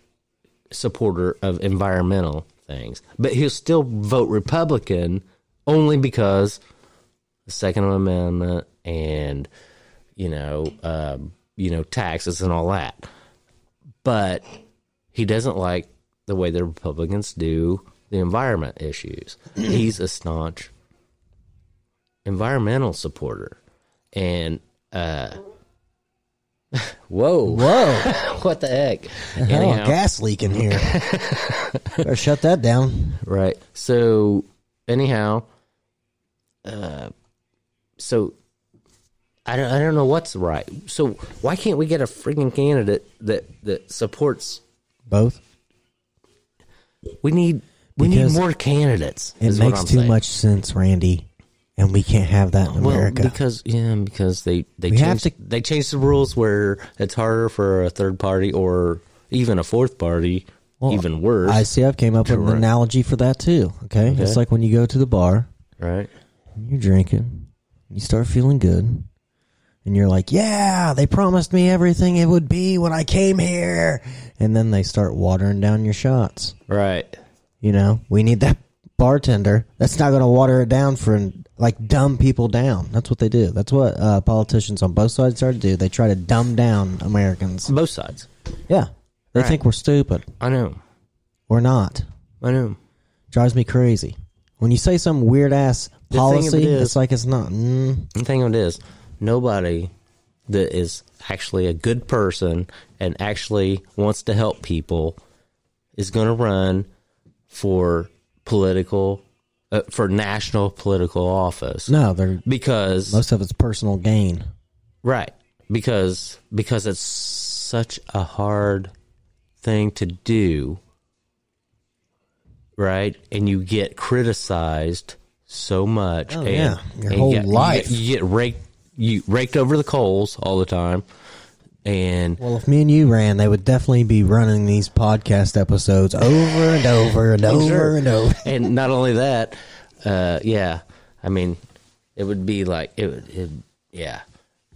S2: supporter of environmental things. But he'll still vote Republican only because the Second Amendment and you know um, you know taxes and all that. But he doesn't like the way the Republicans do the environment issues. he's a staunch environmental supporter and uh whoa
S1: Whoa.
S2: what the heck
S1: Hell,
S2: Anyhow,
S1: gas leak in here. Better shut that down.
S2: right so anyhow uh so I don't, I don't know what's right so why can't we get a freaking candidate that that supports
S1: Both.
S2: we need we
S1: Because
S2: need more candidates
S1: It
S2: is what
S1: makes
S2: I'm
S1: too
S2: saying.
S1: much sense, Randy, and we can't have that in
S2: well
S1: America.
S2: because yeah because they they
S1: We have
S2: changed, they changed the rules where it's harder for a third party or even a fourth party
S1: Well,
S2: even worse
S1: ICF came up with an
S2: Correct.
S1: analogy for that too. Okay?
S2: Okay.
S1: it's like when you go to the bar,
S2: right
S1: and you're drinking, you start feeling good, and you're like, "Yeah, they promised me everything it would be when I came here," and then they start watering down your shots.
S2: Right.
S1: You know, we need that bartender that's not going to water it down for like dumb people down. That's what they do. That's what uh, politicians on both sides try to do. They try to dumb down Americans.
S2: Both sides.
S1: Yeah, they
S2: Right.
S1: think we're stupid.
S2: I know.
S1: We're not.
S2: I know.
S1: Drives me crazy. When you say some weird ass
S2: thing of
S1: policy,
S2: it is-
S1: it's like it's not. Mm,
S2: The thing of it is, nobody that is actually a good person and actually wants to help people is going to run for political, uh, for national political office.
S1: no, they're
S2: Because
S1: most of it's personal gain.
S2: Right. Because because it's such a hard thing to do. Right? And you get criticized so much.
S1: Oh,
S2: and,
S1: yeah. Your
S2: and
S1: whole
S2: you get-
S1: life.
S2: You get, you get raked you raked over the coals all the time. And
S1: Well, if me and you ran, they would definitely be running these podcast episodes over and over and over
S2: Sure.
S1: and over.
S2: and not only that, uh, yeah, I mean, it would be like it would, it, yeah,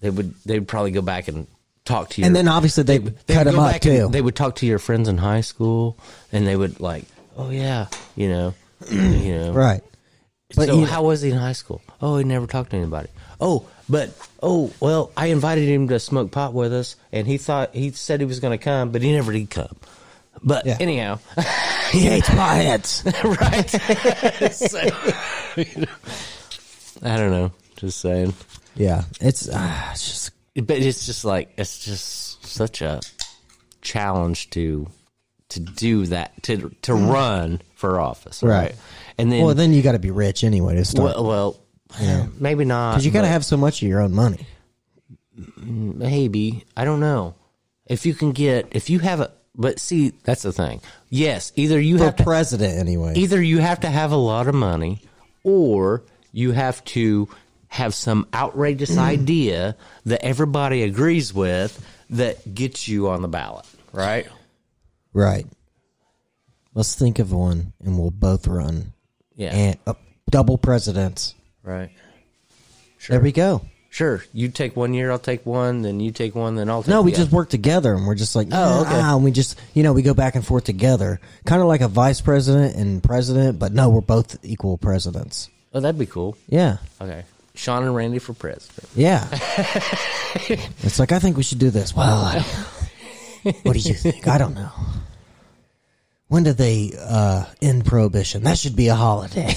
S2: they would they'd probably go back and talk to you,
S1: And then obviously they cut
S2: would
S1: them
S2: go
S1: up
S2: back and
S1: too.
S2: They would talk to your friends in high school, and they would like, oh yeah, you know, you know,
S1: Right. But
S2: so
S1: you-
S2: how was he in high school? Oh, he never talked to anybody. Oh, but oh well, I invited him to smoke pot with us, and he thought he said he was going to come, but he never did come. But
S1: Yeah.
S2: anyhow,
S1: He hates potheads.
S2: right? So, you know, I don't know. Just saying.
S1: yeah, it's, uh, it's just
S2: But it's just like it's just such a challenge to to do that to to run for office, right?
S1: Mm. Right.
S2: And then
S1: well. Then you got to be rich anyway to start.
S2: well, well,
S1: Yeah.
S11: Maybe not.
S1: Because you got to
S11: but-
S1: have so much of your own money.
S11: maybe
S2: I don't know if you can get if you have a. But see, that's the thing. Yes, either you
S1: For
S2: have to,
S1: president anyway.
S2: Either you have to have a lot of money, or you have to have some outrageous
S1: Mm.
S2: idea that everybody agrees with that gets you on the ballot, right?
S1: Right. Let's think of one, and we'll both run.
S2: Yeah.
S1: And uh, double presidents.
S2: Right.
S1: There we go.
S2: Sure, you take one year, I'll take one, then you take one, then I'll take
S1: No, we
S2: the
S1: just work together, and we're just like,
S2: Oh, okay.
S1: "Nah," and we just, you know, we go back and forth together, kind of like a vice president and president, but no, we're both equal presidents.
S2: Oh, that'd be cool.
S1: Yeah.
S2: Okay. Sean and Randy for president.
S1: Yeah. it's like I think we should do this. Well, I, what do you think? I don't know. When did they uh, end prohibition? That should be a holiday.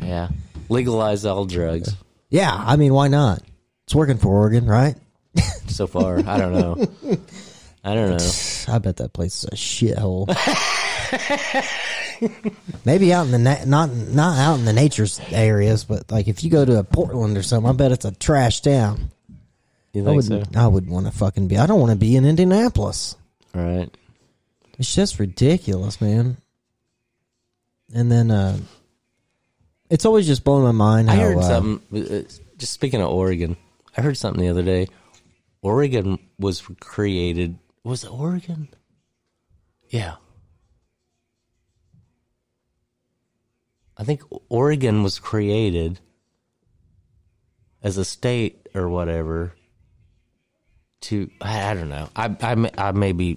S2: Yeah. Legalize all drugs
S1: yeah, I mean, why not? It's working for Oregon, right?
S2: so far. I don't know. I don't know.
S1: I bet that place is a shithole. Maybe out in the na- not not out in the nature's areas, but like if you go to a Portland or something, I bet it's a trash town.
S2: You
S1: I
S2: think
S1: would I would want to fucking be. I don't want to be in Indianapolis.
S2: Right.
S1: It's just ridiculous, man. And then uh it's always just blowing my mind.
S2: I
S1: How,
S2: heard
S1: uh,
S2: something. uh, Just speaking of Oregon, I heard something the other day. Oregon was created. Was it Oregon? Yeah. I think Oregon was created as a state or whatever. To I, I don't know. I I may, I may be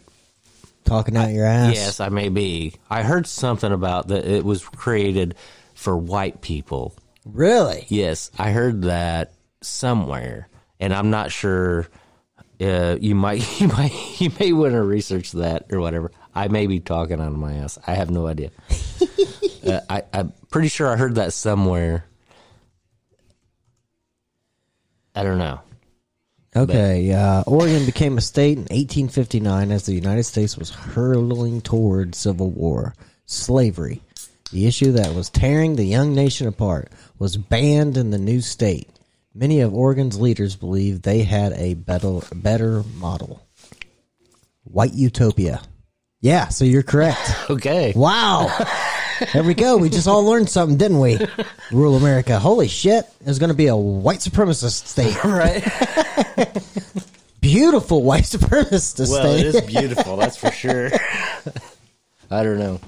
S1: talking out your ass.
S2: Yes, I may be. I heard something about that it was created for white people.
S1: Really?
S2: Yes, I heard that somewhere, and I'm not sure. Uh, you might, you might, you may want to research that or whatever. I may be talking out of my ass. I have no idea. uh, I, I'm pretty sure I heard that somewhere. I don't know.
S1: Okay, uh, Oregon became a state in 1859 as the United States was hurtling toward civil war. Slavery, the issue that was tearing the young nation apart, was banned in the new state. Many of Oregon's leaders believed they had a better, better model. White utopia. Yeah, so you're correct.
S2: okay.
S1: Wow. There we go. We just all learned something, didn't we? Rule America. Holy shit. It's going to be a white supremacist state.
S2: Right.
S1: beautiful white supremacist
S2: Well,
S1: state.
S2: it is beautiful. That's for sure. I don't know.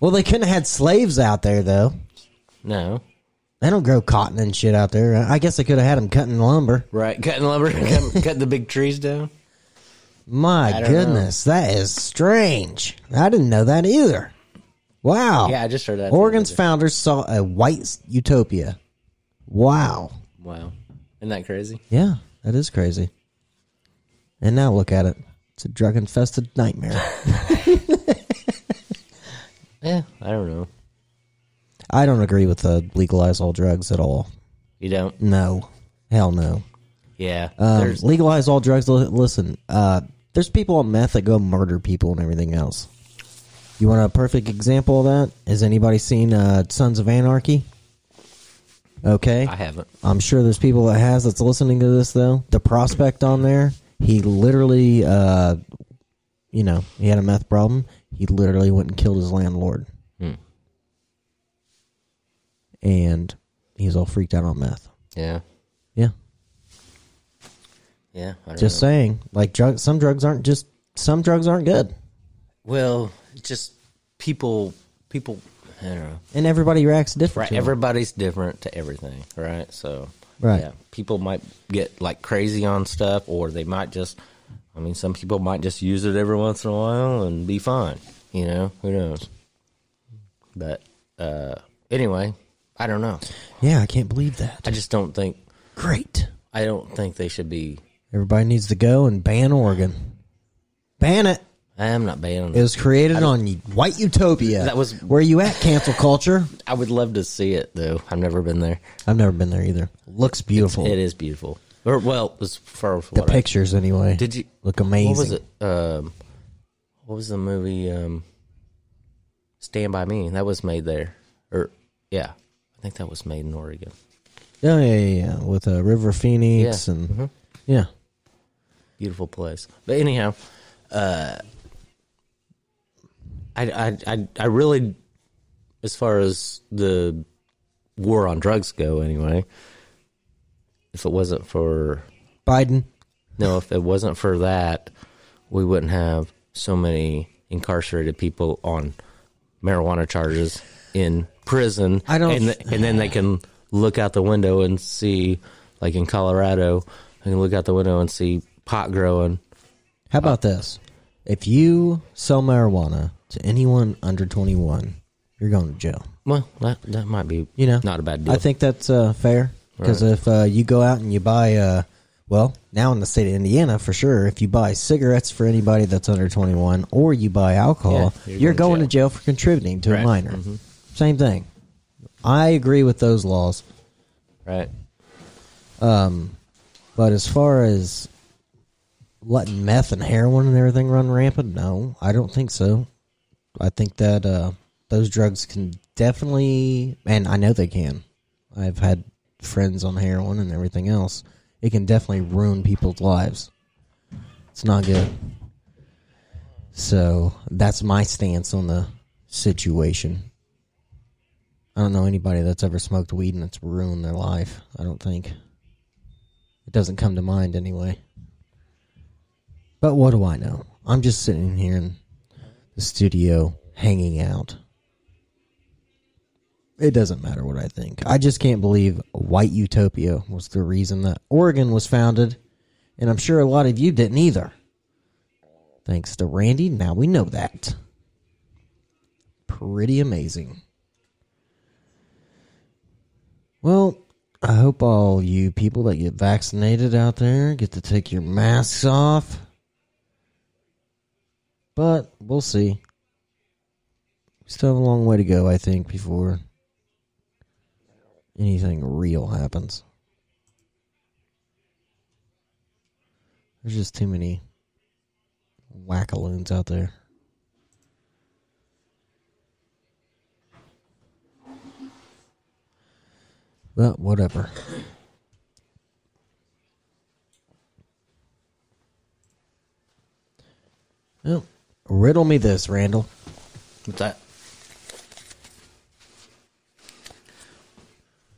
S1: well, they couldn't have had slaves out there, though.
S2: No.
S1: They don't grow cotton and shit out there. I guess they could have had them cutting lumber.
S2: Right, cutting lumber, cutting, cutting the big trees down. I
S1: My
S2: don't know.
S1: goodness, that is strange. I didn't know that either. Wow.
S2: Yeah, I just heard that the
S1: Oregon's
S2: other day.
S1: founders saw a white utopia. Wow.
S2: Wow, isn't that crazy?
S1: Yeah, that is crazy. And now look at it. It's a drug infested nightmare.
S2: Yeah, I don't know.
S1: I don't agree with the legalize all drugs at all.
S2: You don't?
S1: No. Hell no.
S2: Yeah,
S1: Um,
S2: there's-
S1: legalize all drugs. Li- Listen, uh, there's people on meth that go murder people and everything else. You want a perfect example of that? Has anybody seen uh, Sons of Anarchy? Okay,
S2: I haven't.
S1: I'm sure there's people that has that's listening to this though. The prospect on there, he literally, uh, you know, he had a meth problem. He literally went and killed his landlord,
S2: Hmm.
S1: and he's all freaked out on meth.
S2: Yeah,
S1: Yeah.
S2: yeah. I don't
S1: Just
S2: know.
S1: saying, like drug, some drugs aren't just some drugs aren't good,
S2: Well, just people, people. I don't know.
S1: and everybody reacts different. to
S2: Right,
S1: 'em.
S2: everybody's different to everything, right? So,
S1: Right.
S2: yeah, people might get like crazy on stuff, or they might just. I mean, some people might just use it every once in a while and be fine. You know, who knows? But uh anyway, I don't know.
S1: Yeah, I can't believe that.
S2: I just don't think.
S1: Great.
S2: I don't think they should be.
S1: Everybody needs to go and ban Oregon. Ban it.
S2: I am not banning.
S1: It was created
S2: I don't-
S1: on White Utopia.
S2: That was-
S1: where you at, cancel culture.
S2: I would love to see it though. I've never been there.
S1: I've never been there either. Looks beautiful.
S2: It is beautiful. Or well, as far as
S1: the
S2: what I-
S1: pictures anyway.
S2: Did you
S1: look amazing?
S2: What was it? Um, what was the movie? Um, Stand by Me. That was made there, or yeah, I think that was made in Oregon.
S1: Oh yeah, yeah, yeah. With uh, River Phoenix
S2: Yeah.
S1: and
S2: Mhm.
S1: yeah,
S2: Beautiful place. But anyhow, uh, I, I I I really, as far as the war on drugs go, anyway. If it wasn't for
S1: Biden.
S2: No, if it wasn't for that, we wouldn't have so many incarcerated people on marijuana charges in prison.
S1: I don't-
S2: and, th- and then they can look out the window and see, like in Colorado, they can look out the window and see pot growing.
S1: How about this? If you sell marijuana to anyone under 21, you're going to jail.
S2: Well, that that might be
S1: You know,
S2: not a bad deal.
S1: I think that's uh, fair because
S2: Right.
S1: if uh, you go out and you buy, uh, well, now in the state of Indiana for sure, if you buy cigarettes for anybody that's under 21 or you buy alcohol,
S2: Yeah,
S1: you're,
S2: you're
S1: going, to jail for contributing to a
S2: Right.
S1: minor.
S2: Mhm.
S1: Same thing. I agree with those laws.
S2: right.
S1: Um, but as far as letting meth and heroin and everything run rampant, no, I don't think so. I think that uh, those drugs can definitely, and I know they can. I've had friends on heroin and everything else. It can definitely ruin people's lives. It's not good. So that's my stance on the situation. I don't know anybody that's ever smoked weed and it's ruined their life. I don't think. It doesn't come to mind anyway. But what do I know? I'm just sitting here in the studio hanging out. It doesn't matter what I think. I just can't believe White Utopia was the reason that Oregon was founded, and I'm sure a lot of you didn't either. Thanks to Randy, now we know that. Pretty amazing. Well, I hope all you people that get vaccinated out there get to take your masks off. But we'll see. We still have a long way to go, I think, before anything real happens. There's just too many wackaloons out there. But whatever. Well, riddle me this, Randall.
S2: What's that?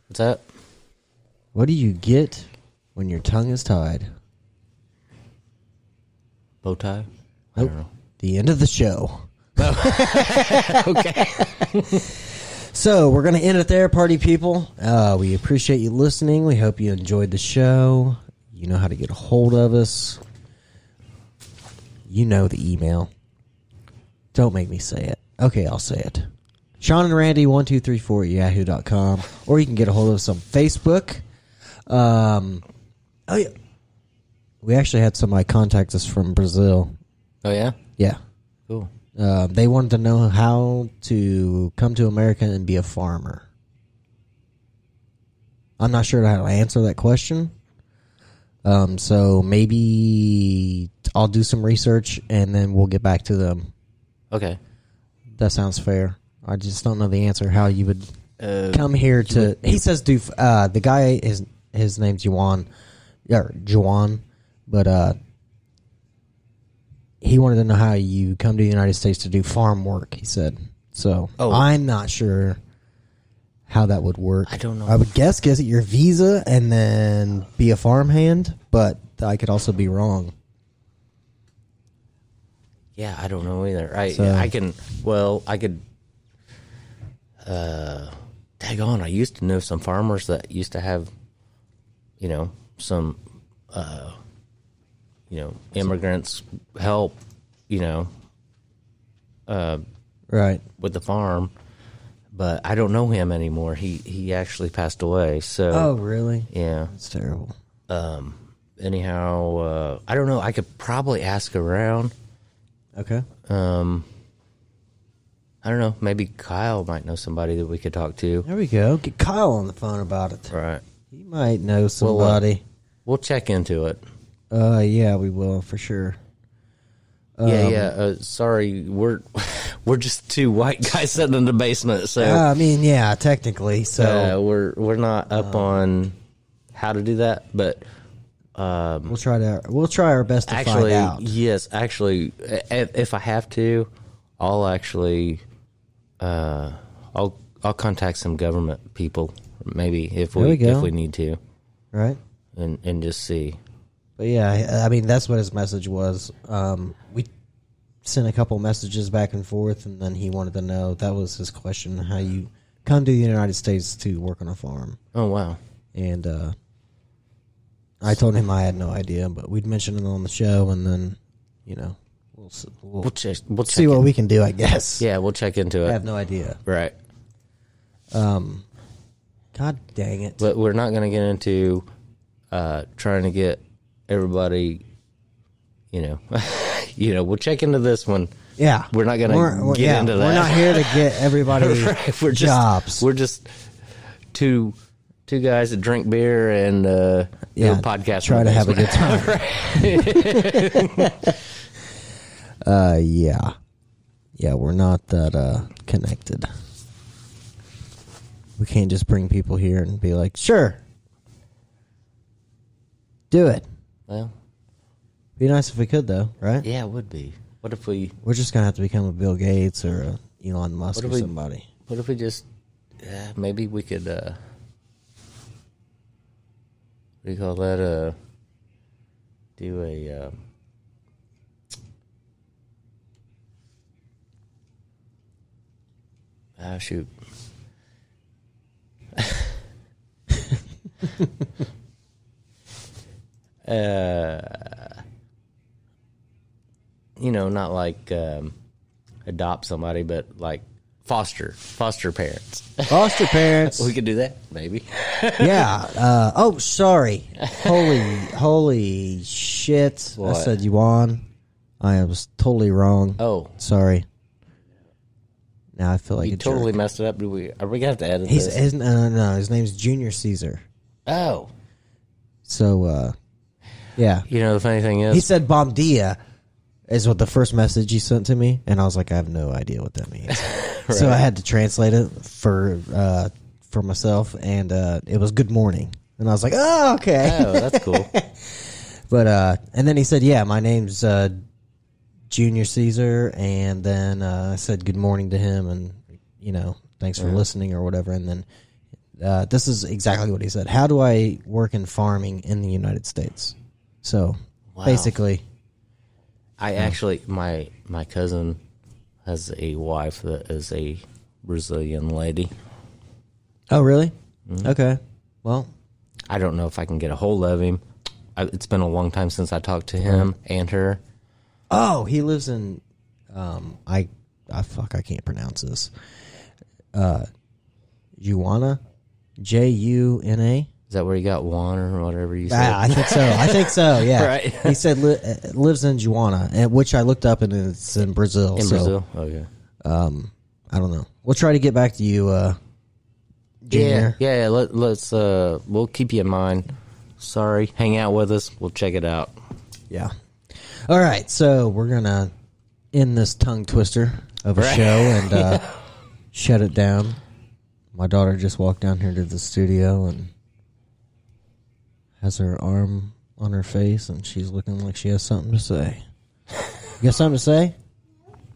S2: What's that?
S1: What do you get when your tongue is tied?
S2: Bow tie?
S1: Nope. The end of the show.
S2: okay.
S1: So we're going to end it there, party people. Uh, we appreciate you listening. We hope you enjoyed the show. You know how to get a hold of us. You know the email. Don't make me say it. Okay, I'll say it. Sean and Randy, 1234 at yahoo.com. Or you can get a hold of us on Facebook. Um, oh, yeah. We actually had somebody contact us from Brazil.
S2: Oh, yeah?
S1: Yeah.
S2: Cool.
S1: Uh, they wanted to know how to come to America and be a farmer. I'm not sure how to answer that question. Um, so maybe I'll do some research and then we'll get back to them.
S2: Okay.
S1: That sounds fair. I just don't know the answer. How you would
S2: Uh,
S1: come here
S2: you
S1: to?
S2: would-
S1: he says do. f- Uh, the guy is his name's Juan, or Juan, but uh, he wanted to know how you come to the United States to do farm work. He said. So
S2: Oh.
S1: I'm not sure how that would work.
S2: I don't know.
S1: I would guess guess at your visa and then be a farmhand, but I could also be wrong.
S2: Yeah, I don't know either. I
S1: So-
S2: I can well, I could uh tag on. I used to know some farmers that used to have you know, some uh you know, immigrants help, you know, uh
S1: right
S2: with the farm. But I don't know him anymore. He he actually passed away. So
S1: Oh, really?
S2: Yeah.
S1: It's terrible.
S2: Um anyhow, uh I don't know. I could probably ask around.
S1: Okay.
S2: Um, I don't know. Maybe Kyle might know somebody that we could talk to.
S1: There we go. Get Kyle on the phone about it.
S2: Right.
S1: He might know
S2: We'll, uh,
S1: somebody.
S2: We'll check into it.
S1: Uh, yeah, we will for sure.
S2: yeah,
S1: Um,
S2: yeah. Uh, sorry, we're We're just two white guys sitting in the basement. So
S1: Uh, I mean, yeah, technically. So
S2: uh, we're we're not
S1: Uh,
S2: up on how to do that, but um,
S1: we'll try to we'll try our best to
S2: actually,
S1: find out.
S2: yes, actually, i- if, if I have to, I'll actually, uh, I'll I'll contact some government people, maybe if
S1: There
S2: we,
S1: we go.
S2: if we need to,
S1: Right.
S2: and and just see.
S1: But yeah, I I mean that's what his message was. Um, we sent a couple messages back and forth, and then he wanted to know that was his question: how you come to the United States to work on a farm?
S2: Oh wow!
S1: And uh, I told him I had no idea, but we'd mentioned it on the show, and then you know we'll s- we'll,
S2: We'll check. We'll
S1: see
S2: check
S1: what
S2: in.
S1: we can do. I guess.
S2: Yeah, we'll check into it.
S1: I have no idea.
S2: Right.
S1: Um, God dang it!
S2: But we're not going to get into uh, trying to get everybody. You know, you know. We'll check into this one.
S1: Yeah.
S2: we're not going
S1: We're-
S2: to
S1: we're-
S2: get
S1: yeah,
S2: into that.
S1: we're not here to get everybody
S2: we're just,
S1: jobs.
S2: We're just two two guys that drink beer and uh,
S1: Yeah,
S2: do a podcast.
S1: try
S2: in
S1: to
S2: the
S1: have a good
S2: basement. Right.
S1: Uh, yeah, yeah, we're not that uh connected. We can't just bring people here and be like, sure, do it.
S2: well,
S1: Be nice if we could, though, right?
S2: yeah, it would be. What if we?
S1: We're just gonna have to become a Bill Gates or a Elon Musk
S2: What if
S1: or
S2: we-
S1: somebody.
S2: What if we just? Uh, maybe we could. Uh, what do you call that? Uh, do a. Um, ah, shoot. uh, you know, not like um, adopt somebody, but like foster foster parents.
S1: Foster parents.
S2: we could do that, maybe.
S1: yeah. Uh, oh, sorry. Holy, holy shit! I
S2: What?
S1: said yuan. I was totally wrong.
S2: Oh.
S1: sorry. Now I feel like
S2: you
S1: a jerk.
S2: totally messed it up. Do we? Are we gonna have to edit
S1: He's
S2: this?
S1: his, no, no, no, his name's Junior Caesar.
S2: oh,
S1: So, uh, yeah.
S2: you know the funny thing is,
S1: He said Bomdia is what the first message he sent to me, and I was like, I have no idea what that means. So I
S2: Right.
S1: had to translate it for uh, for myself, and uh, it was Good Morning, and I was like, Oh, okay.
S2: Oh, that's cool.
S1: but uh, and then he said, Yeah, my name's uh, Junior Caesar, and then uh, I said good morning to him, and you know, thanks for
S2: Mhm.
S1: listening or whatever, and then. Uh, this is exactly what he said. How do I work in farming in the United States? So
S2: Wow.
S1: basically,
S2: I actually my my cousin has a wife that is a Brazilian lady.
S1: Oh, really?
S2: Mhm.
S1: Okay. Well,
S2: I don't know if I can get a hold of him. I, it's been a long time since I talked to
S1: Uh-huh.
S2: him and her.
S1: oh, he lives in um I I fuck I can't pronounce this. Uh Juana? J U N A?
S2: Is that where you got Juan or whatever you said?
S1: Ah, I think so. I think so. Yeah.
S2: right.
S1: he said li- uh, lives in Juana, and- which I looked up and it's in Brazil.
S2: In
S1: so,
S2: Brazil? Okay.
S1: Um, I don't know. We'll try to get back to you. Uh, Junior.
S2: Yeah, yeah. yeah, Let, let's. Uh, we'll keep you in mind. Sorry, hang out with us. We'll check it out.
S1: Yeah. All right, so we're gonna end this tongue twister of a
S2: Right.
S1: show and uh,
S2: Yeah.
S1: shut it down. My daughter just walked down here to the studio and has her arm on her face, and she's looking like she has something to say. You got something to say?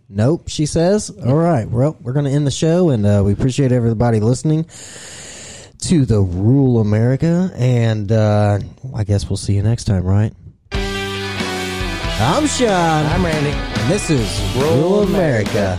S1: Nope, she says. All right, well, we're going to end the show, and uh, we appreciate everybody listening to the Rule America, and uh, I guess we'll see you next time, right? I'm Sean. I'm
S2: Randy.
S1: And this is Rule America.